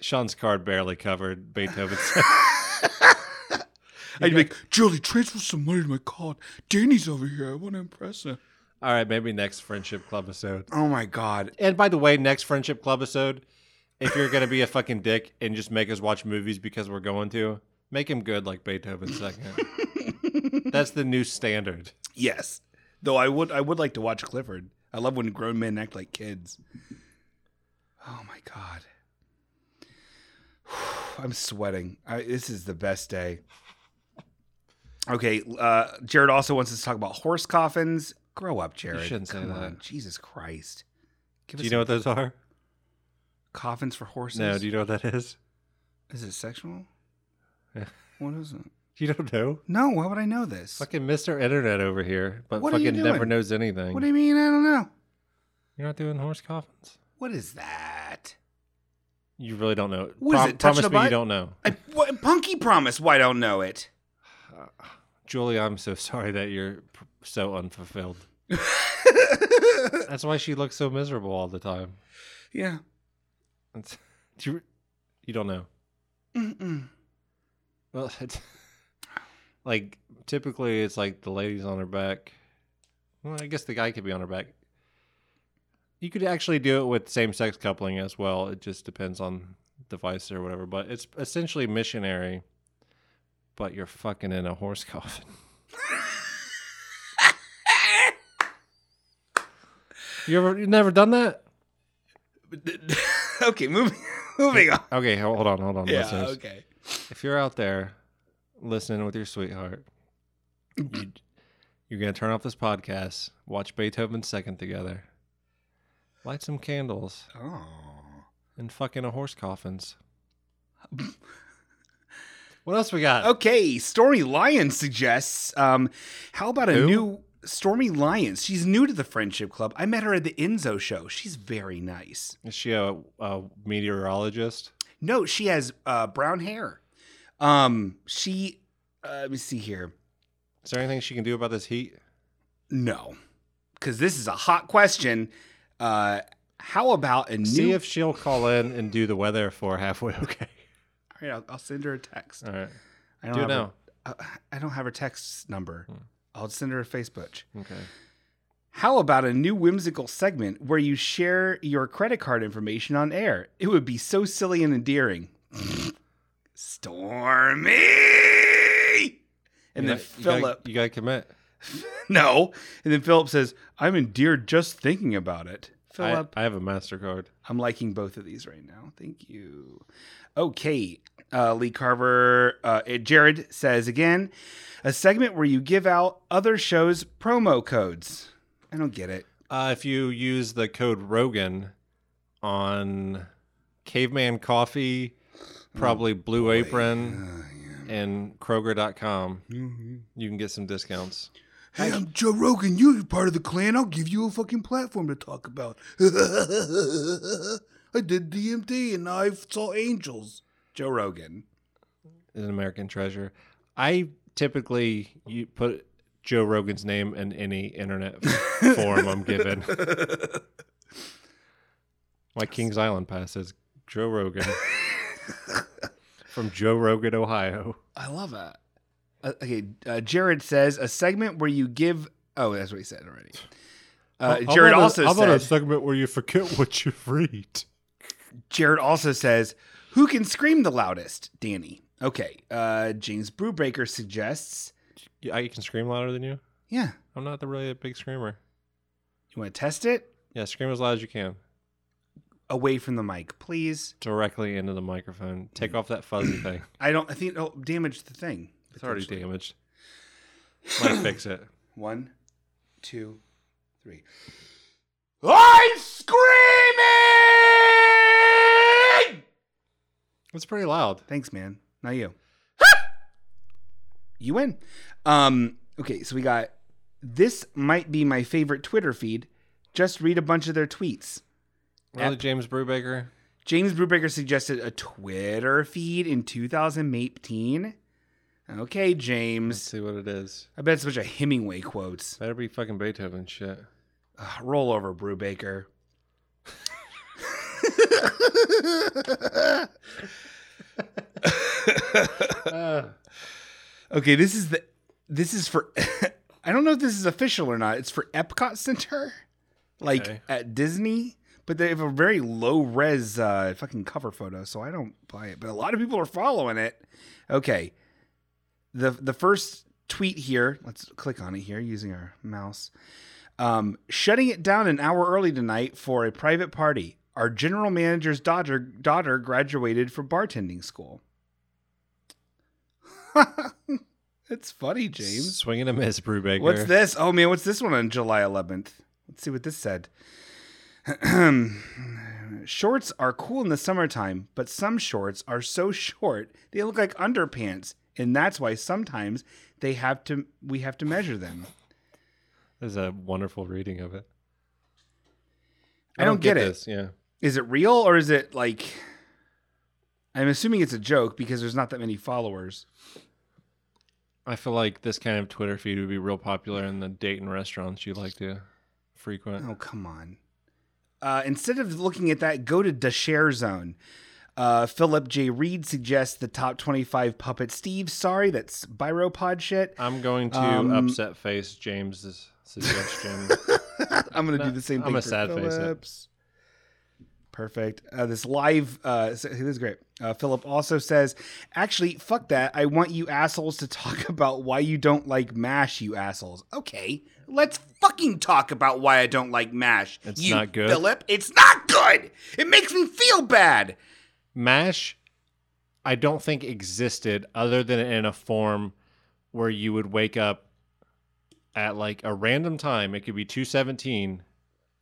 [SPEAKER 2] Sean's card barely covered Beethoven's.
[SPEAKER 1] I'd be like, Julie, transfer some money to my card. Danny's over here. I want to impress her.
[SPEAKER 2] All right, maybe next friendship club episode.
[SPEAKER 1] Oh my god.
[SPEAKER 2] And by the way, next friendship club episode, if you're gonna be a fucking dick and just make us watch movies because we're going to, make him good like Beethoven second. That's the new standard.
[SPEAKER 1] Yes. Though I would. I would like to watch Clifford. I love when grown men act like kids. Oh my god. I'm sweating. I, this is the best day. Okay, uh, Jared also wants us to talk about horse coffins. Grow up, Jared.
[SPEAKER 2] shouldn't say
[SPEAKER 1] Come
[SPEAKER 2] that.
[SPEAKER 1] on, Jesus Christ. Give
[SPEAKER 2] Do
[SPEAKER 1] us
[SPEAKER 2] you know what those are?
[SPEAKER 1] coffins for horses?
[SPEAKER 2] No, do you know what that is?
[SPEAKER 1] Is it sexual? what is it?
[SPEAKER 2] You don't know?
[SPEAKER 1] No, why would I know this?
[SPEAKER 2] Fucking Mr. Internet over here, but
[SPEAKER 1] What are you
[SPEAKER 2] fucking never
[SPEAKER 1] doing?
[SPEAKER 2] knows anything.
[SPEAKER 1] What do you mean? I don't know.
[SPEAKER 2] You're not doing horse coffins?
[SPEAKER 1] What is that?
[SPEAKER 2] You really don't know.
[SPEAKER 1] What is it, touch
[SPEAKER 2] Promise
[SPEAKER 1] the
[SPEAKER 2] me you
[SPEAKER 1] butt?
[SPEAKER 2] don't know.
[SPEAKER 1] I, what, Punky promise. Why don't know it?
[SPEAKER 2] Julie, I'm so sorry that you're p- so unfulfilled. That's why she looks so miserable all the time.
[SPEAKER 1] yeah.
[SPEAKER 2] It's, do you, you don't know.
[SPEAKER 1] Mm-mm.
[SPEAKER 2] Well, it's, like typically it's like the lady's on her back. Well, I guess the guy could be on her back. You could actually do it with same-sex coupling as well. It just depends on device or whatever, but it's essentially missionary. But you're fucking in a horse coffin. you ever you never done that?
[SPEAKER 1] okay, moving moving on.
[SPEAKER 2] Okay, ho- hold on, hold on,
[SPEAKER 1] Yeah.
[SPEAKER 2] listeners.
[SPEAKER 1] Okay.
[SPEAKER 2] if you're out there listening with your sweetheart, you, you're going to turn off this podcast, watch Beethoven's Second together, light some candles,
[SPEAKER 1] Oh.
[SPEAKER 2] and fuck in a horse coffins. what else we got?
[SPEAKER 1] Okay. Stormy Lion suggests. Um, how about a
[SPEAKER 2] Who?
[SPEAKER 1] new Stormy Lyons? She's new to the Friendship Club. I met her at the Enzo show. She's very nice.
[SPEAKER 2] Is she a, a meteorologist?
[SPEAKER 1] No, she has uh, brown hair. Um, she. Uh, let me see here.
[SPEAKER 2] Is there anything she can do about this heat?
[SPEAKER 1] No, because this is a hot question. Uh, how about a
[SPEAKER 2] See
[SPEAKER 1] new?
[SPEAKER 2] if she'll call in and do the weather for halfway. Okay.
[SPEAKER 1] All right, I'll, I'll send her a text.
[SPEAKER 2] All right.
[SPEAKER 1] I don't
[SPEAKER 2] Do it
[SPEAKER 1] have
[SPEAKER 2] now.
[SPEAKER 1] Her, I- Uh, I don't have her text number.
[SPEAKER 2] Hmm.
[SPEAKER 1] I'll send her a Facebook.
[SPEAKER 2] Okay.
[SPEAKER 1] How about a new whimsical segment where you share your credit card information on air? It would be so silly and endearing. Stormy. And then
[SPEAKER 2] You gotta- you gotta-
[SPEAKER 1] Philip.
[SPEAKER 2] you gotta commit.
[SPEAKER 1] No. And then Philip says, I'm endeared just thinking about it.
[SPEAKER 2] I,
[SPEAKER 1] Philip,
[SPEAKER 2] I have a Mastercard.
[SPEAKER 1] I'm liking both of these right now. Thank you. Okay. Uh, Lee Carver, uh, Jared says again, a segment where you give out other shows' promo codes. I don't get it.
[SPEAKER 2] Uh, if you use the code Rogan on Caveman Coffee, probably Blue Apron, and Kroger.com, you can get some discounts.
[SPEAKER 1] Hey, I'm Joe Rogan. You're part of the clan. I'll give you a fucking platform to talk about. I did DMT and I saw angels. Joe Rogan.
[SPEAKER 2] Is an American treasure. I typically you put Joe Rogan's name in any internet f- form I'm given. My Kings Island pass says Joe Rogan from Joe Rogan, Ohio.
[SPEAKER 1] I love it. Uh, okay, uh, Jared says a segment where you give. Oh, that's what he said already. Uh,
[SPEAKER 2] How
[SPEAKER 1] Jared
[SPEAKER 2] about a-
[SPEAKER 1] also
[SPEAKER 2] how about a
[SPEAKER 1] said.
[SPEAKER 2] segment where you forget what you read?
[SPEAKER 1] Jared also says, "Who can scream the loudest?" Danny. Okay. Uh, James Brubaker suggests.
[SPEAKER 2] Yeah, I can scream louder than you.
[SPEAKER 1] Yeah,
[SPEAKER 2] I'm not the really a big screamer.
[SPEAKER 1] you want to test it
[SPEAKER 2] Yeah, scream as loud as you can.
[SPEAKER 1] away from the mic, please.
[SPEAKER 2] Directly into the microphone. Take off that fuzzy thing.
[SPEAKER 1] I don't. I think it'll damage the thing.
[SPEAKER 2] It's already
[SPEAKER 1] potentially.
[SPEAKER 2] damaged. Might fix it.
[SPEAKER 1] One, two, three. I'm screaming.
[SPEAKER 2] It's pretty loud.
[SPEAKER 1] Thanks, man. Not you. you win. Um, okay, so we got this might be my favorite Twitter feed. Just read a bunch of their tweets.
[SPEAKER 2] Really, James Brubaker?
[SPEAKER 1] James Brubaker suggested a Twitter feed in 2018. Okay,
[SPEAKER 2] Let's
[SPEAKER 1] James.
[SPEAKER 2] see what it is.
[SPEAKER 1] I bet it's a bunch of Hemingway quotes.
[SPEAKER 2] Better be fucking Beethoven shit.
[SPEAKER 1] Ugh, Ah, roll over, Brubaker. Okay, this is the this is for I don't know if this is official or not. It's for Epcot Center, like
[SPEAKER 2] Okay.
[SPEAKER 1] at Disney, but they have a very low res uh, fucking cover photo, so I don't buy it. But a lot of people are following it. Okay, the the first tweet here. Let's click on it here using our mouse. Um, shutting it down an hour early tonight for a private party. Our general manager's daughter daughter graduated from bartending school. That's funny, James.
[SPEAKER 2] Swinging a miss, Brubaker.
[SPEAKER 1] What's this? Oh man, what's this one on July 11th? Let's see what this said. shorts are cool in the summertime, but some shorts are so short they look like underpants, and that's why sometimes they have to we have to measure them.
[SPEAKER 2] There's a wonderful reading of it.
[SPEAKER 1] I don't get it.
[SPEAKER 2] This. Yeah.
[SPEAKER 1] Is it real or is it like I'm assuming it's a joke because there's not that many followers.
[SPEAKER 2] I feel like this kind of Twitter feed would be real popular in the Dayton restaurants you like to frequent.
[SPEAKER 1] Oh, come on. Uh, instead of looking at that, go to the share zone. Uh, Philip J. Reed suggests the top 25 puppet Steve. Sorry, that's Biropod shit.
[SPEAKER 2] I'm going to
[SPEAKER 1] Um,
[SPEAKER 2] upset face James's suggestion.
[SPEAKER 1] I'm going to do the same
[SPEAKER 2] I'm
[SPEAKER 1] thing.
[SPEAKER 2] a
[SPEAKER 1] for
[SPEAKER 2] sad face it.
[SPEAKER 1] Phillips. Perfect. Uh, this live, uh, so- this is great. Uh, Philip also says, actually, fuck that. I want you assholes to talk about why you don't like MASH, you assholes. Okay, let's fucking talk about why I don't like MASH.
[SPEAKER 2] It's
[SPEAKER 1] you,
[SPEAKER 2] not good.
[SPEAKER 1] Philip, it's not good. It makes me feel bad.
[SPEAKER 2] Mash, I don't think existed other than in a form where you would wake up at like a random time. It could be two seventeen,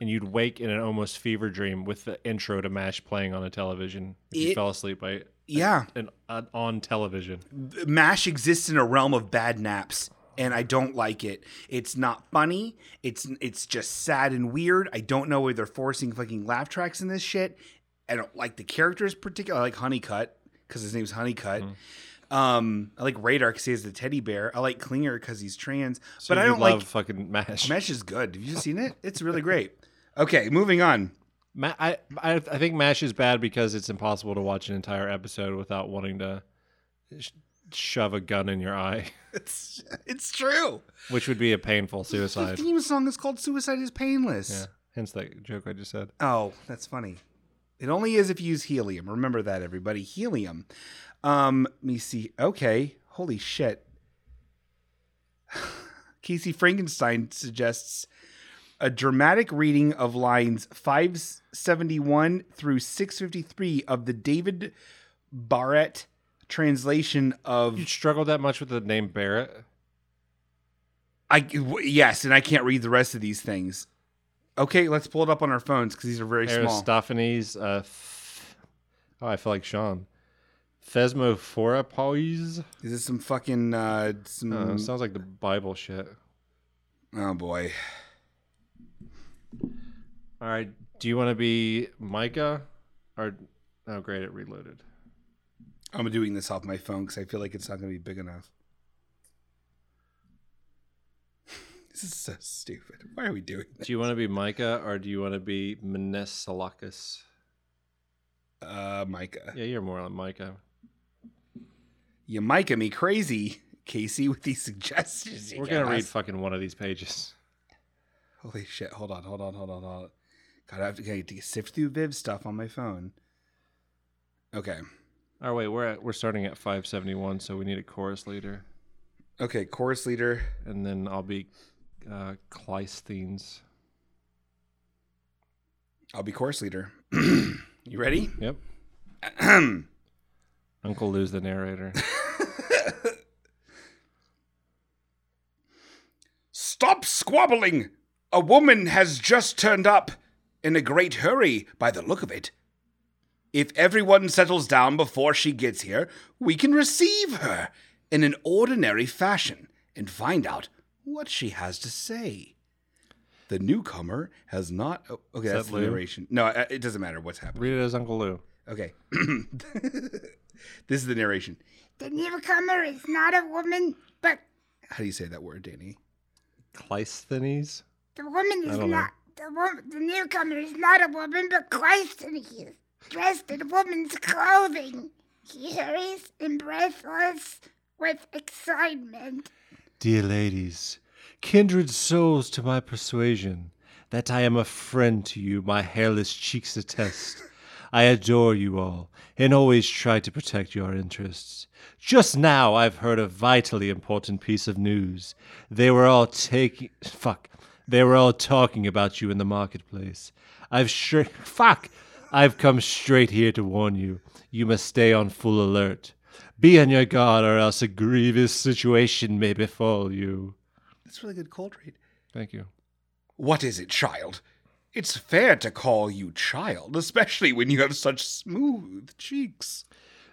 [SPEAKER 2] and you'd wake in an almost fever dream with the intro to Mash playing on a television. If you
[SPEAKER 1] It-
[SPEAKER 2] fell asleep by
[SPEAKER 1] Yeah.
[SPEAKER 2] an, an on television.
[SPEAKER 1] MASH exists in a realm of bad naps and I don't like it. It's not funny. It's it's just sad and weird. I don't know why they're forcing fucking laugh tracks in this shit. I don't like the characters particularly. I like Honeycutt because his name's Honeycutt.
[SPEAKER 2] Mm-hmm.
[SPEAKER 1] Um, I like Radar because he has the teddy bear. I like Klinger because he's trans.
[SPEAKER 2] So
[SPEAKER 1] but I
[SPEAKER 2] you
[SPEAKER 1] don't
[SPEAKER 2] love
[SPEAKER 1] like
[SPEAKER 2] fucking Mash.
[SPEAKER 1] Mesh is good. Have you seen it? It's really great. Okay, moving on.
[SPEAKER 2] Ma- I, I I think Mash is bad because it's impossible to watch an entire episode without wanting to sh- shove a gun in your eye,
[SPEAKER 1] It's it's true.
[SPEAKER 2] which would be a painful
[SPEAKER 1] The
[SPEAKER 2] suicide.
[SPEAKER 1] theme song is called "Suicide Is Painless."
[SPEAKER 2] Yeah. Hence that joke I just said.
[SPEAKER 1] Oh, that's funny. It only is if you use helium. Remember that, everybody. Helium. Um, let me see. Okay. Holy shit. Casey Frankenstein suggests a dramatic reading of lines 571 through 653 of the David Barrett translation of
[SPEAKER 2] You struggled that much with the name Barrett?
[SPEAKER 1] I w- yes, and I can't read the rest of these things. Okay, let's pull it up on our phones because these are very small.
[SPEAKER 2] Aristophanes. Uh, th- oh, I feel like Sean. Thesmophoropoise.
[SPEAKER 1] Is this some fucking uh, some?
[SPEAKER 2] Uh, sounds like the Bible shit.
[SPEAKER 1] oh boy.
[SPEAKER 2] All right. Do you want to be Micah? Or oh, great, it reloaded.
[SPEAKER 1] I'm doing this off my phone because I feel like it's not going to be big enough. this is so stupid. Why are we doing this?
[SPEAKER 2] Do you want to be Micah or do you want to be Menesalakis?
[SPEAKER 1] Uh, Micah.
[SPEAKER 2] Yeah, you're more like Micah.
[SPEAKER 1] You Micah me crazy, Casey, with these suggestions. you
[SPEAKER 2] We're gonna
[SPEAKER 1] give
[SPEAKER 2] read
[SPEAKER 1] us.
[SPEAKER 2] fucking one of these pages.
[SPEAKER 1] Holy shit. Hold on, hold on, hold on, hold on. God, I have to, I have to sift through Viv stuff on my phone. Okay.
[SPEAKER 2] Oh wait, we're at we're starting at 571, so we need a chorus leader,
[SPEAKER 1] Okay, chorus leader.
[SPEAKER 2] and then I'll be uh, Cleisthenes.
[SPEAKER 1] I'll be chorus leader. you ready?
[SPEAKER 2] Yep. Uncle Lou's the narrator.
[SPEAKER 1] Stop squabbling! A woman has just turned up in a great hurry by the look of it. If everyone settles down before she gets here, we can receive her in an ordinary fashion and find out what she has to say. The newcomer has not. Oh, okay,
[SPEAKER 2] that
[SPEAKER 1] that's the
[SPEAKER 2] Lou?
[SPEAKER 1] narration. No, uh, it doesn't matter what's happening.
[SPEAKER 2] Read it as Uncle Lou.
[SPEAKER 1] Okay. this is the narration. The newcomer is not a woman, but. How do you say that word, Danny?
[SPEAKER 2] Cleisthenes.
[SPEAKER 11] The woman
[SPEAKER 2] I
[SPEAKER 11] is
[SPEAKER 2] don't know.
[SPEAKER 11] not the woman. The newcomer is not a woman, but Christ in you, dressed in woman's clothing. He hurries and breathless with excitement.
[SPEAKER 2] Dear ladies, kindred souls to my persuasion, that I am a friend to you, my hairless cheeks attest. I adore you all, and always try to protect your interests. Just now I've heard a vitally important piece of news. They were all taking. Fuck. They were all talking about you in the marketplace. I've sure. Fuck! I've come straight here to warn you. You must stay on full alert. Be on your guard, or else a grievous situation may befall you.
[SPEAKER 1] That's really good cold read.
[SPEAKER 2] Thank you.
[SPEAKER 1] What is it, child? It's fair to call you child, especially when you have such smooth cheeks.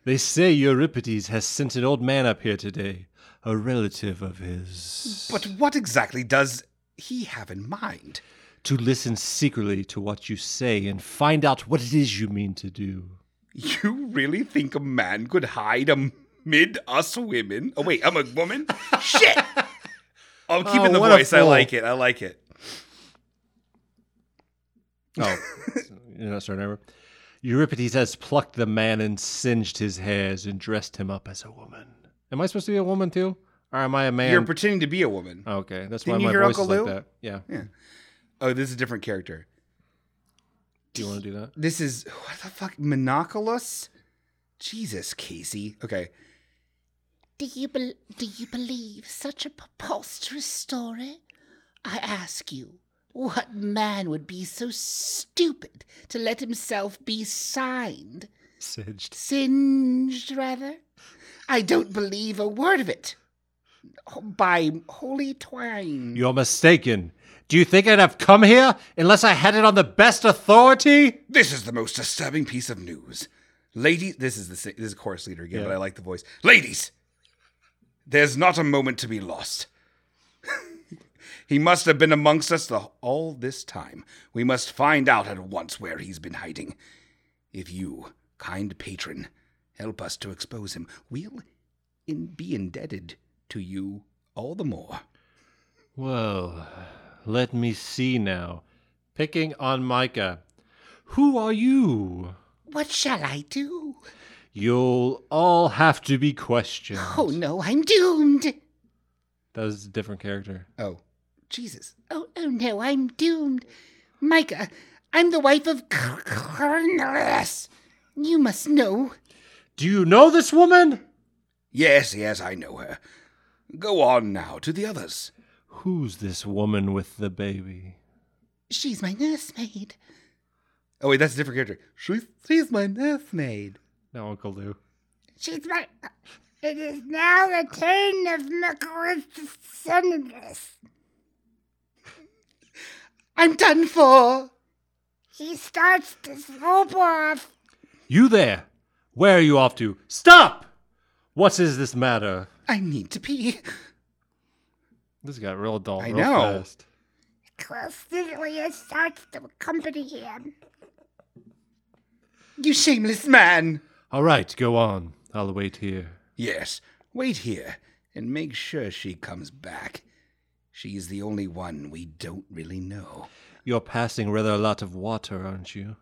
[SPEAKER 2] They say Euripides has sent an old man up here today, a relative of his,
[SPEAKER 1] But what exactly does he have in mind?
[SPEAKER 2] to listen secretly to what you say and find out what it is you mean to do.
[SPEAKER 1] You really think a man could hide amid us women? Oh, wait, I'm a woman? Shit! I'm keeping
[SPEAKER 2] Oh,
[SPEAKER 1] the
[SPEAKER 2] what a
[SPEAKER 1] voice. I
[SPEAKER 2] fool.
[SPEAKER 1] like it. I like it.
[SPEAKER 2] Oh, you're not starting over. Euripides has plucked the man and singed his hairs and dressed him up as a woman. Am I supposed to be a woman too, or am I a man? Oh,
[SPEAKER 1] You're pretending to be a woman.
[SPEAKER 2] okay, that's
[SPEAKER 1] Didn't you
[SPEAKER 2] why my
[SPEAKER 1] hear
[SPEAKER 2] voice
[SPEAKER 1] Uncle
[SPEAKER 2] is
[SPEAKER 1] Lou?
[SPEAKER 2] like that. Yeah.
[SPEAKER 1] Oh, this is a different character.
[SPEAKER 2] Do you want to do that?
[SPEAKER 1] This is what the fuck, Monoculus? Jesus, Casey. Okay,
[SPEAKER 9] Do you bel do you believe such a preposterous story? I ask you, what man would be so stupid to let himself be signed,
[SPEAKER 2] Singed.
[SPEAKER 9] singed rather? I don't believe a word of it. Oh, By holy twine.
[SPEAKER 2] You're mistaken. Do you think I'd have come here unless I had it on the best authority?
[SPEAKER 1] this is the most disturbing piece of news, ladies. This is the sa- this is chorus leader again, but
[SPEAKER 2] Yeah.
[SPEAKER 1] I like the voice, ladies. There's not a moment to be lost. he must have been amongst us the, all this time. We must find out at once where he's been hiding. If you, kind patron, help us to expose him, we'll in- be indebted to you all the more.
[SPEAKER 2] Well, let me see now. Picking on Micah. Who are you?
[SPEAKER 9] What shall I do?
[SPEAKER 2] You'll all have to be questioned.
[SPEAKER 9] Oh no, I'm doomed.
[SPEAKER 2] That was a different character.
[SPEAKER 1] Oh, Jesus.
[SPEAKER 9] Oh, oh no, I'm doomed. Micah, I'm the wife of Cornelius. You must know.
[SPEAKER 2] Do you know this woman?
[SPEAKER 1] Yes, yes, I know her. Go on now to the others.
[SPEAKER 2] Who's this woman with the baby?
[SPEAKER 9] She's my nursemaid.
[SPEAKER 1] Oh, wait, that's a different character. She's, she's my nursemaid.
[SPEAKER 2] No, Uncle Lou.
[SPEAKER 11] She's my. It is now the turn of Nicholas Senibus.
[SPEAKER 9] I'm done for.
[SPEAKER 11] He starts to slope off.
[SPEAKER 2] You there? Where are you off to? Stop! What is this matter?
[SPEAKER 9] I need to pee.
[SPEAKER 2] This got real dull.
[SPEAKER 1] I
[SPEAKER 2] real
[SPEAKER 1] know.
[SPEAKER 2] Fast.
[SPEAKER 11] Clostelia starts to accompany him.
[SPEAKER 9] You shameless man.
[SPEAKER 2] All right, go on. I'll wait here.
[SPEAKER 1] Yes, wait here and make sure she comes back. She's the only one we don't really know.
[SPEAKER 2] You're passing rather a lot of water, aren't you?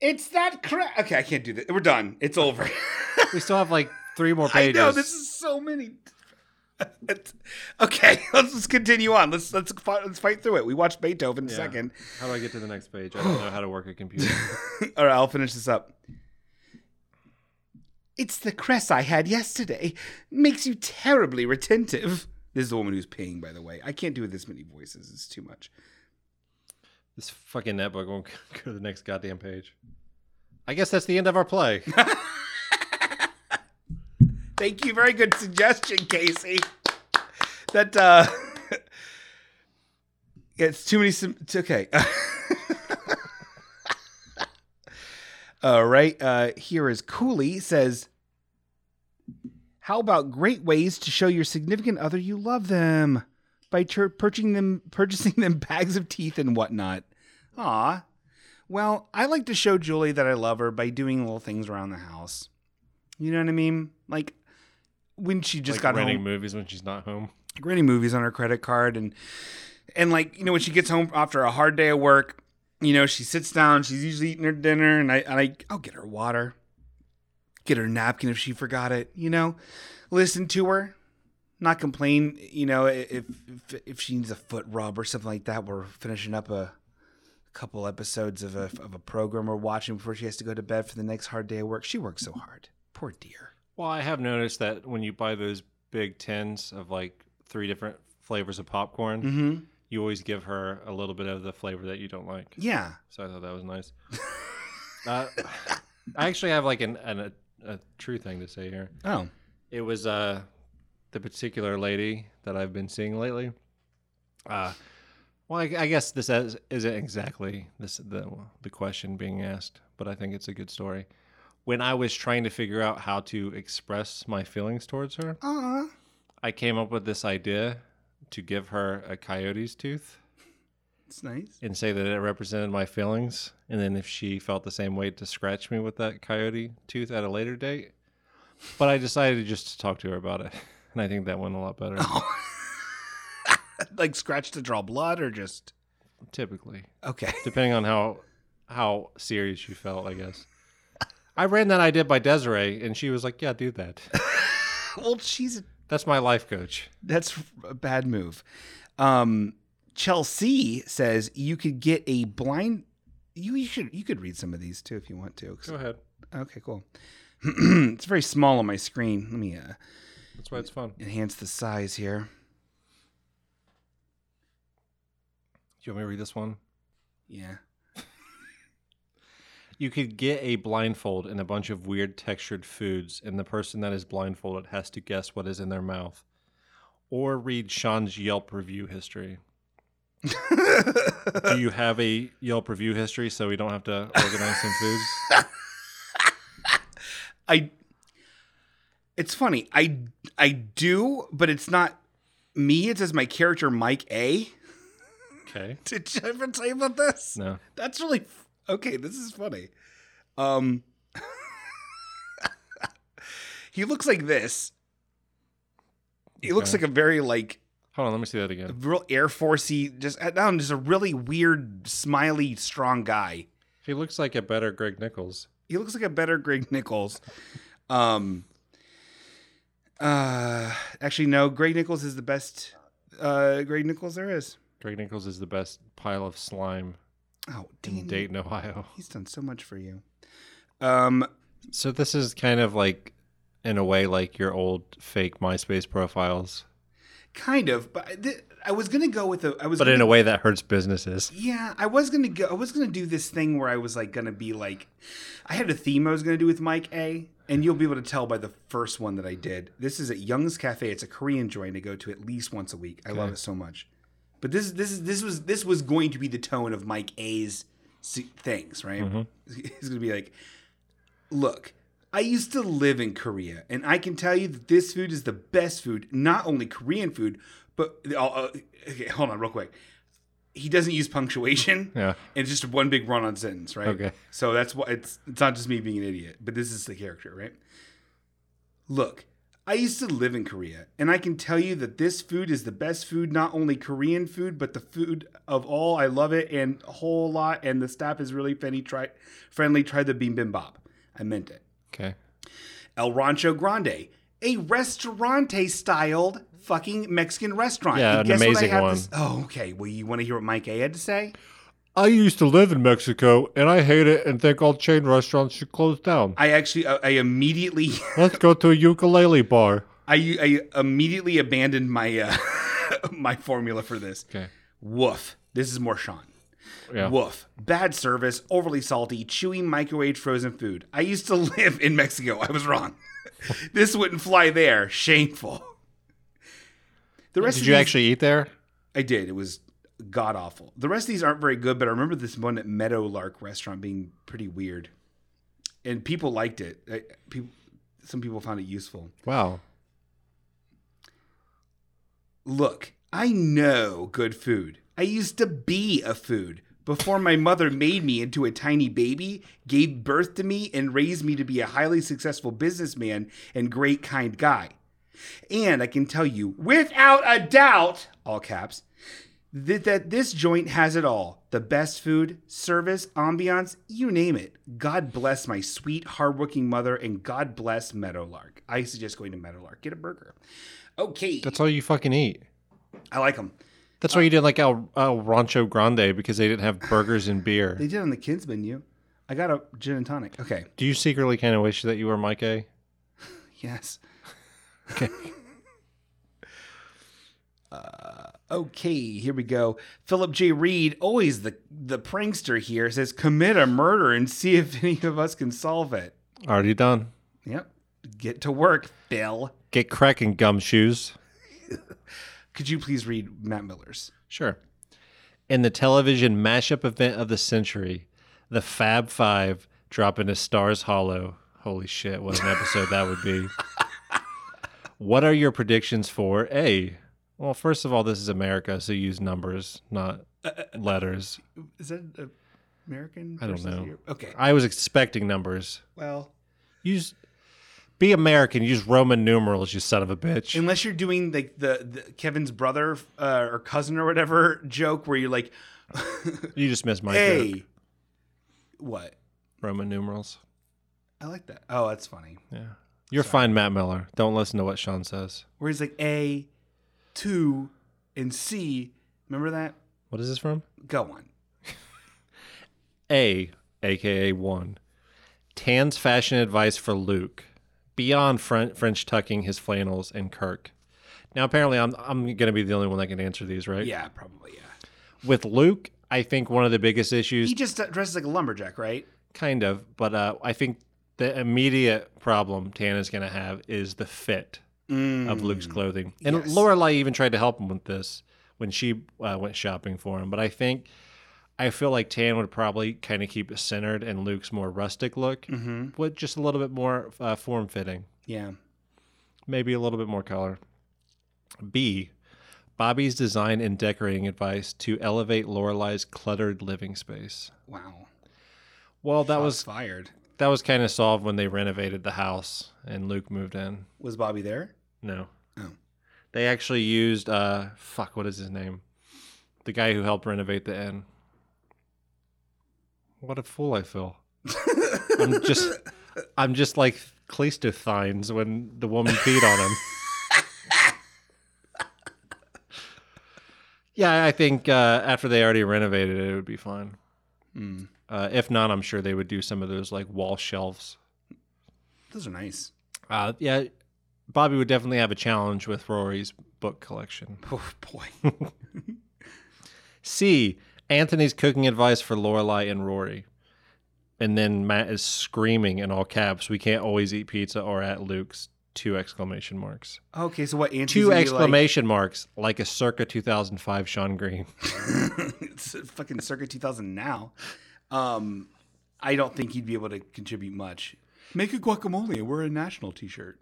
[SPEAKER 1] It's that crap. Okay, I can't do that. We're done. It's over.
[SPEAKER 2] We still have like three more
[SPEAKER 1] I
[SPEAKER 2] pages.
[SPEAKER 1] know this is so many. okay, let's just continue on. Let's let's fi- let's fight through it. We watched Beethoven
[SPEAKER 2] Yeah.
[SPEAKER 1] second.
[SPEAKER 2] How do I get to the next page? I don't know how to work a computer.
[SPEAKER 1] All right, I'll finish this up. It's the cress I had yesterday. Makes you terribly retentive. This is the woman who's peeing, by the way. I can't do this many voices. It's too much.
[SPEAKER 2] this fucking netbook won't go to the next goddamn page. I guess that's the end of our play.
[SPEAKER 1] Thank you. Very good suggestion, Casey. That uh it's too many sim- it's okay. All right. Uh here is Cooley says How about great ways to show your significant other you love them by tur- purchasing them purchasing them bags of teeth and whatnot. Aw. Well, I like to show Julie that I love her by doing little things around the house. You know what I mean? Like when she just
[SPEAKER 2] Like
[SPEAKER 1] got
[SPEAKER 2] renting
[SPEAKER 1] home,
[SPEAKER 2] movies when she's not home.
[SPEAKER 1] renting movies on her credit card, and and like you know when she gets home after a hard day of work, you know she sits down. She's usually eating her dinner, and I and I I'll get her water, get her napkin if she forgot it. You know, listen to her, not complain. You know if if, if she needs a foot rub or something like that. We're finishing up a couple episodes of a of a program we're watching before she has to go to bed for the next hard day of work. She works so hard. Poor dear.
[SPEAKER 2] Well, I have noticed that when you buy those big tins of like three different flavors of popcorn,
[SPEAKER 1] Mm-hmm.
[SPEAKER 2] you always give her a little bit of the flavor that you don't like.
[SPEAKER 1] Yeah.
[SPEAKER 2] So I thought that was nice. uh, I actually have like an, an a, a true thing to say here.
[SPEAKER 1] Oh.
[SPEAKER 2] It was uh, the particular lady that I've been seeing lately. Uh, well, I, I guess this is, isn't exactly this the the question being asked, but I think it's a good story. When I was trying to figure out how to express my feelings towards her,
[SPEAKER 1] Aw.
[SPEAKER 2] I came up with this idea to give her a coyote's tooth
[SPEAKER 1] It's nice.
[SPEAKER 2] and say that it represented my feelings. And then if she felt the same way, to scratch me with that coyote tooth at a later date. But I decided just to talk to her about it. And I think that went a lot better,
[SPEAKER 1] like scratch to draw blood or just
[SPEAKER 2] typically,
[SPEAKER 1] okay
[SPEAKER 2] depending on how how serious you felt, I guess. I ran that idea by Desiree, and she was like, Yeah, do that.
[SPEAKER 1] well she's
[SPEAKER 2] That's my life coach.
[SPEAKER 1] that's a bad move um chelsea says you could get a blind you, you should you could read some of these too if you want to 'cause-
[SPEAKER 2] Go ahead.
[SPEAKER 1] okay cool it's very small on my screen let me uh
[SPEAKER 2] That's why it's fun.
[SPEAKER 1] enhance the size here
[SPEAKER 2] Do you want me to read this one?
[SPEAKER 1] yeah
[SPEAKER 2] You could get a blindfold and a bunch of weird textured foods, and the person that is blindfolded has to guess what is in their mouth. Or read Sean's Yelp review history. Do you have a Yelp review history so we don't have to organize some foods?
[SPEAKER 1] i it's funny i i do but it's not me it says my character mike a
[SPEAKER 2] Okay.
[SPEAKER 1] did you ever tell you about this
[SPEAKER 2] No.
[SPEAKER 1] That's really f- okay. This is funny. Um, he looks like this. He looks
[SPEAKER 2] Okay.
[SPEAKER 1] like a very like
[SPEAKER 2] Hold on, let me see that
[SPEAKER 1] a
[SPEAKER 2] again.
[SPEAKER 1] real Air Forcey. Just I don't know, just a really weird, smiley, strong guy.
[SPEAKER 2] He looks like a better Greg Nichols.
[SPEAKER 1] He looks like a better Greg Nichols. Um, uh, actually, no. Greg Nichols is the best. Uh, Greg Nichols there is.
[SPEAKER 2] Greg Nichols is the best pile of slime
[SPEAKER 1] Oh,
[SPEAKER 2] in
[SPEAKER 1] dang.
[SPEAKER 2] Dayton, Ohio.
[SPEAKER 1] He's done so much for you. Um,
[SPEAKER 2] So this is kind of like, in a way, like your old fake MySpace profiles,
[SPEAKER 1] Kind of, but I- th- I was gonna go with a. I was,
[SPEAKER 2] but
[SPEAKER 1] gonna,
[SPEAKER 2] in a way that hurts businesses.
[SPEAKER 1] Yeah, I was gonna go. I was gonna do this thing where I was like gonna be like, I had a theme I was gonna do with Mike A, and you'll be able to tell by the first one that I did. This is at Young's Cafe. It's a Korean joint I go to at least once a week. I love
[SPEAKER 2] Okay.
[SPEAKER 1] it so much. But this this is this was this was going to be the tone of Mike A's s- things, right?
[SPEAKER 2] Mhm.
[SPEAKER 1] He's gonna be like, look. I used to live in Korea, and I can tell you that this food is the best food, not only Korean food, but. Oh, uh, okay, hold on, real quick he doesn't use punctuation.
[SPEAKER 2] Yeah.
[SPEAKER 1] And it's just one big run on sentence, right?
[SPEAKER 2] Okay.
[SPEAKER 1] So that's why it's it's not just me being an idiot, but this is the character, right? Look, I used to live in Korea, and I can tell you that this food is the best food, not only Korean food, but the food of all. I love it and a whole lot, and the staff is really friendly. Try friendly, try the bibimbap. I meant it.
[SPEAKER 2] Okay.
[SPEAKER 1] El Rancho Grande, a restaurante styled fucking Mexican restaurant. And
[SPEAKER 2] Yeah, an
[SPEAKER 1] guess what I
[SPEAKER 2] amazing
[SPEAKER 1] have to
[SPEAKER 2] one.
[SPEAKER 1] s- oh, okay. Well, you want to hear what Mike A had to say?
[SPEAKER 2] I used to live in Mexico, and I hate it, and think all chain restaurants should close down.
[SPEAKER 1] I actually, uh, I, I immediately,
[SPEAKER 2] Let's go to a ukulele bar.
[SPEAKER 1] I, I immediately abandoned my uh, my formula for this.
[SPEAKER 2] Okay.
[SPEAKER 1] Woof. This is more Sean.
[SPEAKER 2] Yeah.
[SPEAKER 1] Woof. Bad service, overly salty, chewy, microwave frozen food. I used to live in Mexico. I was wrong. this wouldn't fly there. Shameful. The rest
[SPEAKER 2] Did
[SPEAKER 1] of
[SPEAKER 2] you
[SPEAKER 1] these-
[SPEAKER 2] actually eat there?
[SPEAKER 1] I did. It was god awful. The rest of these aren't very good, but I remember this one at Meadowlark restaurant being pretty weird, and people liked it. I, people, some people found it useful.
[SPEAKER 2] Wow.
[SPEAKER 1] Look, I know good food. I used to be a food before my mother made me into a tiny baby, gave birth to me, and raised me to be a highly successful businessman and great kind guy. And I can tell you, without a doubt, all caps, that, that this joint has it all the best food, service, ambiance, you name it. God bless my sweet, hardworking mother, and God bless Meadowlark. I suggest going to Meadowlark. Get a burger. Okay.
[SPEAKER 2] That's all you fucking eat.
[SPEAKER 1] I like them.
[SPEAKER 2] That's why you did like El, El Rancho Grande because they didn't have burgers and beer.
[SPEAKER 1] They did on the kids menu. I got a gin and tonic. Okay.
[SPEAKER 2] Do you secretly kind of wish that you were Mike A?
[SPEAKER 1] Yes.
[SPEAKER 2] Okay.
[SPEAKER 1] Uh, Okay, here we go. Philip J. Reed, always the the prankster here, says commit a murder and see if any of us can solve it.
[SPEAKER 2] Already done.
[SPEAKER 1] Yep. Get to work, Bill.
[SPEAKER 2] Get cracking, gumshoes.
[SPEAKER 1] Could you please read Matt Miller's?
[SPEAKER 2] Sure. In the television mashup event of the century, the Fab Five drop into Stars Hollow. Holy shit, what an episode that would be. What are your predictions for A? Well, first of all, this is America, so use numbers, not letters.
[SPEAKER 1] Is that uh, American?
[SPEAKER 2] I don't
[SPEAKER 1] versus
[SPEAKER 2] know.
[SPEAKER 1] Europe? Okay.
[SPEAKER 2] I was expecting numbers.
[SPEAKER 1] Well,
[SPEAKER 2] Use be American, use Roman numerals, you son of a bitch.
[SPEAKER 1] unless you're doing like the, the Kevin's brother uh, or cousin or whatever joke where you're like,
[SPEAKER 2] You just missed my
[SPEAKER 1] hey,
[SPEAKER 2] joke.
[SPEAKER 1] what?
[SPEAKER 2] Roman numerals.
[SPEAKER 1] I like that. Oh, that's funny.
[SPEAKER 2] Yeah. You're fine, Matt Miller. Don't listen to what Sean says.
[SPEAKER 1] where he's like A, two, and C. Remember that?
[SPEAKER 2] What is this from?
[SPEAKER 1] Go on.
[SPEAKER 2] A, aka one. Tan's fashion advice for Luke. Beyond Fren- French tucking his flannels and Kirk. Now apparently I'm I'm gonna be the only one that can answer these, right?
[SPEAKER 1] Yeah, probably. Yeah.
[SPEAKER 2] With Luke, I think one of the biggest issues
[SPEAKER 1] He just dresses like a lumberjack, right?
[SPEAKER 2] kind of, but uh, I think the immediate problem Tan is going to have is the fit of Luke's clothing. And
[SPEAKER 1] yes.
[SPEAKER 2] Lorelai even tried to help him with this when she uh, went shopping for him. But I think I feel like Tan would probably kind of keep it centered and Luke's more rustic look,
[SPEAKER 1] Mhm.
[SPEAKER 2] with just a little bit more uh, form fitting,
[SPEAKER 1] Yeah.
[SPEAKER 2] maybe a little bit more color. B. Bobby's design and decorating advice to elevate Lorelai's cluttered living space.
[SPEAKER 1] Wow.
[SPEAKER 2] Well, that
[SPEAKER 1] Shots
[SPEAKER 2] was
[SPEAKER 1] fired.
[SPEAKER 2] that was kind of solved when they renovated the house and Luke moved in.
[SPEAKER 1] Was Bobby there?
[SPEAKER 2] No.
[SPEAKER 1] Oh.
[SPEAKER 2] They actually used uh fuck, what is his name? The guy who helped renovate the inn. What a fool I feel. I'm just I'm just like Cleistothynes when the woman peed on him. yeah, I think uh, after they already renovated it, it would be fine.
[SPEAKER 1] Mm.
[SPEAKER 2] Uh, if not, I'm sure they would do some of those like wall shelves
[SPEAKER 1] Those are nice.
[SPEAKER 2] Uh, yeah, Bobby would definitely have a challenge with Rory's book collection.
[SPEAKER 1] Oh boy.
[SPEAKER 2] C. Anthony's cooking advice for Lorelai and Rory, and then Matt is screaming in all caps. We can't always eat pizza or at Luke's. Two exclamation marks.
[SPEAKER 1] Okay, so what? Anthony's
[SPEAKER 2] Two
[SPEAKER 1] gonna be
[SPEAKER 2] exclamation marks, like a circa 2005 Sean Green.
[SPEAKER 1] Like, it's fucking circa 2000 now. Um, I don't think he'd be able to contribute much. Make a guacamole. and Wear a national T-shirt.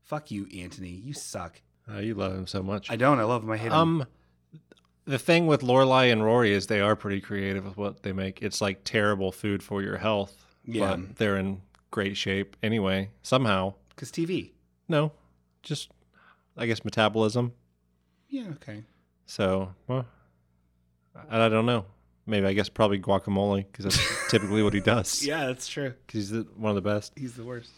[SPEAKER 1] Fuck you, Anthony. You suck.
[SPEAKER 2] Oh, you love him so much.
[SPEAKER 1] I don't. I love my hate. him.
[SPEAKER 2] Um, the thing with Lorelai and Rory is they are pretty creative with what they make. It's like terrible food for your health,
[SPEAKER 1] Yeah.
[SPEAKER 2] but they're in great shape anyway. Somehow,
[SPEAKER 1] Cause TV.
[SPEAKER 2] no, just I guess metabolism.
[SPEAKER 1] Yeah. Okay.
[SPEAKER 2] So, well, I, I don't know. Maybe I guess probably guacamole because that's typically what he does.
[SPEAKER 1] Yeah, that's true.
[SPEAKER 2] because he's the, one of the best.
[SPEAKER 1] He's the worst.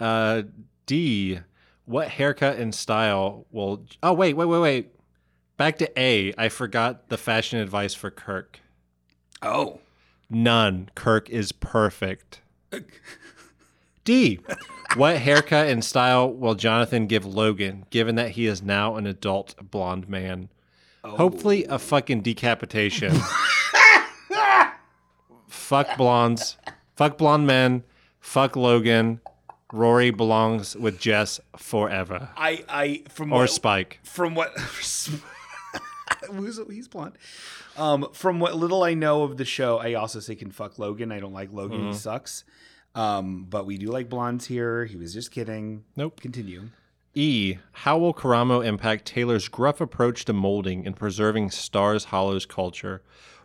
[SPEAKER 2] Uh, D. What haircut and style will? Oh wait, wait, wait, wait. Back to A. I forgot the fashion advice for Kirk.
[SPEAKER 1] Oh.
[SPEAKER 2] None. Kirk is perfect. D. What haircut and style will Jonathan give Logan, given that he is now an adult blonde man? Hopefully, a fucking decapitation. fuck blondes. Fuck blonde men. Fuck Logan. Rory belongs with Jess forever.
[SPEAKER 1] I. I. From
[SPEAKER 2] Or
[SPEAKER 1] what-
[SPEAKER 2] Spike.
[SPEAKER 1] From what? Who's- he's blonde. Um, from what little I know of the show, I also say can fuck Logan. I don't like Logan. He
[SPEAKER 2] Mhm.
[SPEAKER 1] sucks. Um, but we do like blondes here. He was just kidding.
[SPEAKER 2] Nope.
[SPEAKER 1] Continue.
[SPEAKER 2] E. How will Karamo impact Taylor's gruff approach to molding and preserving Stars Hollow's culture?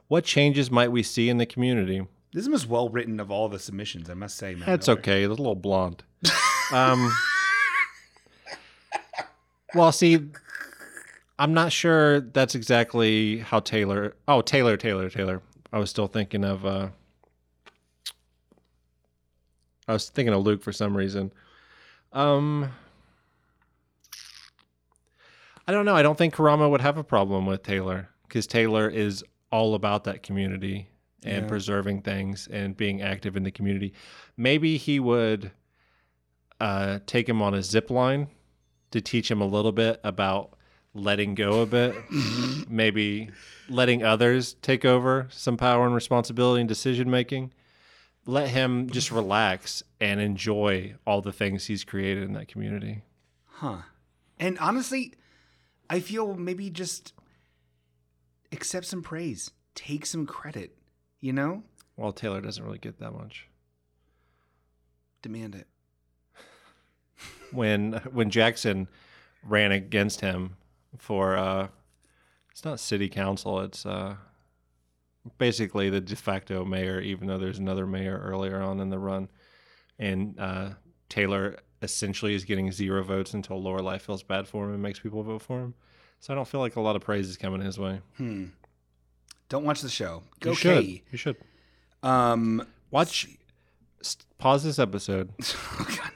[SPEAKER 2] What changes might we see in the community?
[SPEAKER 1] This is the most well written of all the submissions, I must say. Man.
[SPEAKER 2] That's okay. It's a little blonde. um, well, see, I'm not sure that's exactly how Taylor. Oh, Taylor, Taylor, Taylor. I was still thinking of. Uh, I was thinking of Luke for some reason. Um, I don't know. I don't think Karama would have a problem with Taylor because Taylor is all about that community and
[SPEAKER 1] Yeah.
[SPEAKER 2] preserving things and being active in the community. Maybe he would uh, take him on a zip line to teach him a little bit about letting go a bit, maybe letting others take over some power and responsibility and decision making. Let him just relax and enjoy all the things he's created in that community.
[SPEAKER 1] Huh. And honestly, I feel maybe just accept some praise, take some credit, you know?
[SPEAKER 2] While Taylor doesn't really get that much.
[SPEAKER 1] Demand it.
[SPEAKER 2] When when Jackson ran against him for uh it's not city council, it's uh basically the de facto mayor, even though there's another mayor earlier on in the run. And uh Taylor essentially is getting zero votes until Lorelai feels bad for him and makes people vote for him. So I don't feel like a lot of praise is coming his way.
[SPEAKER 1] Hmm. Don't watch the show.
[SPEAKER 2] You
[SPEAKER 1] Go
[SPEAKER 2] should.
[SPEAKER 1] K.
[SPEAKER 2] You should.
[SPEAKER 1] Um
[SPEAKER 2] Watch s- pause this episode.
[SPEAKER 1] Oh, God.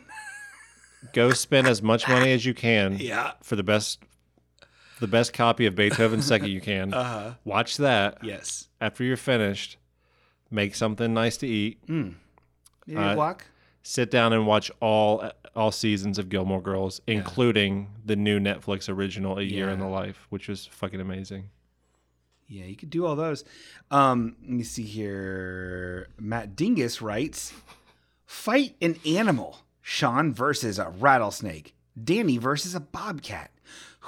[SPEAKER 2] Go spend as much money as you can.
[SPEAKER 1] Yeah.
[SPEAKER 2] For the best the best copy of Beethoven's second you can.
[SPEAKER 1] Uh-huh.
[SPEAKER 2] Watch that.
[SPEAKER 1] Yes.
[SPEAKER 2] After you're finished, make something nice to eat.
[SPEAKER 1] Mm. Maybe
[SPEAKER 2] Uh,
[SPEAKER 1] walk.
[SPEAKER 2] Sit down and watch all all seasons of Gilmore Girls, including the new Netflix original A Year in the Life, which was fucking amazing.
[SPEAKER 1] Yeah, you could do all those. Um, let me see here. Matt Dingus writes Fight an animal. Sean versus a rattlesnake. Danny versus a bobcat.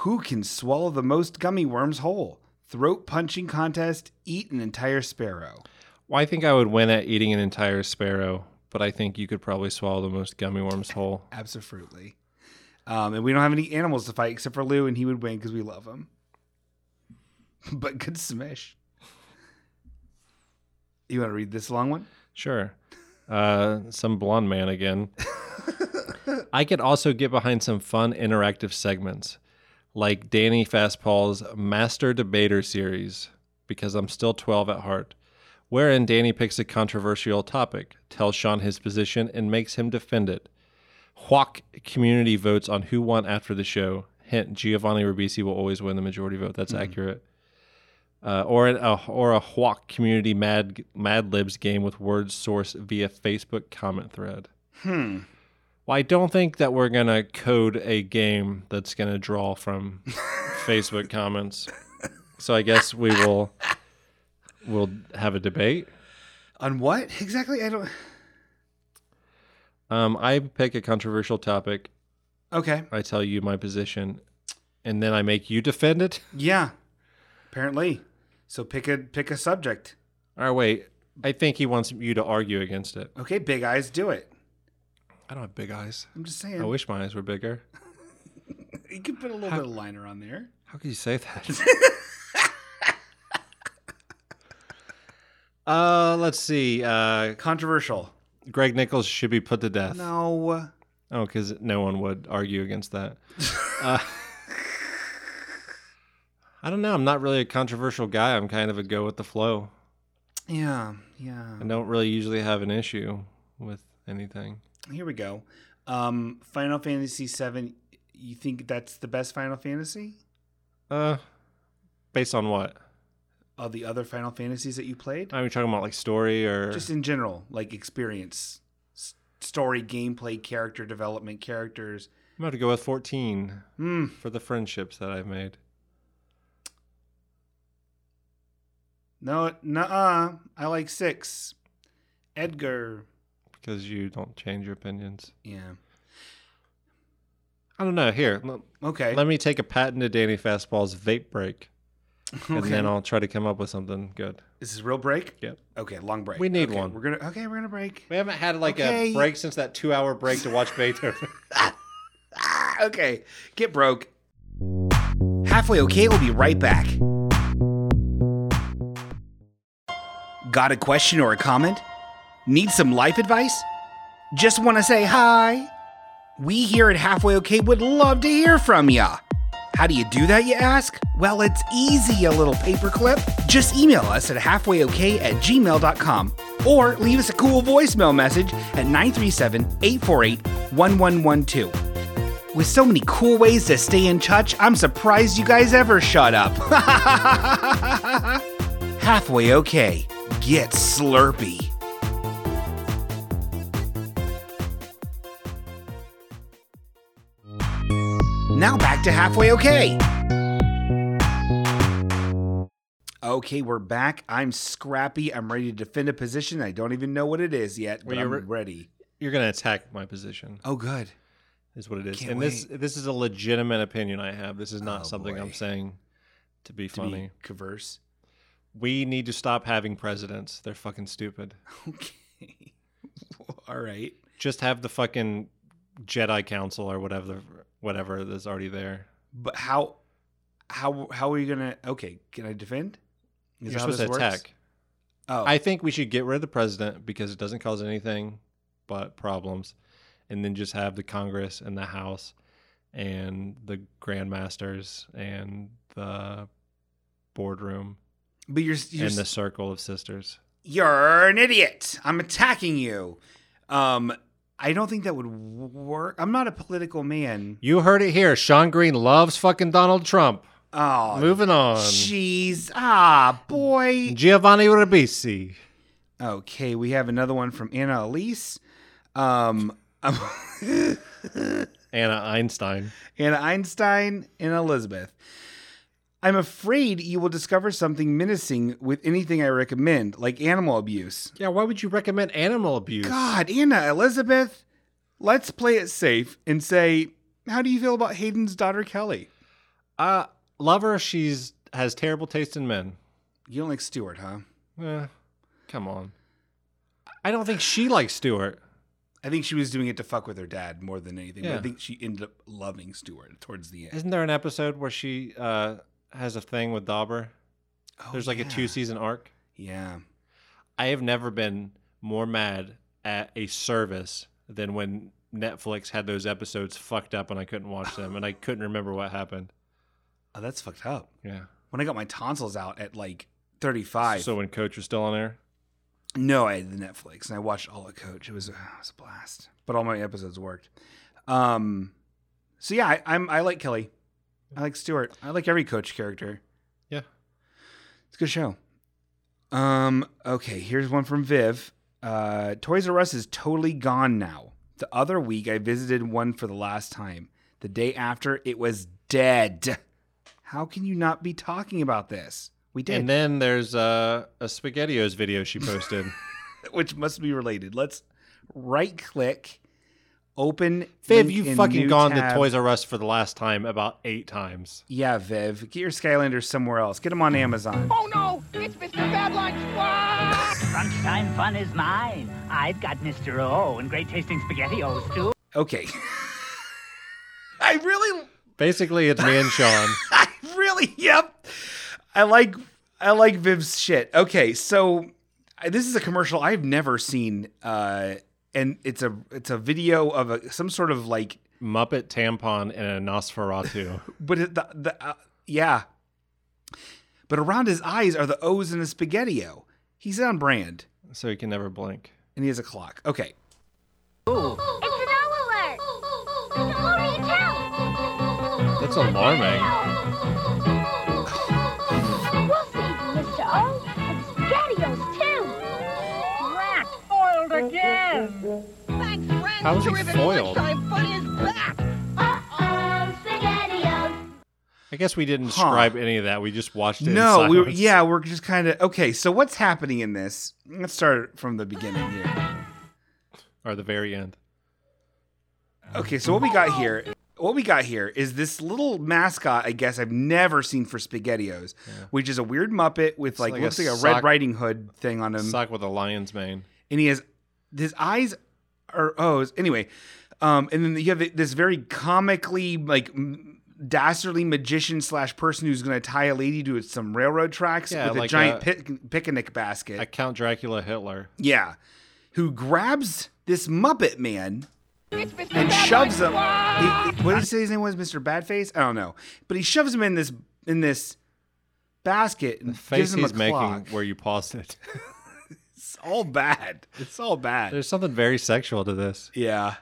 [SPEAKER 1] Who can swallow the most gummy worms whole? Throat punching contest. Eat an entire sparrow.
[SPEAKER 2] Well, I think I would win at eating an entire sparrow, but I think you could probably swallow the most gummy worms whole.
[SPEAKER 1] Absolutely. Um, and we don't have any animals to fight except for Lou, and he would win because we love him. but good smish. You want to read this long one?
[SPEAKER 2] Sure. Uh, some blonde man again. I could also get behind some fun interactive segments like Danny Fastpaul's Master Debater series, because I'm still 12 at heart, wherein Danny picks a controversial topic, tells Sean his position, and makes him defend it. Hawk community votes on who won after the show. Hint Giovanni Ribisi will always win the majority vote. That's
[SPEAKER 1] Mhm.
[SPEAKER 2] accurate. Uh, or an, a or a Hawk community Mad Mad Libs game with words sourced via Facebook comment thread.
[SPEAKER 1] Hmm.
[SPEAKER 2] Well, I don't think that we're gonna code a game that's gonna draw from Facebook comments. So I guess we will we'll have a debate.
[SPEAKER 1] On what exactly? I don't.
[SPEAKER 2] Um, I pick a controversial topic.
[SPEAKER 1] Okay.
[SPEAKER 2] I tell you my position, and then I make you defend it.
[SPEAKER 1] Yeah. Apparently. So pick a pick a subject.
[SPEAKER 2] All right, wait. I think he wants you to argue against it.
[SPEAKER 1] Okay, big eyes, do it.
[SPEAKER 2] I don't have big eyes. Oh,
[SPEAKER 1] I'm just saying.
[SPEAKER 2] I wish my eyes were bigger.
[SPEAKER 1] you could put a little bit of liner on there.
[SPEAKER 2] How could you say that? uh, let's see. Uh,
[SPEAKER 1] Controversial.
[SPEAKER 2] Greg Nichols should be put to death.
[SPEAKER 1] No.
[SPEAKER 2] Oh, because no one would argue against that. uh, I don't know. I'm not really a controversial guy. I'm kind of a go with the flow.
[SPEAKER 1] Yeah. Yeah.
[SPEAKER 2] I don't really usually have an issue with anything.
[SPEAKER 1] Here we go. Um, Final Fantasy VII. You think that's the best Final Fantasy?
[SPEAKER 2] Uh, based on what?
[SPEAKER 1] Of the other Final Fantasies that you played?
[SPEAKER 2] Are we talking about like story or
[SPEAKER 1] Just in general, like experience, s- story, gameplay, character development, characters.
[SPEAKER 2] I'm about to go with 14
[SPEAKER 1] Hmm.
[SPEAKER 2] for the friendships that I've made.
[SPEAKER 1] No, nuh-uh. I like six. Edgar.
[SPEAKER 2] because you don't change your opinions.
[SPEAKER 1] Yeah.
[SPEAKER 2] I don't know. Here, l-
[SPEAKER 1] Okay.
[SPEAKER 2] let me take a patented Danny Fastball's vape break, and
[SPEAKER 1] Okay.
[SPEAKER 2] then I'll try to come up with something good.
[SPEAKER 1] Is this a real break?
[SPEAKER 2] Yep.
[SPEAKER 1] Okay, long break.
[SPEAKER 2] We need
[SPEAKER 1] Okay,
[SPEAKER 2] one.
[SPEAKER 1] We're gonna okay, we're gonna break.
[SPEAKER 2] We haven't had like
[SPEAKER 1] a Okay.
[SPEAKER 2] a
[SPEAKER 1] break
[SPEAKER 2] break since that two-hour break to watch Beethoven.
[SPEAKER 1] Ah, okay. Get broke. Halfway okay, we'll be right back. Got a question or a comment? Need some life advice? Just want to say hi? We here at Halfway Okay would love to hear from ya. How do you do that, you ask? Well, it's easy, a little paperclip. Just email us at halfwayok at gmail.com or leave us a cool voicemail message at 937 848 1112. With so many cool ways to stay in touch, I'm surprised you guys ever shut up. Halfway okay. Get slurpy. Now back to halfway okay. Okay, we're back. I'm scrappy. I'm ready to defend a position. I don't even know what it is yet, but
[SPEAKER 2] Well,
[SPEAKER 1] I'm
[SPEAKER 2] you're
[SPEAKER 1] ready.
[SPEAKER 2] You're gonna attack my position,
[SPEAKER 1] Oh, good.
[SPEAKER 2] is what it is.
[SPEAKER 1] Can't
[SPEAKER 2] and this this is a legitimate opinion I have. This is not
[SPEAKER 1] Oh,
[SPEAKER 2] something
[SPEAKER 1] boy.
[SPEAKER 2] I'm saying to be
[SPEAKER 1] To
[SPEAKER 2] funny.
[SPEAKER 1] be converse.
[SPEAKER 2] We need to stop having presidents. They're fucking stupid.
[SPEAKER 1] Okay. All right.
[SPEAKER 2] Just have the fucking Jedi Council or whatever whatever that's already there.
[SPEAKER 1] But how how how are you gonna okay, can I defend? Is
[SPEAKER 2] You're
[SPEAKER 1] that how
[SPEAKER 2] supposed to
[SPEAKER 1] this works?
[SPEAKER 2] attack.
[SPEAKER 1] Oh
[SPEAKER 2] I think we should get rid of the president because it doesn't cause anything but problems, and then just have the Congress and the House and the grandmasters and the boardroom
[SPEAKER 1] but you're you're,
[SPEAKER 2] and the circle of sisters.
[SPEAKER 1] you're an idiot. I'm attacking you. Um I don't think that would work. I'm not a political man.
[SPEAKER 2] You heard it here. Sean Green loves fucking Donald Trump.
[SPEAKER 1] Oh
[SPEAKER 2] Moving on.
[SPEAKER 1] Jeez. Ah boy.
[SPEAKER 2] Giovanni Ribisi.
[SPEAKER 1] Okay, we have another one from Anna Elise. Um
[SPEAKER 2] Anna Einstein.
[SPEAKER 1] Anna Einstein and Elizabeth. I'm afraid you will discover something menacing with anything I recommend, like animal abuse.
[SPEAKER 2] Yeah, why would you recommend animal abuse?
[SPEAKER 1] God, Anna, Elizabeth, let's play it safe and say, how do you feel about Hayden's daughter Kelly?
[SPEAKER 2] Uh, love her. She's has terrible taste in men.
[SPEAKER 1] You don't like Stewart, huh?
[SPEAKER 2] Eh, come on. I don't think she likes Stewart.
[SPEAKER 1] I think she was doing it to fuck with her dad more than anything. But I
[SPEAKER 2] Yeah.
[SPEAKER 1] think she ended up loving Stewart towards the end.
[SPEAKER 2] Isn't there an episode where she uh, has a thing with Dauber?
[SPEAKER 1] Oh,
[SPEAKER 2] There's like
[SPEAKER 1] yeah.
[SPEAKER 2] a two season arc.
[SPEAKER 1] Yeah.
[SPEAKER 2] I have never been more mad at a service than when Netflix had those episodes fucked up and I couldn't watch them and I couldn't remember what happened.
[SPEAKER 1] Oh, that's fucked up.
[SPEAKER 2] Yeah.
[SPEAKER 1] When I got my tonsils out at like 35.
[SPEAKER 2] So when Coach was still on air,
[SPEAKER 1] No, I had the Netflix and I watched all of Coach. It was, uh, it was a blast, but all my episodes worked. Um, so yeah, I, I'm I like Kelly, I like Stewart, I like every Coach character.
[SPEAKER 2] Yeah.
[SPEAKER 1] it's a good show. Um, okay, here's one from Viv. Uh, Toys R Us is totally gone now. The other week, I visited one for the last time. The day after, it was dead. How can you not be talking about this? We did.
[SPEAKER 2] And then there's uh, a SpaghettiOs video she posted.
[SPEAKER 1] which must be related. Let's right click, open.
[SPEAKER 2] Viv,
[SPEAKER 1] link
[SPEAKER 2] you've
[SPEAKER 1] in
[SPEAKER 2] fucking
[SPEAKER 1] new
[SPEAKER 2] gone
[SPEAKER 1] tab.
[SPEAKER 2] to Toys R Us for the last time about eight times.
[SPEAKER 1] Yeah, Viv, get your Skylanders somewhere else. Get
[SPEAKER 2] Mm.
[SPEAKER 1] them on Amazon.
[SPEAKER 12] Oh no! It's Mr. Badline Squawk! Crunchtime fun is mine. I've got Mr. O and great tasting SpaghettiOs too.
[SPEAKER 1] Okay. I really,
[SPEAKER 2] Basically, it's me and Sean.
[SPEAKER 1] really, yep. I like, I like Viv's shit. Okay, so I- this is a commercial I've never seen, uh, and it's a it's a video of a some sort of like,
[SPEAKER 2] Muppet tampon and a Nosferatu.
[SPEAKER 1] but it, the the uh, yeah. But around his eyes are the O's in a spaghettio. He's on brand,
[SPEAKER 2] so he can never blink.
[SPEAKER 1] and he has a clock. Okay.
[SPEAKER 11] It's an owl alert! It's Glory Town!
[SPEAKER 2] That's alarming.
[SPEAKER 11] Mr. O, and SpaghettiOs too! Rat foiled again! Thanks, Rat!
[SPEAKER 2] How is he foiled?
[SPEAKER 11] Funny is back! Uh-oh, SpaghettiOs!
[SPEAKER 2] I guess we didn't
[SPEAKER 1] Huh.
[SPEAKER 2] describe any of that. We just watched it. in
[SPEAKER 1] No, we were,
[SPEAKER 2] silence.
[SPEAKER 1] yeah, we're just kind of okay. So what's happening in this? Let's start from the beginning here.
[SPEAKER 2] Or the very end.
[SPEAKER 1] Okay, so what we got here, what we got here is this little mascot. I guess I've never seen for SpaghettiOs, which is a weird Muppet with like,
[SPEAKER 2] like a
[SPEAKER 1] looks like a
[SPEAKER 2] sock-
[SPEAKER 1] Red Riding Hood thing on him,
[SPEAKER 2] Sock with a lion's mane.
[SPEAKER 1] and he has his eyes are O's. Anyway, um, and then you have this very comically like. m- Dastardly magician slash person who's going to tie a lady to some railroad tracks
[SPEAKER 2] Yeah,
[SPEAKER 1] with a
[SPEAKER 2] like
[SPEAKER 1] giant
[SPEAKER 2] a-
[SPEAKER 1] pic- picnic basket.
[SPEAKER 2] I count Dracula Hitler.
[SPEAKER 1] Yeah. Who grabs this Muppet man
[SPEAKER 12] It's Mr.
[SPEAKER 1] and
[SPEAKER 12] Badline
[SPEAKER 1] shoves him.
[SPEAKER 12] Squawk!
[SPEAKER 1] he- he- what did he say his name was? Mr. Badface? I don't know. But he shoves him in this in this basket and
[SPEAKER 2] Face
[SPEAKER 1] gives him a
[SPEAKER 2] he's making
[SPEAKER 1] clock.
[SPEAKER 2] where you paused it.
[SPEAKER 1] It's all bad. It's all bad.
[SPEAKER 2] There's something very sexual to this.
[SPEAKER 1] yeah.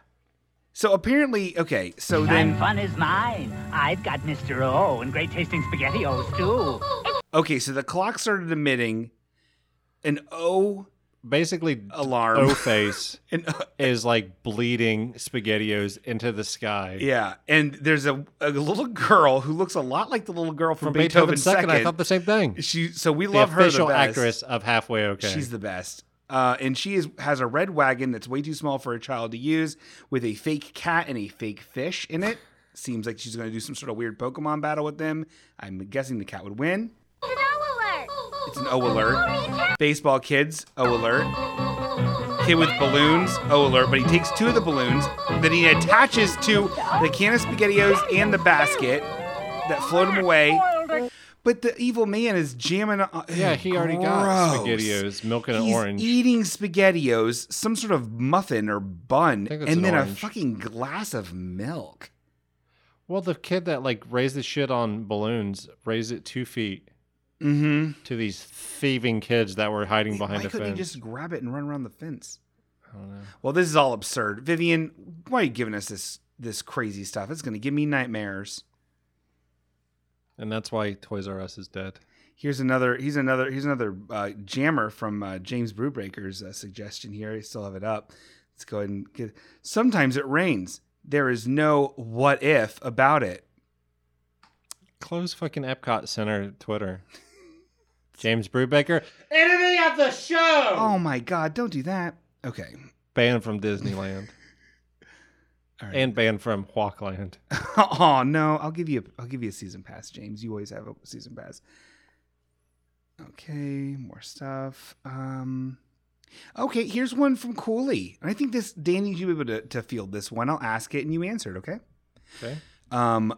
[SPEAKER 1] So apparently, okay. So
[SPEAKER 12] Crunchtime
[SPEAKER 1] then,
[SPEAKER 12] fun is mine. I've got Mr. O and great tasting SpaghettiOs too.
[SPEAKER 1] okay. So the clock started emitting an O
[SPEAKER 2] Basically,
[SPEAKER 1] alarm.
[SPEAKER 2] O face
[SPEAKER 1] An O-
[SPEAKER 2] is like bleeding SpaghettiOs into the sky.
[SPEAKER 1] yeah, and there's a, a little girl who looks a lot like the little girl from,
[SPEAKER 2] From
[SPEAKER 1] Beethoven's
[SPEAKER 2] Beethoven's second, I thought the same thing.
[SPEAKER 1] She so we
[SPEAKER 2] The
[SPEAKER 1] love her the
[SPEAKER 2] official
[SPEAKER 1] best.
[SPEAKER 2] actress of Halfway Okay.
[SPEAKER 1] She's the best. Uh, and she is has a red wagon that's way too small for a child to use with a fake cat and a fake fish in it. Seems like she's going to do some sort of weird Pokemon battle with them. I'm guessing the cat would win.
[SPEAKER 11] It's an owl alert!
[SPEAKER 1] It's an O alert. Baseball kids, O alert. Kid with balloons, O alert. But he takes two of the balloons that he attaches to the can of SpaghettiOs and the basket that float him away. But the evil man is jamming. On,
[SPEAKER 2] yeah, he already got
[SPEAKER 1] Gross
[SPEAKER 2] SpaghettiOs, milk and an
[SPEAKER 1] he's
[SPEAKER 2] orange.
[SPEAKER 1] eating spaghettios, some sort of muffin or bun,
[SPEAKER 2] think it's
[SPEAKER 1] and
[SPEAKER 2] an
[SPEAKER 1] then a
[SPEAKER 2] orange.
[SPEAKER 1] fucking glass of milk.
[SPEAKER 2] well, the kid that like raised the shit on balloons raised it two feet
[SPEAKER 1] Mm-hmm.
[SPEAKER 2] to these thieving kids that were hiding behind
[SPEAKER 1] why
[SPEAKER 2] a
[SPEAKER 1] couldn't
[SPEAKER 2] fence.
[SPEAKER 1] he just grab it and run around the fence?
[SPEAKER 2] I don't know.
[SPEAKER 1] Well, this is all absurd. Vivian, why are you giving us this this crazy stuff? It's gonna give me nightmares.
[SPEAKER 2] And that's why Toys R Us is dead.
[SPEAKER 1] Here's another. He's another. Here's another uh, jammer from uh, James Brewbreaker's uh, suggestion here. I still have it up. Let's go ahead and get. Sometimes it rains. There is no what if about it.
[SPEAKER 2] Close fucking Epcot Center Twitter. James Brubaker
[SPEAKER 3] Enemy of the show!
[SPEAKER 1] Oh my god! Don't do that. Okay.
[SPEAKER 2] banned from Disneyland
[SPEAKER 1] All right.
[SPEAKER 2] and banned from Walkland.
[SPEAKER 1] oh no, I'll give you a, I'll give you a season pass, James. You always have a season pass. Okay, more stuff. Um Okay, here's one from Cooley. And I think this Danny you be able to, to field this one. I'll ask it and you answer it, okay?
[SPEAKER 2] Okay.
[SPEAKER 1] Um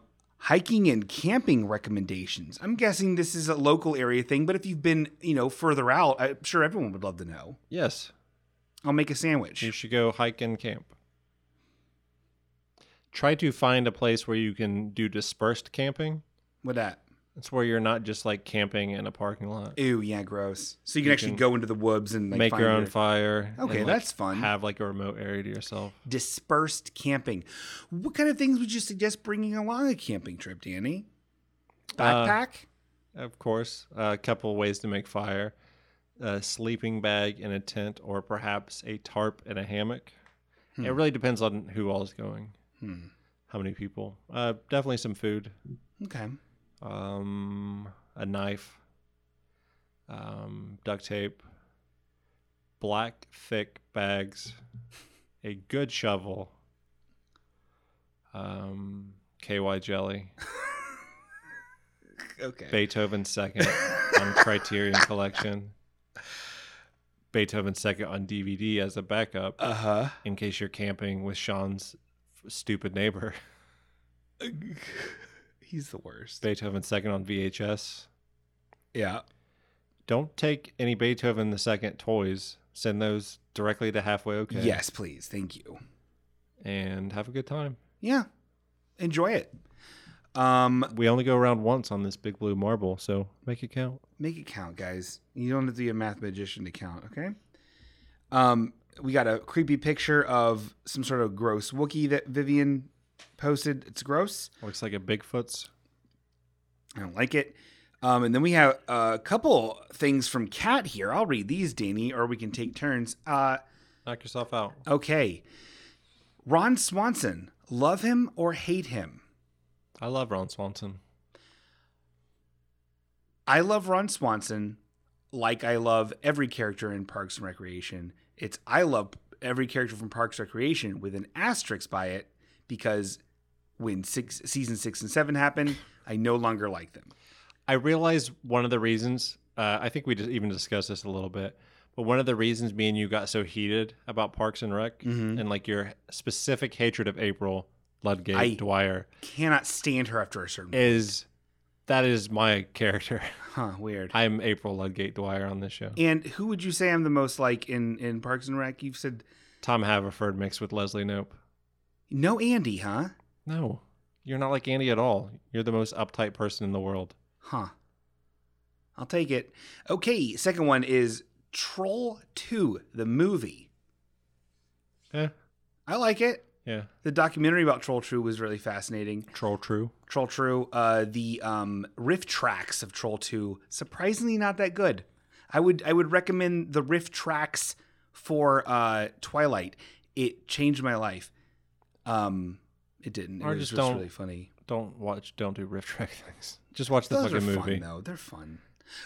[SPEAKER 1] hiking and camping recommendations. I'm guessing this is a local area thing, but if you've been, you know, further out, I'm sure everyone would love to know.
[SPEAKER 2] Yes,
[SPEAKER 1] I'll make a sandwich.
[SPEAKER 2] you should go hike and camp. Try to find a place where you can do dispersed camping.
[SPEAKER 1] What that?
[SPEAKER 2] It's where you're not just like camping in a parking lot.
[SPEAKER 1] Ew, yeah, gross. So you can
[SPEAKER 2] You
[SPEAKER 1] actually
[SPEAKER 2] can
[SPEAKER 1] go into the woods and like,
[SPEAKER 2] Make
[SPEAKER 1] find
[SPEAKER 2] your own fire. and,
[SPEAKER 1] Okay,
[SPEAKER 2] like,
[SPEAKER 1] that's fun.
[SPEAKER 2] Have like a remote area to yourself.
[SPEAKER 1] dispersed camping. What kind of things would you suggest bringing along a camping trip, Danny?
[SPEAKER 2] Uh,
[SPEAKER 1] Backpack?
[SPEAKER 2] Of course, a couple ways to make fire a sleeping bag in a tent, or perhaps a tarp in a hammock. It really depends on who all is going,
[SPEAKER 1] Hmm.
[SPEAKER 2] how many people. Uh, definitely some food.
[SPEAKER 1] Okay.
[SPEAKER 2] Um, a knife. Um, duct tape. Black thick bags. A good shovel. Um, KY jelly.
[SPEAKER 1] Okay.
[SPEAKER 2] Beethoven second on Criterion Collection. Beethoven second on DVD as a backup. Uh
[SPEAKER 1] huh.
[SPEAKER 2] In case you're camping with Sean's stupid neighbor.
[SPEAKER 1] He's the worst.
[SPEAKER 2] Beethoven second on VHS.
[SPEAKER 1] Yeah.
[SPEAKER 2] Don't take any Beethoven the second toys. Send those directly to halfway okay.
[SPEAKER 1] Yes, please. Thank you.
[SPEAKER 2] And have a good time.
[SPEAKER 1] Yeah. Enjoy it. Um,
[SPEAKER 2] we only go around once on this big blue marble, so make it count.
[SPEAKER 1] Make it count, guys. You don't have to be a mathematician to count, okay? Um, we got a creepy picture of some sort of gross Wookiee that Vivian posted. It's gross.
[SPEAKER 2] Looks like a Bigfoot's.
[SPEAKER 1] I don't like it. Um, and then we have a couple things from Kat here. I'll read these, Danny, or we can take turns. Uh,
[SPEAKER 2] Knock yourself out.
[SPEAKER 1] Okay. Ron Swanson, love him or hate him?
[SPEAKER 2] I love Ron Swanson.
[SPEAKER 1] I love Ron Swanson like I love every character in Parks and Recreation. It's I love every character from Parks and Recreation with an asterisk by it because when six season six and seven happen, I no longer like them.
[SPEAKER 2] I realize one of the reasons. Uh, I think we just even discussed this a little bit, but one of the reasons me and you got so heated about Parks and Rec
[SPEAKER 1] Mhm.
[SPEAKER 2] and like your specific hatred of April Ludgate
[SPEAKER 1] I-
[SPEAKER 2] Dwyer
[SPEAKER 1] Cannot stand her after a certain
[SPEAKER 2] is that is my character.
[SPEAKER 1] Huh, weird.
[SPEAKER 2] I'm April Ludgate Dwyer on this show.
[SPEAKER 1] And who would you say I'm the most like in in Parks and Rec? You've said
[SPEAKER 2] Tom Haverford mixed with Leslie Nope.
[SPEAKER 1] no Andy, huh?
[SPEAKER 2] No, you're not like Andy at all. You're the most uptight person in the world.
[SPEAKER 1] Huh. I'll take it. Okay, second one is Troll 2, the movie.
[SPEAKER 2] Yeah.
[SPEAKER 1] I like it.
[SPEAKER 2] Eh, Yeah.
[SPEAKER 1] The documentary about Troll True was really fascinating.
[SPEAKER 2] Troll True.
[SPEAKER 1] Troll True. Uh, the um, riff tracks of Troll Two surprisingly not that good. I would I would recommend the riff tracks for uh, Twilight. It changed my life. Um, it didn't.
[SPEAKER 2] Or
[SPEAKER 1] it was
[SPEAKER 2] just
[SPEAKER 1] just
[SPEAKER 2] don't-
[SPEAKER 1] really funny.
[SPEAKER 2] Don't watch. Don't do riff track things. Just watch the
[SPEAKER 1] Those
[SPEAKER 2] fucking
[SPEAKER 1] are Fun,
[SPEAKER 2] movie.
[SPEAKER 1] though they're fun.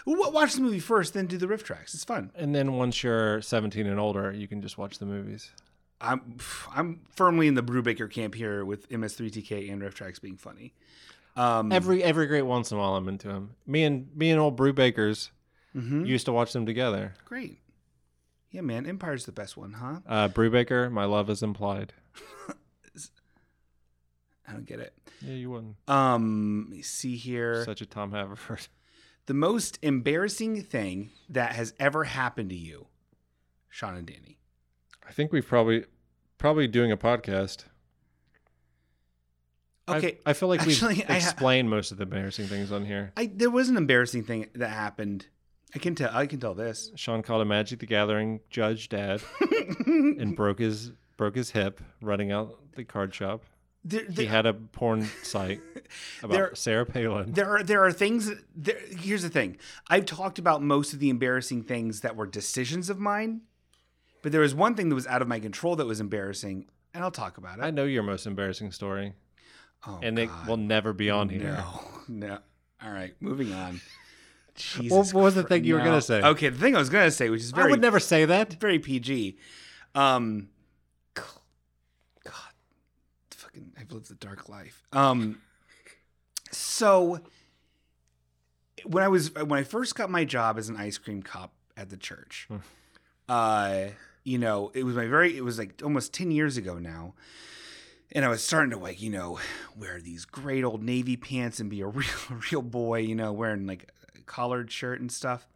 [SPEAKER 1] Wa- Watch the movie first, then do the riff tracks. It's fun.
[SPEAKER 2] And then once you're 17 and older, you can just watch the movies.
[SPEAKER 1] I'm pff, I'm firmly in the Brubaker camp here with MS3TK and riff tracks being funny. Um,
[SPEAKER 2] every every great once in a while, I'm into them. Me and me and old Brew Bakers
[SPEAKER 1] Mhm.
[SPEAKER 2] used to watch them together.
[SPEAKER 1] great. Yeah, man, Empire's the best one, huh?
[SPEAKER 2] Uh, Brew Baker, my love is implied.
[SPEAKER 1] I don't get it.
[SPEAKER 2] Yeah, you wouldn't.
[SPEAKER 1] Um, let me see here.
[SPEAKER 2] Such a Tom Haverford.
[SPEAKER 1] The most embarrassing thing that has ever happened to you, Sean and Danny.
[SPEAKER 2] I think we've probably probably doing a podcast. I-
[SPEAKER 1] Okay,
[SPEAKER 2] I, feel like
[SPEAKER 1] actually,
[SPEAKER 2] we've
[SPEAKER 1] I ha-
[SPEAKER 2] explained most of the embarrassing things on here.
[SPEAKER 1] I there was an embarrassing thing that happened. I can tell. I can tell this.
[SPEAKER 2] Sean called a Magic the Gathering judge dad and broke his broke his hip running out the card shop.
[SPEAKER 1] There-
[SPEAKER 2] he
[SPEAKER 1] there-
[SPEAKER 2] had a porn site about
[SPEAKER 1] There-
[SPEAKER 2] Sarah Palin.
[SPEAKER 1] There are there are things. There, here's the thing. I've talked about most of the embarrassing things that were decisions of mine, but there was one thing that was out of my control that was embarrassing, and I'll talk about it.
[SPEAKER 2] I know your most embarrassing story.
[SPEAKER 1] Oh,
[SPEAKER 2] and it will never be on here.
[SPEAKER 1] No, no. All right, moving on. Jesus
[SPEAKER 2] What was the thing you were
[SPEAKER 1] Christ,
[SPEAKER 2] gonna
[SPEAKER 1] no.
[SPEAKER 2] say?
[SPEAKER 1] Okay, the thing I was gonna say, which is
[SPEAKER 2] I
[SPEAKER 1] very
[SPEAKER 2] would never say that.
[SPEAKER 1] very PG. Um, God, fucking, I've lived a dark life. Um, so when I was when I first got my job as an ice cream cop at the church, uh, you know, it was my very it was like almost ten years ago now. And I was starting to like, you know, wear these great old navy pants and be a real, real boy, you know, wearing like a collared shirt and stuff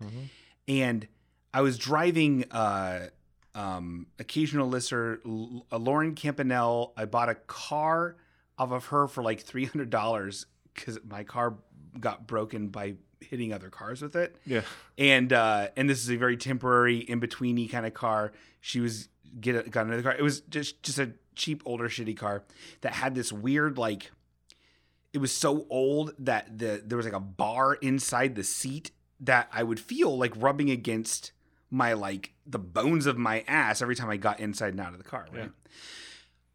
[SPEAKER 1] and I was driving uh, um, occasional listener L- uh, Lauren Campanell. I bought a car off of her for like three hundred dollars because my car got broken by hitting other cars with it.
[SPEAKER 2] Yeah.
[SPEAKER 1] and uh, and this is a very temporary in betweeny kind of car. She was get a, got another car. It was just just a cheap older shitty car that had this weird like it was so old that the there was like a bar inside the seat that I would feel like rubbing against my like the bones of my ass every time I got inside and out of the car, right?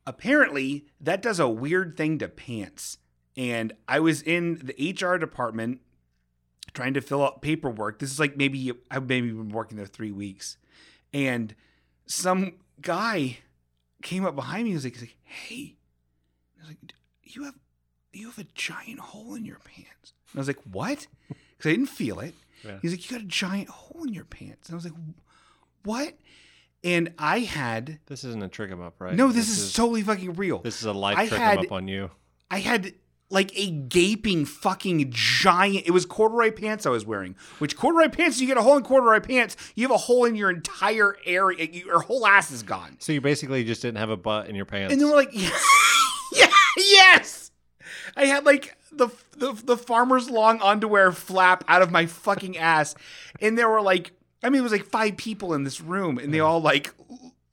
[SPEAKER 1] apparently that does a weird thing to pants. And I was in the HR department trying to fill out paperwork. This is like maybe I've maybe been working there three weeks, and some guy came up behind me. and was like, he's like, "Hey," I was like, "You have you have a giant hole in your pants." And I was like, "What?" Because I didn't feel it.
[SPEAKER 2] Yeah.
[SPEAKER 1] He's like, "You got a giant hole in your pants," and I was like, "What?" And I had
[SPEAKER 2] This isn't a trick 'em up, right?
[SPEAKER 1] no. This, is, totally fucking real.
[SPEAKER 2] This is a life
[SPEAKER 1] I
[SPEAKER 2] trick 'em
[SPEAKER 1] had-
[SPEAKER 2] up on you.
[SPEAKER 1] I had like a gaping fucking giant. It was corduroy pants I was wearing. Which corduroy pants? You get a hole in corduroy pants, you have a hole in your entire area. Your whole ass is gone.
[SPEAKER 2] So you basically just didn't have a butt in your pants.
[SPEAKER 1] And then we're like, yeah, yes. I had like the, the the farmer's long underwear flap out of my fucking ass, and there were like, I mean, it was like five people in this room, and they all like,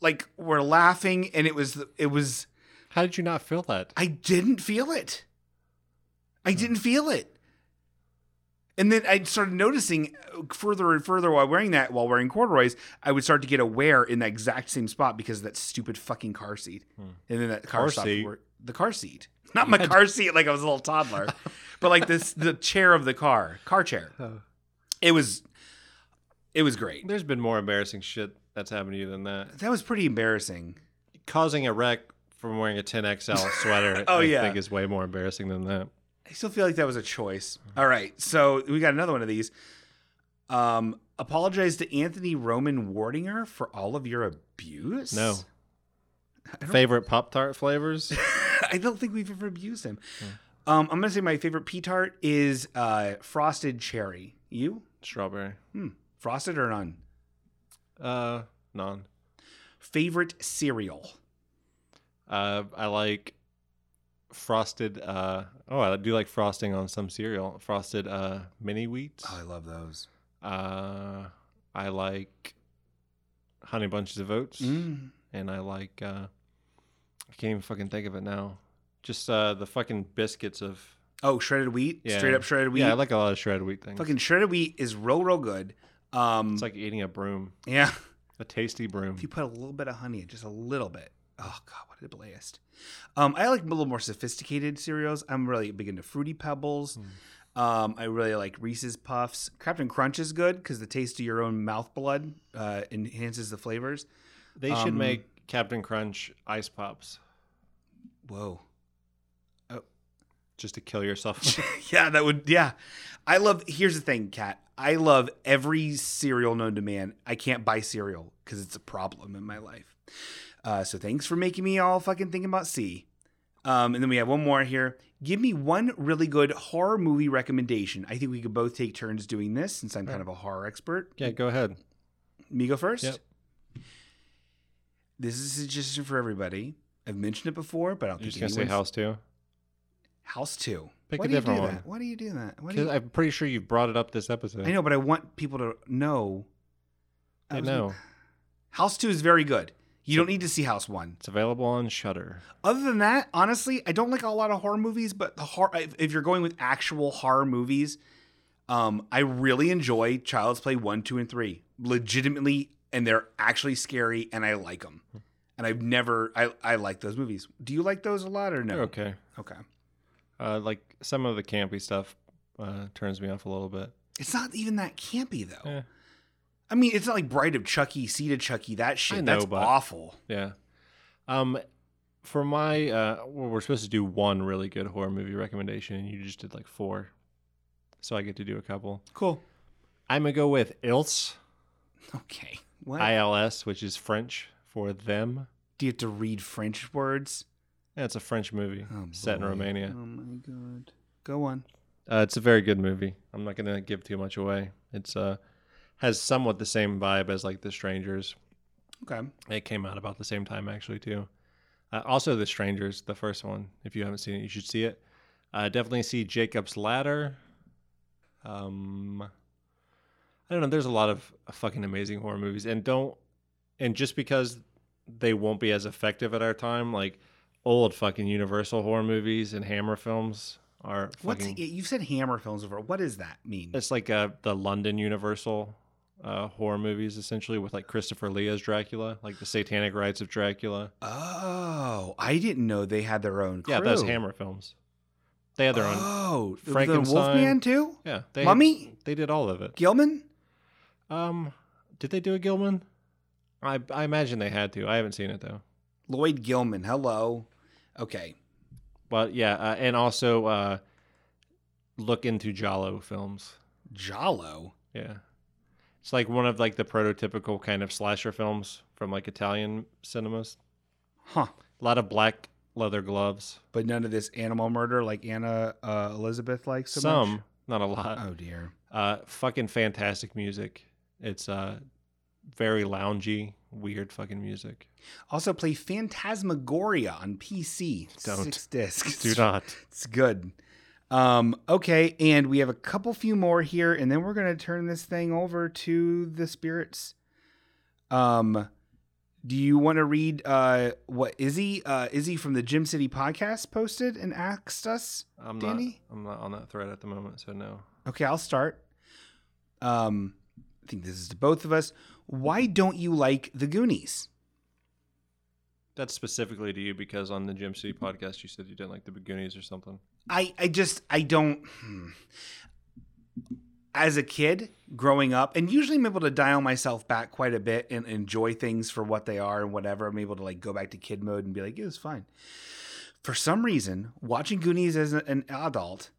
[SPEAKER 1] like were laughing, and it was it was.
[SPEAKER 2] How did you not feel that?
[SPEAKER 1] I didn't feel it. I didn't feel it. And then I started noticing uh, further and further while wearing that, while wearing corduroys, I would start to get aware in the exact same spot because of that stupid fucking car seat. And then that car,
[SPEAKER 2] Car
[SPEAKER 1] stopped
[SPEAKER 2] seat?
[SPEAKER 1] wor- The car seat. Not my car seat like I was a little toddler, but like this the chair of the car, car chair. It was it was great.
[SPEAKER 2] There's been more embarrassing shit that's happened to you than that.
[SPEAKER 1] That was pretty embarrassing.
[SPEAKER 2] Causing a wreck from wearing a 10XL sweater,
[SPEAKER 1] Oh,
[SPEAKER 2] I
[SPEAKER 1] yeah.
[SPEAKER 2] think is way more embarrassing than that.
[SPEAKER 1] I still feel like that was a choice. All right, so we got another one of these. Um, apologize to Anthony Roman Wardinger for all of your abuse.
[SPEAKER 2] No. Favorite Pop Tart flavors?
[SPEAKER 1] I don't think we've ever abused him.
[SPEAKER 2] Hmm.
[SPEAKER 1] Um, I'm gonna say my favorite P tart is uh, frosted cherry. You
[SPEAKER 2] Strawberry.
[SPEAKER 1] hmm. frosted or none?
[SPEAKER 2] Uh, none.
[SPEAKER 1] Favorite cereal?
[SPEAKER 2] Uh, I like frosted. Uh, oh, I do like frosting on some cereal. Frosted uh, mini wheats.
[SPEAKER 1] Oh, I love those.
[SPEAKER 2] Uh, I like honey bunches of oats,
[SPEAKER 1] Mm.
[SPEAKER 2] and I like. Uh, I can't even fucking think of it now. Just uh, the fucking biscuits of
[SPEAKER 1] Oh, shredded wheat,
[SPEAKER 2] yeah.
[SPEAKER 1] straight up shredded wheat.
[SPEAKER 2] Yeah, I like a lot of shredded wheat things.
[SPEAKER 1] fucking shredded wheat is real, real good. Um,
[SPEAKER 2] it's like eating a broom,
[SPEAKER 1] yeah.
[SPEAKER 2] a tasty broom.
[SPEAKER 1] If you put a little bit of honey, just a little bit. Oh god, what a blast! Um, I like a little more sophisticated cereals. I'm really big into fruity pebbles. Um, I really like Reese's Puffs. Captain Crunch is good because the taste of your own mouth blood uh, enhances the flavors.
[SPEAKER 2] They should
[SPEAKER 1] Um,
[SPEAKER 2] make Captain Crunch ice pops
[SPEAKER 1] Whoa,
[SPEAKER 2] just to kill yourself.
[SPEAKER 1] yeah, that would yeah. I love. Here's the thing, Kat. I love every cereal known to man. I can't buy cereal because it's a problem in my life. Uh, so thanks for making me all fucking think about C. Um, and then we have one more here. Give me one really good horror movie recommendation. I think we could both take turns doing this since I'm kind of a horror expert.
[SPEAKER 2] yeah, go ahead.
[SPEAKER 1] Me go first.
[SPEAKER 2] Yep.
[SPEAKER 1] This is a suggestion for everybody. I've mentioned it before, but I don't
[SPEAKER 2] You're
[SPEAKER 1] think
[SPEAKER 2] just gonna say
[SPEAKER 1] anyone's-
[SPEAKER 2] house too?
[SPEAKER 1] House two.
[SPEAKER 2] Pick
[SPEAKER 1] Why
[SPEAKER 2] a
[SPEAKER 1] do you
[SPEAKER 2] different
[SPEAKER 1] do
[SPEAKER 2] one.
[SPEAKER 1] That? Why do you do that? Why do
[SPEAKER 2] Because
[SPEAKER 1] you...
[SPEAKER 2] I'm pretty sure you've brought it up this episode.
[SPEAKER 1] I know, but I want people to know.
[SPEAKER 2] I
[SPEAKER 1] was-
[SPEAKER 2] know.
[SPEAKER 1] House two is very good. You don't need to see House one.
[SPEAKER 2] It's available on Shutter.
[SPEAKER 1] Other than that, honestly, I don't like a lot of horror movies. But the horror, if if you're going with actual horror movies, um, I really enjoy Child's Play one, two, and three. Legitimately, and they're actually scary, and I like them.
[SPEAKER 2] Hmm.
[SPEAKER 1] And I've never, I, I like those movies. Do you like those a lot or no?
[SPEAKER 2] They're okay.
[SPEAKER 1] Okay.
[SPEAKER 2] Uh, like some of the campy stuff uh, turns me off a little bit.
[SPEAKER 1] It's not even that campy though.
[SPEAKER 2] Yeah.
[SPEAKER 1] I mean, it's not like Bride of Chucky, Seed of Chucky, that shit.
[SPEAKER 2] know,
[SPEAKER 1] That's
[SPEAKER 2] but-
[SPEAKER 1] awful.
[SPEAKER 2] Yeah. Um, for my, uh, well, we're supposed to do one really good horror movie recommendation, and you just did like four, so I get to do a couple.
[SPEAKER 1] Cool.
[SPEAKER 2] I'm gonna go with Ils,
[SPEAKER 1] Okay. What?
[SPEAKER 2] ILS, which is French for them.
[SPEAKER 1] Do you have to read French words?
[SPEAKER 2] Yeah, it's a French movie set in
[SPEAKER 1] boy.
[SPEAKER 2] Romania.
[SPEAKER 1] Oh my god. Go on.
[SPEAKER 2] Uh, it's a very good movie. I'm not gonna give too much away. It's uh has somewhat the same vibe as like The Strangers.
[SPEAKER 1] Okay.
[SPEAKER 2] It came out about the same time actually too. Uh, also, The Strangers, the first one. If you haven't seen it, you should see it. Uh, definitely see Jacob's Ladder. Um, I don't know. There's a lot of fucking amazing horror movies, and don't and just because they won't be as effective at our time, like old fucking Universal horror movies and Hammer films are. Fucking,
[SPEAKER 1] What's you said Hammer films before? What does that mean?
[SPEAKER 2] it's like uh the London Universal uh, horror movies, essentially, with like Christopher Lee as Dracula, like the Satanic Rites of Dracula.
[SPEAKER 1] Oh, I didn't know they had their own. Crew.
[SPEAKER 2] Yeah, those Hammer films. They had their own.
[SPEAKER 1] Oh, the- the
[SPEAKER 2] Frankenstein,
[SPEAKER 1] Wolfman too?
[SPEAKER 2] Yeah, they
[SPEAKER 1] Mummy?
[SPEAKER 2] They did all of it.
[SPEAKER 1] Gilman.
[SPEAKER 2] Um, did they do a Gilman? I I imagine they had to. I haven't seen it though.
[SPEAKER 1] Lloyd Gilman. Hello. Okay.
[SPEAKER 2] But yeah, uh, and also uh, look into Jalo films.
[SPEAKER 1] Jalo.
[SPEAKER 2] Yeah. It's like one of like the prototypical kind of slasher films from like Italian cinemas.
[SPEAKER 1] Huh.
[SPEAKER 2] A lot of black leather gloves.
[SPEAKER 1] But none of this animal murder like Anna uh, Elizabeth likes so
[SPEAKER 2] Some,
[SPEAKER 1] much?
[SPEAKER 2] not a lot.
[SPEAKER 1] Oh dear.
[SPEAKER 2] Uh fucking fantastic music. It's uh very loungy, weird fucking music.
[SPEAKER 1] Also play Phantasmagoria on PC.
[SPEAKER 2] Don't.
[SPEAKER 1] Six discs.
[SPEAKER 2] Do not.
[SPEAKER 1] It's good. Um, okay, and we have a couple few more here, and then we're gonna turn this thing over to the spirits. Um, do you want to read uh what Izzy uh Izzy from the Gym City podcast posted and asked us?
[SPEAKER 2] I'm
[SPEAKER 1] Danny?
[SPEAKER 2] not I'm not on that thread at the moment, so no.
[SPEAKER 1] Okay, I'll start. Um, I think this is to both of us. Why don't you like the Goonies?
[SPEAKER 2] That's specifically to you because on the Jim City podcast you said you didn't like the Goonies or something.
[SPEAKER 1] I I just I don't. hmm. As a kid growing up, and usually I'm able to dial myself back quite a bit and enjoy things for what they are and whatever. I'm able to like go back to kid mode and be like, it was fine. For some reason, watching Goonies as a- an adult,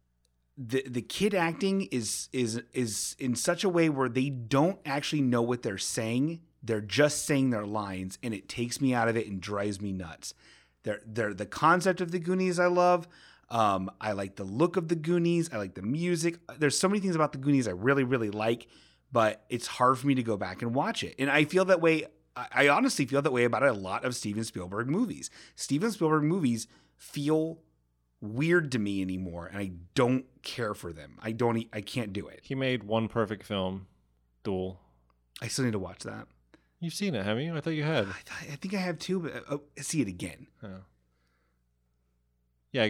[SPEAKER 1] the the kid acting is is is in such a way where they don't actually know what they're saying. They're just saying their lines, and it takes me out of it and drives me nuts. They're they're the concept of the Goonies I love. Um, I like the look of the Goonies. I like the music. There's so many things about the Goonies I really really like, but it's hard for me to go back and watch it. And I feel that way. I I honestly feel that way about a lot of Steven Spielberg movies. Steven Spielberg movies feel weird to me anymore and I don't care for them. I don't e- I can't do it.
[SPEAKER 2] He made one perfect film, Duel.
[SPEAKER 1] I still need to watch that.
[SPEAKER 2] You've seen it, haven't you? I thought you had.
[SPEAKER 1] I, th- I think I have two but uh, uh, see it again.
[SPEAKER 2] Yeah. Yeah,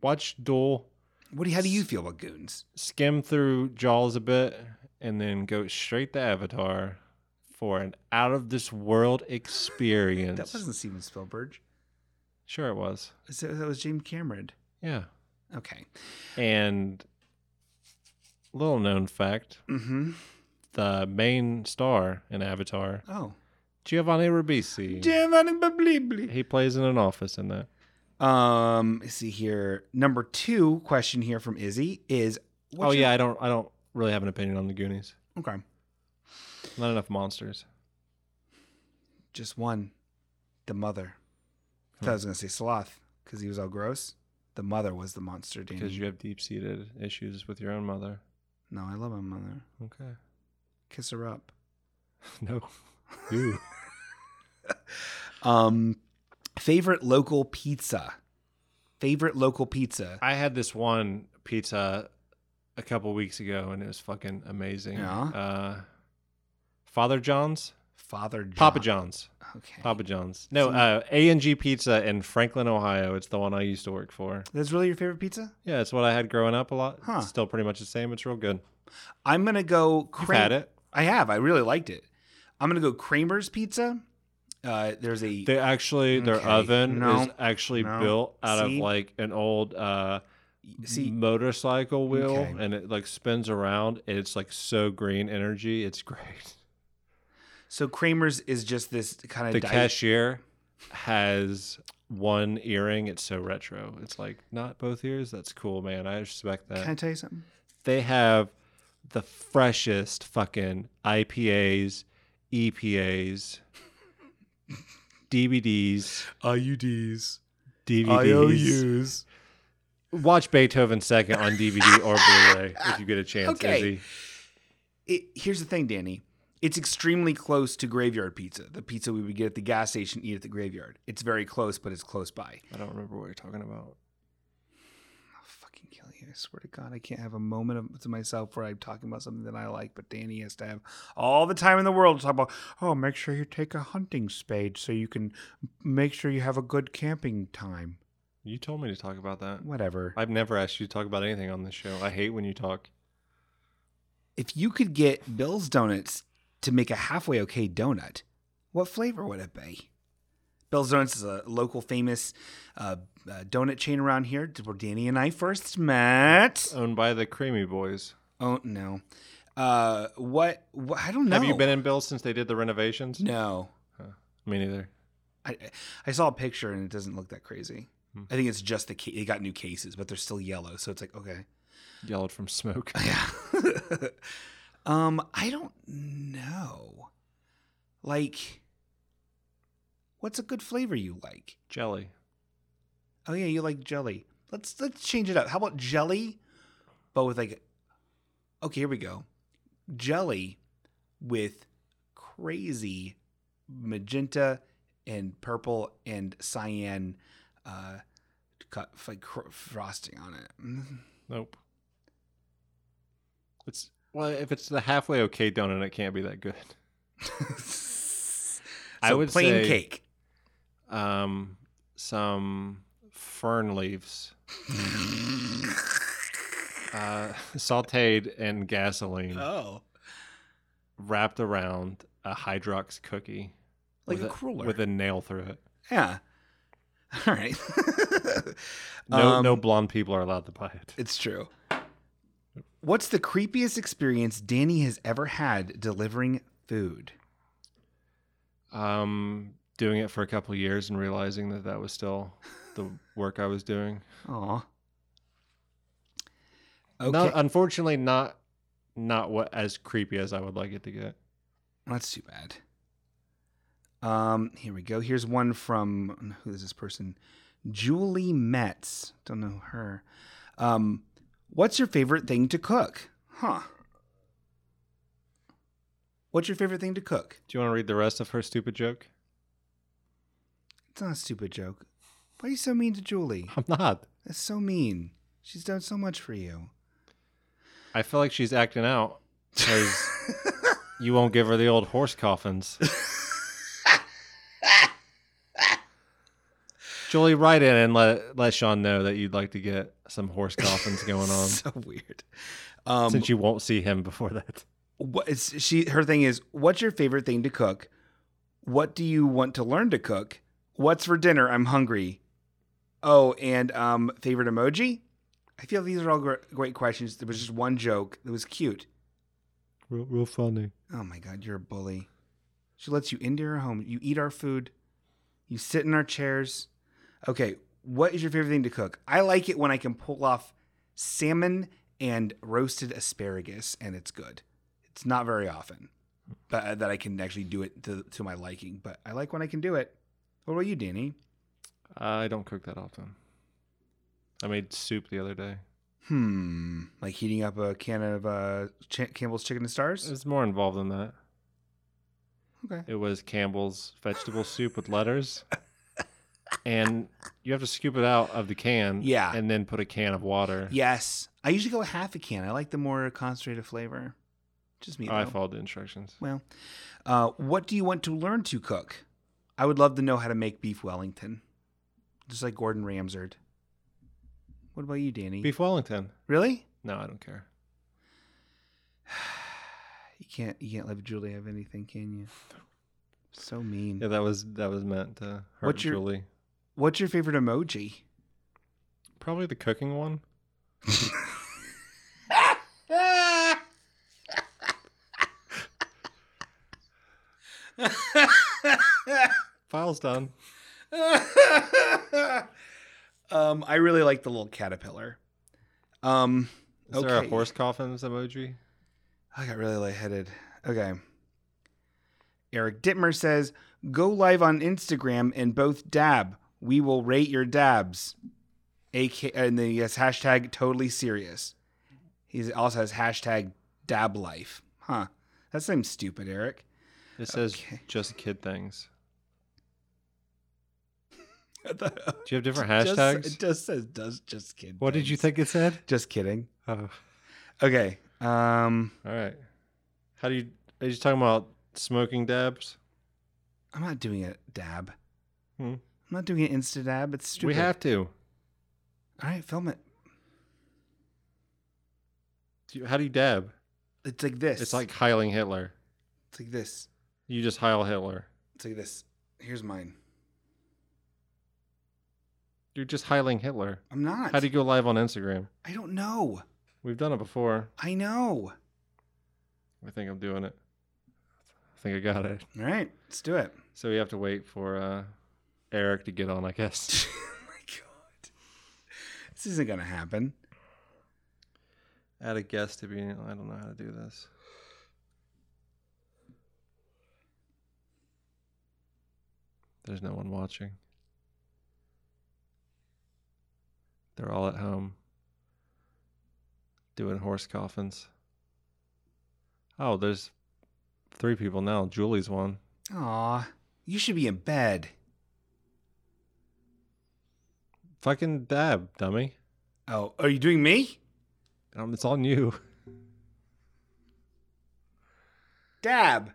[SPEAKER 2] watch Duel,
[SPEAKER 1] What do you, how do you feel about Goons?
[SPEAKER 2] skim through Jaws a bit, and then go straight to Avatar for an out of this world experience.
[SPEAKER 1] That wasn't Steven Spielberg.
[SPEAKER 2] Sure, it was.
[SPEAKER 1] Is That that was James Cameron.
[SPEAKER 2] Yeah.
[SPEAKER 1] Okay.
[SPEAKER 2] And little known fact
[SPEAKER 1] Mhm.
[SPEAKER 2] the main star in Avatar,
[SPEAKER 1] Oh.
[SPEAKER 2] Giovanni Ribisi,
[SPEAKER 1] Giovanni Bablibli.
[SPEAKER 2] he plays in an office in that.
[SPEAKER 1] Um, let's see here. Number 2 question here from Izzy is
[SPEAKER 2] oh
[SPEAKER 1] what's
[SPEAKER 2] yeah,
[SPEAKER 1] your-
[SPEAKER 2] I don't, I don't really have an opinion on the Goonies.
[SPEAKER 1] Okay.
[SPEAKER 2] Not enough monsters.
[SPEAKER 1] Just one. The mother. I thought I was going to say sloth cuz he was all gross. The mother was the monster, Danny.
[SPEAKER 2] Because you have deep seated issues with your own mother.
[SPEAKER 1] No, I love my mother.
[SPEAKER 2] Okay.
[SPEAKER 1] Kiss her up.
[SPEAKER 2] No. You.
[SPEAKER 1] Um, favorite local pizza. Favorite local pizza.
[SPEAKER 2] I had this one pizza a couple weeks ago and it was fucking amazing.
[SPEAKER 1] Yeah.
[SPEAKER 2] Uh, Father John's?
[SPEAKER 1] Father John.
[SPEAKER 2] Papa John's.
[SPEAKER 1] Okay.
[SPEAKER 2] Papa John's. No, uh, A&G Pizza in Franklin, Ohio. It's the one I used to work for.
[SPEAKER 1] That's really your favorite pizza?
[SPEAKER 2] Yeah, it's what I had growing up a lot.
[SPEAKER 1] Huh.
[SPEAKER 2] It's still pretty much the same. It's real good.
[SPEAKER 1] I'm gonna go.
[SPEAKER 2] You've
[SPEAKER 1] Kra-
[SPEAKER 2] had it.
[SPEAKER 1] I have. I really liked it. I'm gonna go Kramer's Pizza. Uh, there's a
[SPEAKER 2] They actually, their
[SPEAKER 1] Okay.
[SPEAKER 2] oven
[SPEAKER 1] No.
[SPEAKER 2] is actually
[SPEAKER 1] No.
[SPEAKER 2] built out
[SPEAKER 1] See?
[SPEAKER 2] of like an old uh,
[SPEAKER 1] see.
[SPEAKER 2] motorcycle wheel
[SPEAKER 1] Okay.
[SPEAKER 2] and it like spins around. It's like so green energy. It's great.
[SPEAKER 1] So Kramer's is just this kind of
[SPEAKER 2] the cashier has one earring. It's so retro. It's like not both ears. That's cool, man. I respect that.
[SPEAKER 1] Can I tell you something?
[SPEAKER 2] they have the freshest fucking IPAs, E EPAs, DVDs,
[SPEAKER 1] IUDs,
[SPEAKER 2] DVDs. Watch Beethoven Second on DVD or Blu-ray if you get a chance,
[SPEAKER 1] Okay.
[SPEAKER 2] Izzy.
[SPEAKER 1] It, here's the thing, Danny. It's extremely close to graveyard pizza, the pizza we would get at the gas station, eat at the graveyard. It's very close, but it's close by.
[SPEAKER 2] I don't remember what you're talking about.
[SPEAKER 1] I'll fucking kill you. I swear to God, I can't have a moment of, to myself where I'm talking about something that I like, but Danny has to have all the time in the world to talk about, oh, make sure you take a hunting spade so you can make sure you have a good camping time.
[SPEAKER 2] You told me to talk about that.
[SPEAKER 1] Whatever.
[SPEAKER 2] I've never asked you to talk about anything on this show. I hate when you talk.
[SPEAKER 1] If you could get Bill's Donuts to make a halfway okay donut, what flavor would it be? Bell's Donuts is a local famous uh, uh, donut chain around here where Danny and I first met.
[SPEAKER 2] Owned by the Creamy Boys.
[SPEAKER 1] Oh, no. Uh, what, what? I don't know.
[SPEAKER 2] Have you been in Bill's since they did the renovations?
[SPEAKER 1] No.
[SPEAKER 2] Me neither.
[SPEAKER 1] I, I saw a picture and it doesn't look that crazy.
[SPEAKER 2] Hmm.
[SPEAKER 1] I think it's just the ca- they got new cases, but they're still yellow, so it's like okay.
[SPEAKER 2] Yellowed from smoke.
[SPEAKER 1] Yeah. um, I don't know. Like, what's a good flavor you like?
[SPEAKER 2] Jelly.
[SPEAKER 1] Oh yeah, you like jelly. Let's let's change it up. How about jelly, but with like, okay, here we go, jelly with crazy magenta and purple and cyan uh cut like cr- frosting on it.
[SPEAKER 2] Nope. It's well, if it's the halfway okay donut, it can't be that good. I
[SPEAKER 1] So
[SPEAKER 2] would
[SPEAKER 1] plain
[SPEAKER 2] say,
[SPEAKER 1] cake.
[SPEAKER 2] Um, some fern leaves, uh, sautéed in gasoline,
[SPEAKER 1] Oh.
[SPEAKER 2] wrapped around a Hydrox cookie,
[SPEAKER 1] Like
[SPEAKER 2] with
[SPEAKER 1] a cruller.
[SPEAKER 2] with a nail through it.
[SPEAKER 1] Yeah. All right.
[SPEAKER 2] No,
[SPEAKER 1] Um,
[SPEAKER 2] no blonde people are allowed to buy it.
[SPEAKER 1] It's true. What's the creepiest experience Danny has ever had delivering food?
[SPEAKER 2] Um, doing it for a couple of years and realizing that that was still the work I was doing.
[SPEAKER 1] Aw.
[SPEAKER 2] Not,
[SPEAKER 1] Okay.
[SPEAKER 2] unfortunately, not not what as creepy as I would like it to get.
[SPEAKER 1] That's too bad. Um, here we go. Here's one from who is this person? Julie Metz. Don't know her. Um, what's your favorite thing to cook? Huh. What's your favorite thing to cook?
[SPEAKER 2] Do you want to read the rest of her stupid joke?
[SPEAKER 1] It's not a stupid joke. Why are you so mean to Julie?
[SPEAKER 2] I'm not.
[SPEAKER 1] That's so mean. She's done so much for you.
[SPEAKER 2] I feel like she's acting out because you won't give her the old horse coffins. Julie, write in and let let Sean know that you'd like to get some horse coffins going on
[SPEAKER 1] so weird. Um,
[SPEAKER 2] since you won't see him before that.
[SPEAKER 1] what is she her thing is what's your favorite thing to cook what do you want to learn to cook what's for dinner i'm hungry oh and um favorite emoji i feel these are all gr- great questions there was just one joke that was cute
[SPEAKER 2] Real, real funny.
[SPEAKER 1] oh my god you're a bully she lets you into her home you eat our food you sit in our chairs okay what is your favorite thing to cook i like it when i can pull off salmon and roasted asparagus and it's good it's not very often but uh, that I can actually do it to, to my liking. But I like when I can do it. What about you, Danny?
[SPEAKER 2] I don't cook that often. I made soup the other day.
[SPEAKER 1] Hmm. Like heating up a can of uh, Ch- Campbell's Chicken and Stars?
[SPEAKER 2] It's more involved than that.
[SPEAKER 1] Okay.
[SPEAKER 2] It was Campbell's vegetable soup with letters. And you have to scoop it out of the can.
[SPEAKER 1] Yeah.
[SPEAKER 2] And then put a can of water.
[SPEAKER 1] Yes. I usually go half a can. I like the more concentrated flavor. Just me.
[SPEAKER 2] Oh, I
[SPEAKER 1] though.
[SPEAKER 2] followed the instructions.
[SPEAKER 1] Well, uh, what do you want to learn to cook? I would love to know how to make beef Wellington, just like Gordon Ramsard. What about you, Danny?
[SPEAKER 2] Beef Wellington.
[SPEAKER 1] Really?
[SPEAKER 2] No, I don't care.
[SPEAKER 1] You can't. You can't let Julie have anything, can you? So mean.
[SPEAKER 2] Yeah, that was that was meant to hurt
[SPEAKER 1] What's your-
[SPEAKER 2] Julie.
[SPEAKER 1] What's your favorite emoji?
[SPEAKER 2] Probably the cooking one. File's done.
[SPEAKER 1] um, I really like the little caterpillar. Um,
[SPEAKER 2] Is there a
[SPEAKER 1] Okay.
[SPEAKER 2] horse coffins emoji?
[SPEAKER 1] I got really lightheaded. Okay. Eric Dittmer says, "Go live on Instagram and both dab. We will rate your dabs." AK, and then he has hashtag totally serious. He also has hashtag dab life. Huh? That seems stupid, Eric.
[SPEAKER 2] It says just kid things.
[SPEAKER 1] Do
[SPEAKER 2] you have different
[SPEAKER 1] Just-
[SPEAKER 2] hashtags?
[SPEAKER 1] it just says does just kidding.
[SPEAKER 2] what did you think it said?
[SPEAKER 1] Just kidding.
[SPEAKER 2] Oh.
[SPEAKER 1] Okay. Um,
[SPEAKER 2] All right. How do you? Are you talking about smoking dabs?
[SPEAKER 1] I'm not doing a dab.
[SPEAKER 2] Hmm.
[SPEAKER 1] I'm not doing an insta dab. It's stupid.
[SPEAKER 2] We have to.
[SPEAKER 1] All right, film it.
[SPEAKER 2] Do you- How do you dab?
[SPEAKER 1] It's like this.
[SPEAKER 2] It's like Heiling Hitler.
[SPEAKER 1] It's like this.
[SPEAKER 2] You just Heil Hitler.
[SPEAKER 1] It's like this. Here's mine.
[SPEAKER 2] You're just Heiling Hitler.
[SPEAKER 1] I'm not.
[SPEAKER 2] How do you go live on Instagram?
[SPEAKER 1] I don't know.
[SPEAKER 2] We've done it before.
[SPEAKER 1] I know.
[SPEAKER 2] I think I'm doing it. I think I got it.
[SPEAKER 1] All right, let's do it.
[SPEAKER 2] So we have to wait for uh, Eric to get on, I guess.
[SPEAKER 1] Oh This isn't gonna happen.
[SPEAKER 2] Add a guest to be. I don't know how to do this. There's no one watching. They're all at home doing horse coffins. Oh, there's three people now. Julie's one.
[SPEAKER 1] Aw, you should be in bed.
[SPEAKER 2] Fucking dab, dummy.
[SPEAKER 1] Oh, are you doing me?
[SPEAKER 2] Um, it's on you.
[SPEAKER 1] Dab.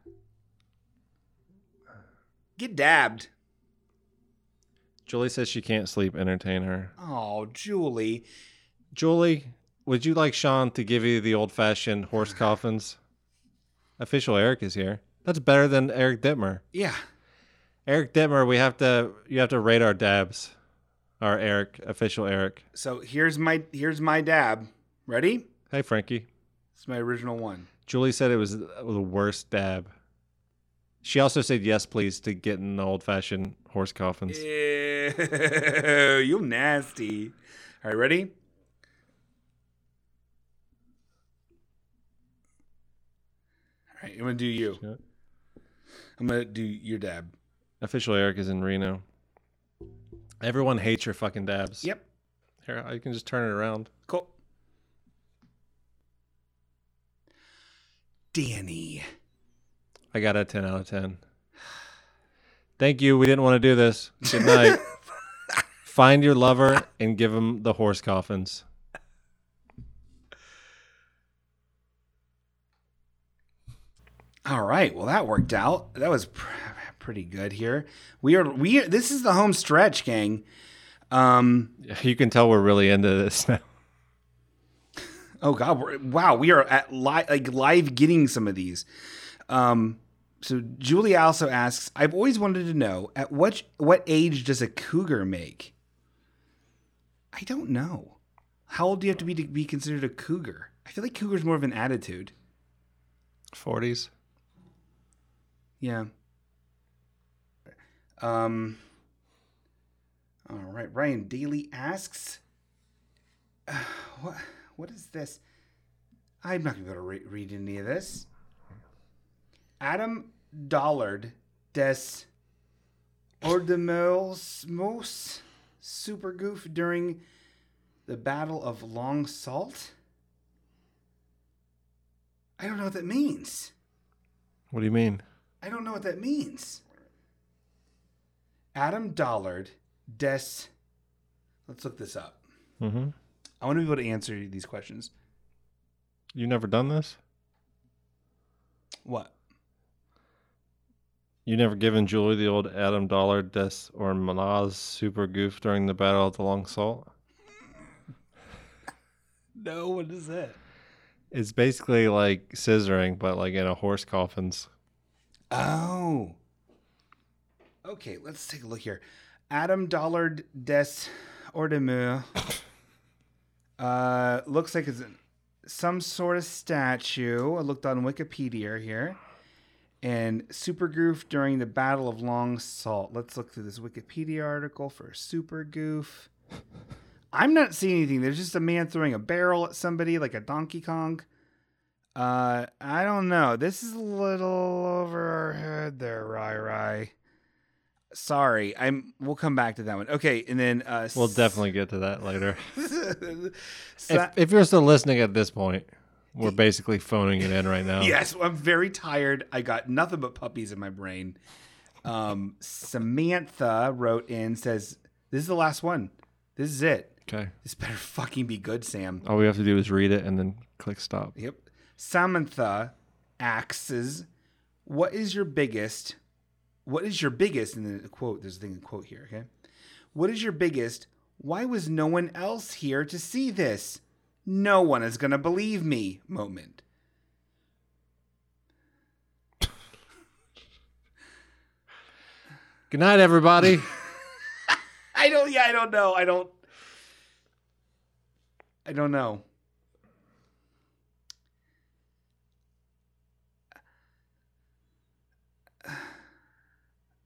[SPEAKER 1] Get dabbed.
[SPEAKER 2] Julie says she can't sleep. Entertain her.
[SPEAKER 1] Oh, Julie.
[SPEAKER 2] Julie, would you like Sean to give you the old fashioned horse coffins? Official Eric is here. That's better than Eric Dittmer.
[SPEAKER 1] Yeah.
[SPEAKER 2] Eric Dittmer, we have to you have to rate our dabs. Our Eric, official Eric.
[SPEAKER 1] So here's my here's my dab. Ready?
[SPEAKER 2] Hey Frankie.
[SPEAKER 1] It's my original one.
[SPEAKER 2] Julie said it was the worst dab. She also said yes, please, to getting the old fashioned horse coffins.
[SPEAKER 1] Ew, Eh, you nasty. All right, ready? All right, I'm gonna do you. I'm gonna do your dab.
[SPEAKER 2] Official Eric is in Reno. Everyone hates your fucking dabs.
[SPEAKER 1] Yep.
[SPEAKER 2] Here, I can just turn it around.
[SPEAKER 1] Cool. Danny.
[SPEAKER 2] I got a 10 out of 10. Thank you. We didn't want to do this. Good night. Find your lover and give him the horse coffins.
[SPEAKER 1] All right. Well, that worked out. That was pr- pretty good here. We are we this is the home stretch, gang. Um
[SPEAKER 2] You can tell we're really into this now.
[SPEAKER 1] oh god, we're, wow, we are at li- like live getting some of these. Um so Julie also asks, I've always wanted to know at what what age does a cougar make? I don't know. How old do you have to be to be considered a cougar? I feel like cougar's more of an attitude.
[SPEAKER 2] 40s.
[SPEAKER 1] Yeah. Um. All right. Ryan Daly asks, uh, "What? What is this? I'm not gonna be able to re- read any of this." Adam Dollard des Ordemosmos super goof during the Battle of Long Salt. I don't know what that means.
[SPEAKER 2] What do you mean?
[SPEAKER 1] I don't know what that means. Adam Dollard, Des. Let's look this up.
[SPEAKER 2] Mm-hmm.
[SPEAKER 1] I want to be able to answer these questions.
[SPEAKER 2] You've never done this?
[SPEAKER 1] What?
[SPEAKER 2] You never given Julie the old Adam Dollar Des or Manaz super goof during the Battle of the Long Salt?
[SPEAKER 1] No, what is that?
[SPEAKER 2] It's basically like scissoring, but like in a horse coffins.
[SPEAKER 1] Oh. Okay, let's take a look here. Adam Dollard Des Ordemur. Uh, looks like it's an- some sort of statue. I looked on Wikipedia here. And super goof during the Battle of Long Salt. Let's look through this Wikipedia article for super goof. I'm not seeing anything. There's just a man throwing a barrel at somebody like a Donkey Kong. Uh, I don't know. This is a little over our head there, Rai Rai. Sorry, I'm. We'll come back to that one. Okay, and then uh,
[SPEAKER 2] We'll
[SPEAKER 1] s-
[SPEAKER 2] definitely get to that later.
[SPEAKER 1] Sa-
[SPEAKER 2] if, if you're still listening at this point, we're basically phoning it in right now.
[SPEAKER 1] Yes, I'm very tired. I got nothing but puppies in my brain. Um, Samantha wrote in says, "This is the last one. This is it.
[SPEAKER 2] Okay.
[SPEAKER 1] This better fucking be good, Sam."
[SPEAKER 2] All we have to do is read it and then click stop.
[SPEAKER 1] Yep. Samantha asks, "What is your biggest? What is your biggest?" And then a quote. There's a thing in quote here. Okay. What is your biggest? Why was no one else here to see this? No one is gonna believe me. Moment.
[SPEAKER 2] Good night, everybody.
[SPEAKER 1] I don't. Yeah, I don't know. I don't. I don't know.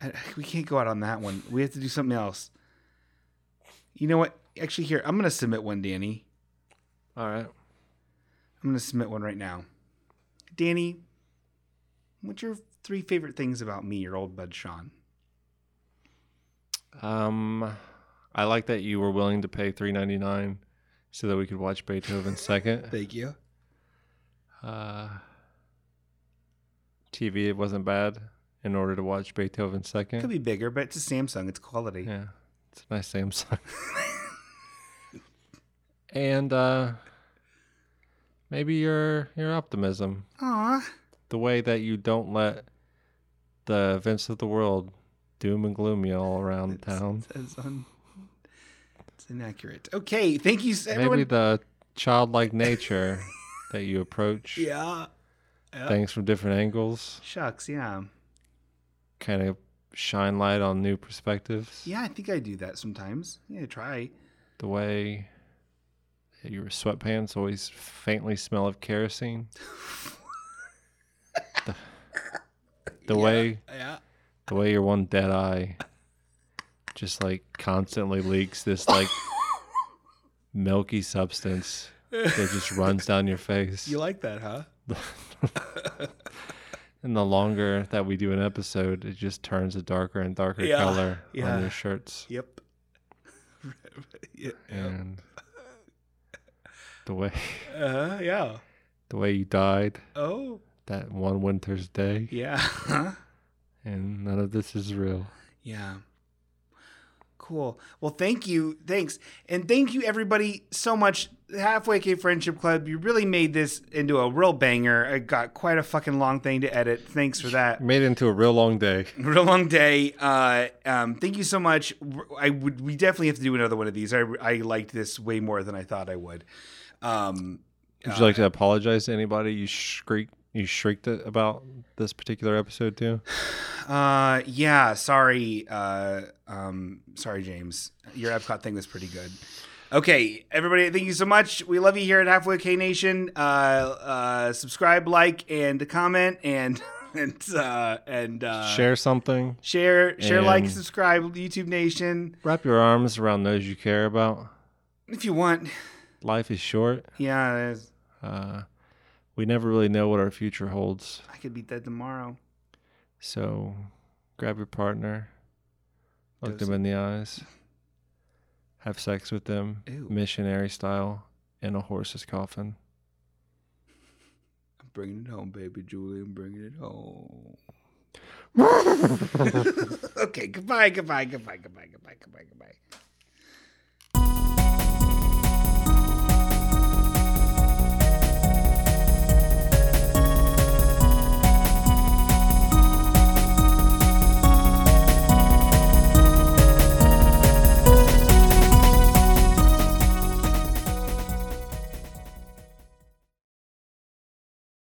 [SPEAKER 1] I- We can't go out on that one. We have to do something else. You know what? Actually, here I'm going to submit one, Danny.
[SPEAKER 2] All right.
[SPEAKER 1] I'm going to submit one right now. Danny, what's your three favorite things about me, your old bud Sean?
[SPEAKER 2] Um, I like that you were willing to pay three ninety nine so that we could watch Beethoven second.
[SPEAKER 1] Thank you.
[SPEAKER 2] Uh, TV it wasn't bad in order to watch Beethoven second.
[SPEAKER 1] Could be bigger, but it's a Samsung. It's quality.
[SPEAKER 2] Yeah, it's a nice Samsung. and uh, maybe your your optimism,
[SPEAKER 9] Aw.
[SPEAKER 2] the way that you don't let the events of the world doom and gloom you all around town.
[SPEAKER 1] That's un- it's inaccurate. Okay, thank you, s- everyone.
[SPEAKER 2] Maybe the childlike nature that you approach
[SPEAKER 1] yeah. Yeah.
[SPEAKER 2] things from different angles,
[SPEAKER 1] Shucks, yeah.
[SPEAKER 2] kind of shine light on new perspectives.
[SPEAKER 1] Yeah, I think I do that sometimes. Yeah, try.
[SPEAKER 2] The way that your sweatpants always faintly smell of kerosene. the the way
[SPEAKER 1] yeah.
[SPEAKER 2] the way your one dead eye just like constantly leaks this like milky substance that just runs down your face.
[SPEAKER 1] You like that, huh?
[SPEAKER 2] and the longer that we do an episode, it just turns a darker and darker
[SPEAKER 1] Yeah,
[SPEAKER 2] color
[SPEAKER 1] yeah.
[SPEAKER 2] on your shirts.
[SPEAKER 1] Yep. yeah.
[SPEAKER 2] And the way
[SPEAKER 1] Uh, yeah.
[SPEAKER 2] the way you died
[SPEAKER 1] Oh.
[SPEAKER 2] that one winter's day.
[SPEAKER 1] Yeah. Huh?
[SPEAKER 2] And none of this is real.
[SPEAKER 1] Yeah. Cool. Well, thank you. Thanks. And thank you, everybody, so much. Halfway K Friendship Club, you really made this into a real banger. I got quite a fucking long thing to edit. Thanks for that.
[SPEAKER 2] Made it into a real long day.
[SPEAKER 1] Real long day. Uh, um, thank you so much. I would. We definitely have to do another one of these. I, I liked this way more than I thought I would. Um,
[SPEAKER 2] Would you like to apologize to anybody you shriek you shrieked it about this particular episode too?
[SPEAKER 1] uh, yeah. Sorry. Uh, um, sorry, James. Your Epcot thing was pretty good. Okay, everybody. Thank you so much. We love you here at Halfway K Nation. Uh, uh, subscribe, like, and comment, and and uh, and uh,
[SPEAKER 2] Share something.
[SPEAKER 1] share, share, like,
[SPEAKER 2] And-
[SPEAKER 1] subscribe, YouTube Nation,
[SPEAKER 2] Wrap your arms around those you care about.
[SPEAKER 1] if you want.
[SPEAKER 2] Life is short.
[SPEAKER 1] Yeah. it is.
[SPEAKER 2] Uh, we never really know what our future holds.
[SPEAKER 1] I could be dead tomorrow.
[SPEAKER 2] So grab your partner, look
[SPEAKER 1] Does-
[SPEAKER 2] them in the eyes, have sex with them,
[SPEAKER 1] Ew.
[SPEAKER 2] missionary style, in a horse's coffin.
[SPEAKER 1] I'm bringing it home, baby Julie. I'm bringing it home. okay, goodbye, goodbye, goodbye, goodbye, goodbye, goodbye, goodbye, goodbye.